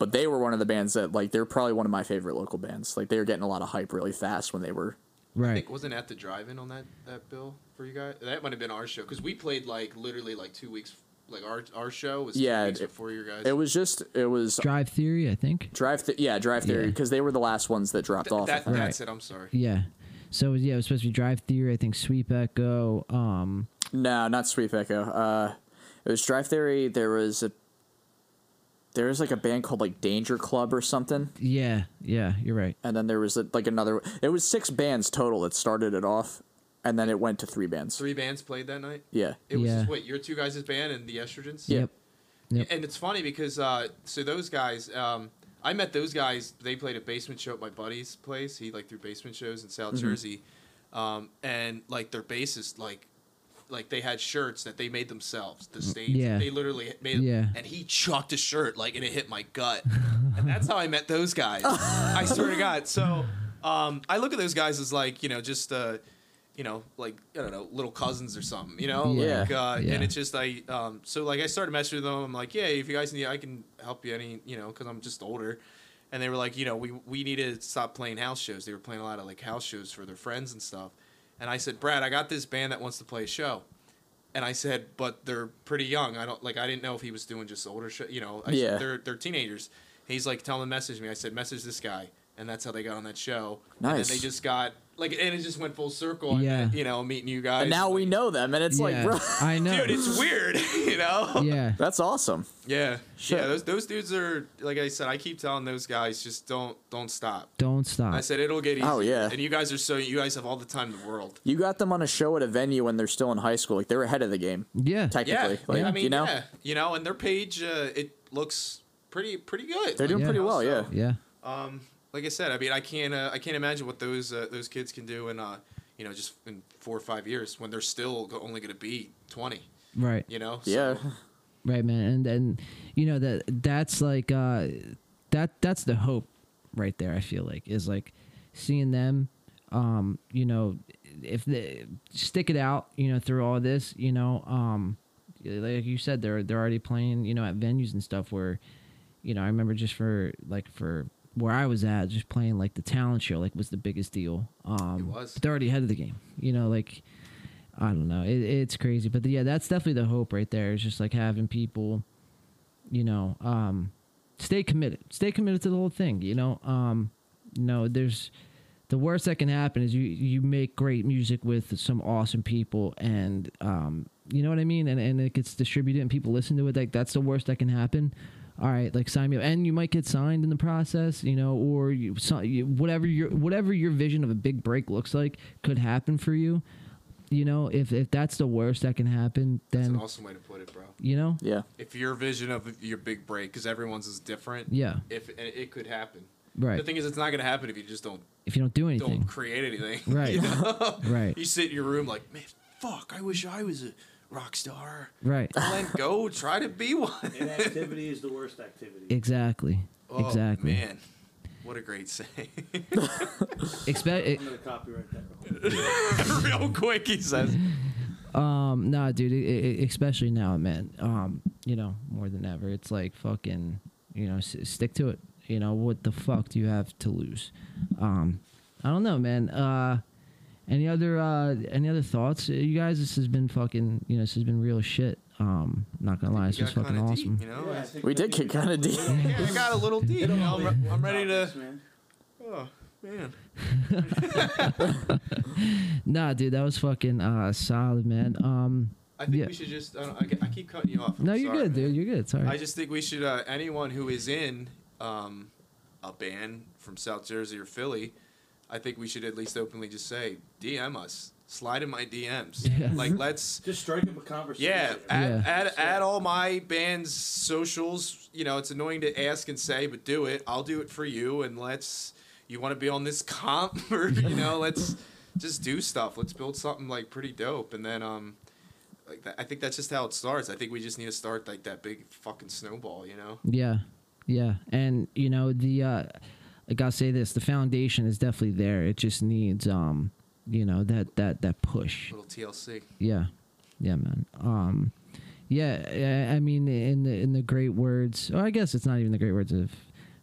S7: but they were one of the bands that like they're probably one of my favorite local bands. Like they were getting a lot of hype really fast when they were.
S2: I
S1: right
S2: think wasn't at the drive-in on that that bill for you guys. That might have been our show because we played like literally like two weeks. Like our our show was
S7: Yeah,
S2: two weeks
S7: it-
S2: before your guys.
S7: It was just it was
S1: drive theory I think
S7: drive th- yeah drive theory
S1: Yeah.
S7: because they were the last ones that dropped
S2: Th-
S7: off. I
S2: that,
S7: think.
S2: that's it. I'm sorry.
S1: yeah so yeah it was supposed to be drive theory I think Sweet Echo um
S7: No, not Sweet Echo. Uh, it was Drive Theory. There was a there was like a band called like Danger Club or something,
S1: yeah yeah you're right
S7: and then there was like another. It was six bands total that started it off, and then it went to three bands.
S2: Three bands played that night.
S7: Yeah.
S2: It was
S1: Yeah.
S2: just, wait your two guys' band and the Estrogens.
S1: Yep. Yep.
S2: And it's funny because uh, so those guys, um, I met those guys. They played a basement show at my buddy's place. He like threw basement shows in South
S1: Mm-hmm.
S2: Jersey, um, and like their bassist, like, like they had shirts that they made themselves. The stage,
S1: Mm, yeah.
S2: they literally made.
S1: Yeah.
S2: And he chucked a shirt like, and it hit my gut, and that's how I met those guys. I swear to God. So, um, I look at those guys as like you know just. Uh, you know, like I don't know, little cousins or something. You know,
S7: Yeah.
S2: like, uh,
S1: Yeah.
S2: and it's just I um so like I started messaging them. I'm like, yeah, if you guys need, I can help you any, you know, because I'm just older. And they were like, you know, we we need to stop playing house shows. They were playing a lot of like house shows for their friends and stuff. And I said, Brad, I got this band that wants to play a show. And I said, but they're pretty young. I don't like. I didn't know if he was doing just older show. You know, I said,
S7: Yeah.
S2: they're they're teenagers. He's like, tell them to message me. I said, message this guy, and that's how they got on that show. And
S7: Nice.
S2: then they just got like, and it just went full circle.
S1: Yeah.
S2: Yeah. You know, meeting you guys.
S7: And now we know them, and it's like,
S1: Yeah,
S7: bro,
S1: I know.
S2: dude, it's weird. You know.
S1: yeah.
S7: that's awesome.
S2: Yeah,
S7: Shit.
S2: yeah. Those those dudes are like I said. I keep telling those guys just don't don't stop.
S1: Don't stop.
S2: I said it'll get easier.
S7: Oh, yeah.
S2: And you guys are so you guys have all the time in the world.
S7: You got them on a show at a venue when they're still in high school. Like they're ahead of the game,
S1: yeah.
S7: technically.
S2: Yeah,
S7: Like
S2: I mean,
S7: you know,
S2: yeah, you know, and their page uh, it looks pretty pretty good.
S7: they're doing
S1: Yeah.
S7: pretty well. Yeah.
S1: Yeah.
S2: Like I said, I mean, I can't uh, I can't imagine what those uh, those kids can do in uh you know just in four or five years when they're still go- only going to be twenty.
S1: Right.
S2: You know. So,
S7: Yeah.
S1: Right, man. And and you know that that's like uh that that's the hope right there, I feel like, is like seeing them um, you know, if they stick it out, you know, through all this, you know, um like you said, they're they're already playing, you know, at venues and stuff where, you know, I remember just for like for where I was at, just playing like the talent show, like was the biggest deal. Um,
S2: It was.
S1: but they're already ahead of the game, you know, like I don't know. It, it's crazy, but yeah, that's definitely the hope right there. Is just like having people, you know, um, stay committed, stay committed to the whole thing. You know, um, no, there's the worst that can happen is you you make great music with some awesome people, and um, you know what I mean, and and it gets distributed and people listen to it. Like that's the worst that can happen. All right, like sign me up, and you might get signed in the process, you know, or you, so, you whatever your whatever your vision of a big break looks like could happen for you you know, if if that's the worst that can happen,
S2: That's an
S1: then
S2: awesome way to put it, bro.
S1: you know,
S7: Yeah.
S2: If your vision of your big break, because everyone's is different.
S1: Yeah.
S2: If and it could happen.
S1: Right.
S2: The thing is, it's not going to happen if you just don't
S1: if you don't do anything,
S2: don't create anything.
S1: right, right,
S2: You sit in your room like, man, fuck, I wish I was a rock star.
S1: right,
S2: Let go, try to be one.
S8: Inactivity is the worst activity.
S1: exactly,
S2: Oh,
S1: exactly.
S2: Man, what a great saying.
S1: Expe-
S8: I'm gonna copyright that. real quick.
S2: Real quick, he says.
S1: Um, nah, dude, e- e- especially now, man. Um, you know, more than ever, it's like fucking, you know, s- stick to it. You know, what the fuck do you have to lose? Um, I don't know, man. Uh, any other uh, any other thoughts, Uh, you guys? This has been fucking, you know, this has been real shit. Um, not gonna lie, this
S2: You
S1: was
S2: got kind
S1: fucking
S2: of
S1: awesome.
S2: deep, you know?
S8: Yeah, I
S2: Yeah.
S8: think
S7: We
S8: that
S7: did
S8: people-
S7: get kinda deep.
S2: I got a little deep. You know, I'm, re- I'm ready to.
S8: Man.
S2: Oh, man.
S1: Nah, dude, that was fucking uh, solid, man. Um,
S2: I think
S1: Yeah.
S2: we should just. I, don't, I, I keep cutting you off. I'm
S1: no, you're
S2: sorry,
S1: good,
S2: man.
S1: dude. You're good. Sorry.
S2: I just think we should uh, anyone who is in um, a band from South Jersey or Philly, I think we should at least openly just say DM us, slide in my DMs.
S1: Yeah.
S2: Like let's
S8: Just strike up a conversation.
S2: yeah, add,
S1: Yeah.
S2: add add all my band's socials. You know, it's annoying to ask and say, but do it. I'll do it for you, and let's. You want to be on this comp, or you know, let's just do stuff. Let's build something like pretty dope, and then um, like that, I think that's just how it starts. I think we just need to start like that big fucking snowball, you know.
S1: Yeah, yeah, and you know the uh, like I'll say this: the foundation is definitely there. It just needs um, you know that that that push.
S2: Little TLC.
S1: Yeah, yeah, man. Um, yeah, I- I mean, in the in the great words, or I guess it's not even the great words of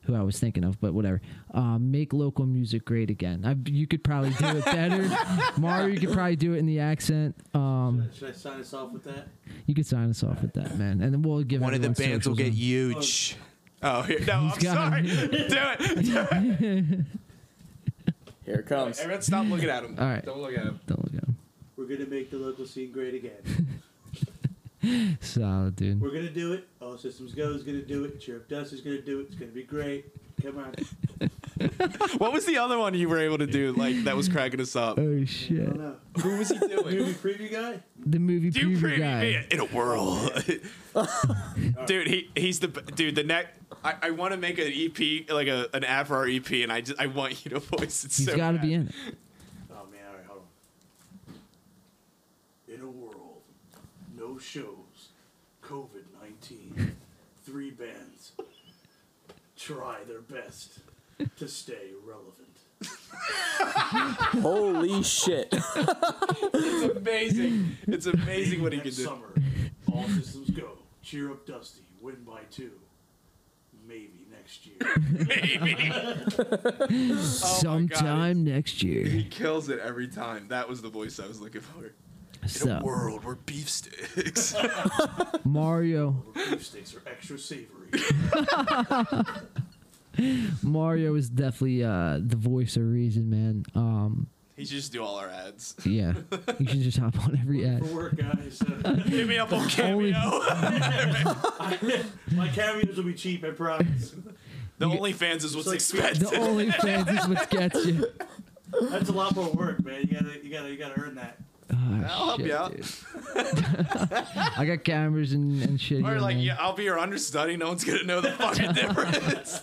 S1: who I was thinking of, but whatever. Um, make local music great again. I, you could probably do it better, Mario. You could probably do it in the accent. Um,
S8: Should I sign us off with that?
S1: you could sign us off with that, man, and then we'll give everyone's socials and-
S2: huge. Oh, here, no, I'm
S1: got
S2: sorry. do it. Do it.
S7: Here it comes.
S2: Everyone, stop looking at him.
S1: All right.
S2: Don't look at him.
S1: Don't look at him.
S8: We're gonna make the local scene great again.
S1: Solid, dude.
S8: We're gonna do it. All systems go is gonna do it. Cheer up, Dust is gonna do it. It's gonna be great. Come on.
S2: What was the other one you were able to do like that was cracking us up?
S1: Oh shit!
S2: Who was he doing?
S8: Movie preview guy?
S1: The movie
S2: Dude,
S1: preview
S2: pretty
S1: guy.
S2: man in a whirl. dude, he he's the dude. The neck. I, I want to make an EP like a an app for our EP, and I just I want you to voice it.
S1: He's
S2: so
S1: got to
S2: bad.
S1: be in it.
S8: Oh man, alright, hold on. In a world, no shows, COVID 19, three bands try their best to stay relevant.
S7: Holy shit.
S2: It's amazing. It's amazing what he can
S8: Next
S2: do.
S8: summer, all systems go. Cheer up Dusty, win by two. Maybe next year.
S1: Sometime next year.
S2: He kills it every time. That was the voice I was looking for.
S1: So
S2: World, we're beef sticks.
S1: Mario,
S8: Beefsteaks are extra savory.
S1: Mario is definitely uh, the voice of reason, man. Um,
S2: he should just do all our ads.
S1: yeah, you should just hop on every ad.
S8: For work, guys. Uh,
S2: Hit me up on
S1: Only-
S2: Cameo.
S8: my cameos will be cheap, I promise.
S2: The OnlyFans is what's
S8: like-
S1: The
S2: expensive.
S1: OnlyFans is what gets you. Oh,
S8: That's a lot more work, man. You gotta, you gotta, you gotta earn that.
S1: Ah,
S2: I'll help
S1: shit,
S2: you out.
S1: dude. I got cameras and, and shit.
S2: Or
S1: here,
S2: like,
S1: man.
S2: yeah, I'll be your understudy. No one's gonna know the fucking difference.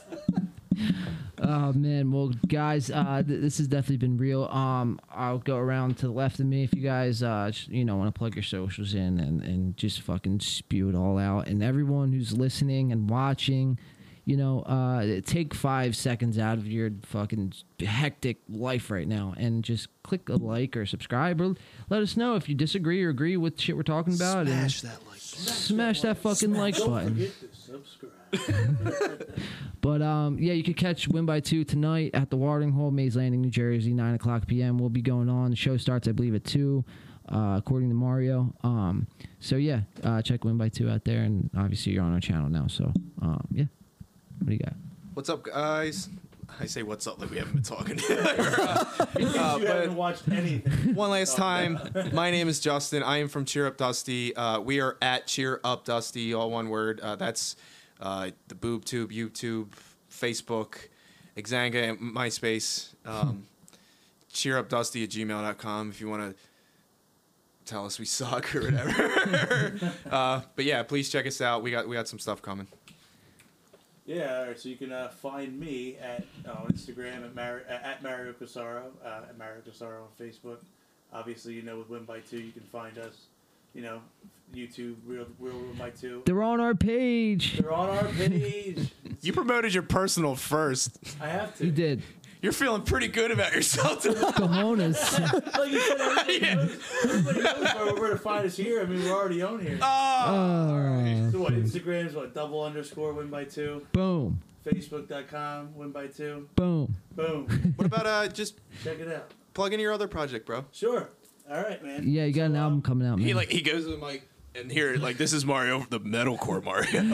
S1: Oh man, well guys, uh, th- this has definitely been real. Um, I'll go around to the left of me if you guys, uh, sh- you know, want to plug your socials in and and just fucking spew it all out. And everyone who's listening and watching, you know, uh, take five seconds out of your fucking hectic life right now and just click a like or subscribe or let us know if you disagree or agree with shit we're talking about.
S10: Smash that like.
S1: and smash that fucking like
S8: Don't
S1: button.
S8: forget to subscribe.
S1: But um, yeah, you can catch Win by Two tonight at the Watering Hole, Mays Landing, New Jersey, nine o'clock p.m. We'll be going on. The show starts, I believe, at two, uh, according to Mario. Um, so yeah, uh, check Win by Two out there, and obviously you're on our channel now. So um, yeah, what do you got?
S2: What's up, guys? I say what's up like we haven't been talking. Uh,
S8: you haven't
S2: but
S8: watched anything.
S2: one last time, my name is Justin. I am from Cheer Up Dusty. Uh, we are at Cheer Up Dusty, all one word. Uh, that's uh, the Boob Tube, YouTube, Facebook, Xanga, and MySpace. Um, cheer Up Dusty at gmail.com if you want to tell us we suck or whatever. uh, but yeah, please check us out. We got we got some stuff coming.
S8: Yeah, all right, so you can uh, find me at uh, on Instagram at, Mar- uh, at Mario Casaro, uh, at Mario Casaro on Facebook. Obviously, you know, with Win by Two, you can find us, you know, YouTube, Real Real Win by Two.
S1: They're on our page.
S8: They're on our page.
S2: You promoted your personal first.
S8: I have to.
S1: You did
S2: You're feeling pretty good about yourself. tonight.
S1: cojones.
S8: Like you said, everybody, knows, everybody knows where we're to find us here. I mean, we're already on here.
S2: Ah,
S1: Uh,
S8: so what? Instagram is what? Double underscore Win by Two.
S1: boom,
S8: Facebook.com Win by Two.
S1: boom.
S8: Boom.
S2: what about uh, just
S8: Check it out.
S2: plug in your other project, bro?
S8: Sure. All right, man.
S1: Yeah, you got an album coming out, man.
S2: He like he goes to the mic and here like this is Mario, the metalcore Mario.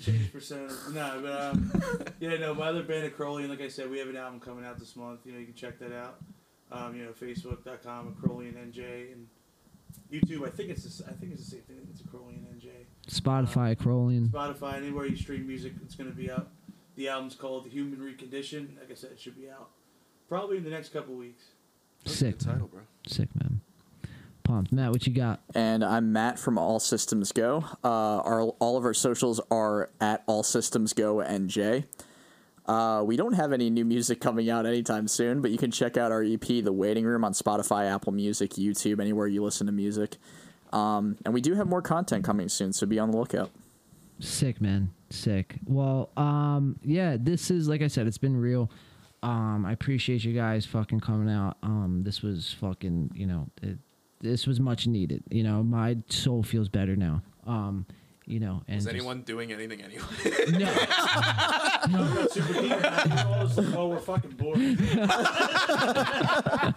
S8: change percent. No, but um, yeah, no. My other band, Acrolean, like I said, we have an album coming out this month. You know, you can check that out. Um, you know, Facebook.com, Acrolean NJ, and YouTube. I think it's the s- I think it's the same thing. It's Acrolean NJ.
S1: Spotify, Crolian.
S8: Spotify, anywhere you stream music, it's going to be out. The album's called The Human Recondition. Like I said, it should be out probably in the next couple weeks.
S1: Sick,
S2: title, bro.
S1: sick, man. Pumped, Matt. What you got?
S7: and I'm Matt from All Systems Go. Uh, our, all of our socials are at All Systems Go NJ. Uh, we don't have any new music coming out anytime soon, but you can check out our EP, The Waiting Room, on Spotify, Apple Music, YouTube, anywhere you listen to music. Um, and we do have more content coming soon, so be on the lookout.
S1: Sick, man. Sick. Well, um, yeah, this is like I said, it's been real. Um, I appreciate you guys fucking coming out. Um, this was fucking, you know, it, this was much needed. You know, my soul feels better now. Um, you know, and
S2: Is
S1: just-
S2: anyone doing anything anyway?
S1: No,
S8: Super deep. oh, we're fucking bored.
S2: oh,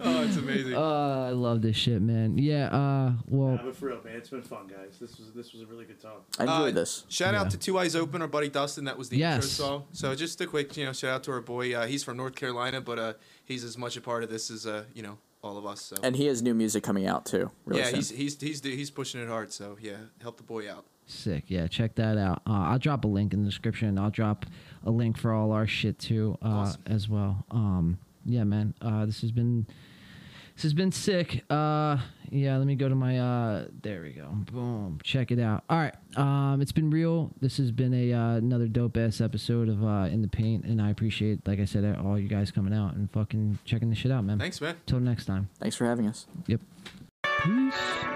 S2: it's amazing.
S1: uh, I love this shit, man. Yeah. Uh, well,
S8: Nah, but for real, man, it's been fun, guys. This was this was a really good talk.
S7: I enjoyed
S2: Uh,
S7: this.
S2: Shout out to Two Eyes Open, our buddy Dustin. That was the intro
S1: Yes.
S2: song. So just a quick, you know, shout out to our boy. Uh, he's from North Carolina, but uh, he's as much a part of this as uh, you know, all of us. So
S7: And he has new music coming out, too. Really
S2: yeah,
S7: soon.
S2: he's he's he's he's pushing it hard. So yeah, help the boy out.
S1: Sick. Yeah, check that out. Uh, I'll drop a link in the description. I'll drop a link for all our shit too, uh,
S2: Awesome.
S1: as well. Um, yeah, man. Uh, this has been this has been sick. Uh, yeah, let me go to my. Uh, there we go. Boom. Check it out. All right. Um, it's been real. This has been a uh, another dope ass episode of uh, In the Paint, and I appreciate, like I said, all you guys coming out and fucking checking this shit out, man.
S2: Thanks, man.
S1: Till next time.
S7: Thanks for having us.
S1: Yep. Peace.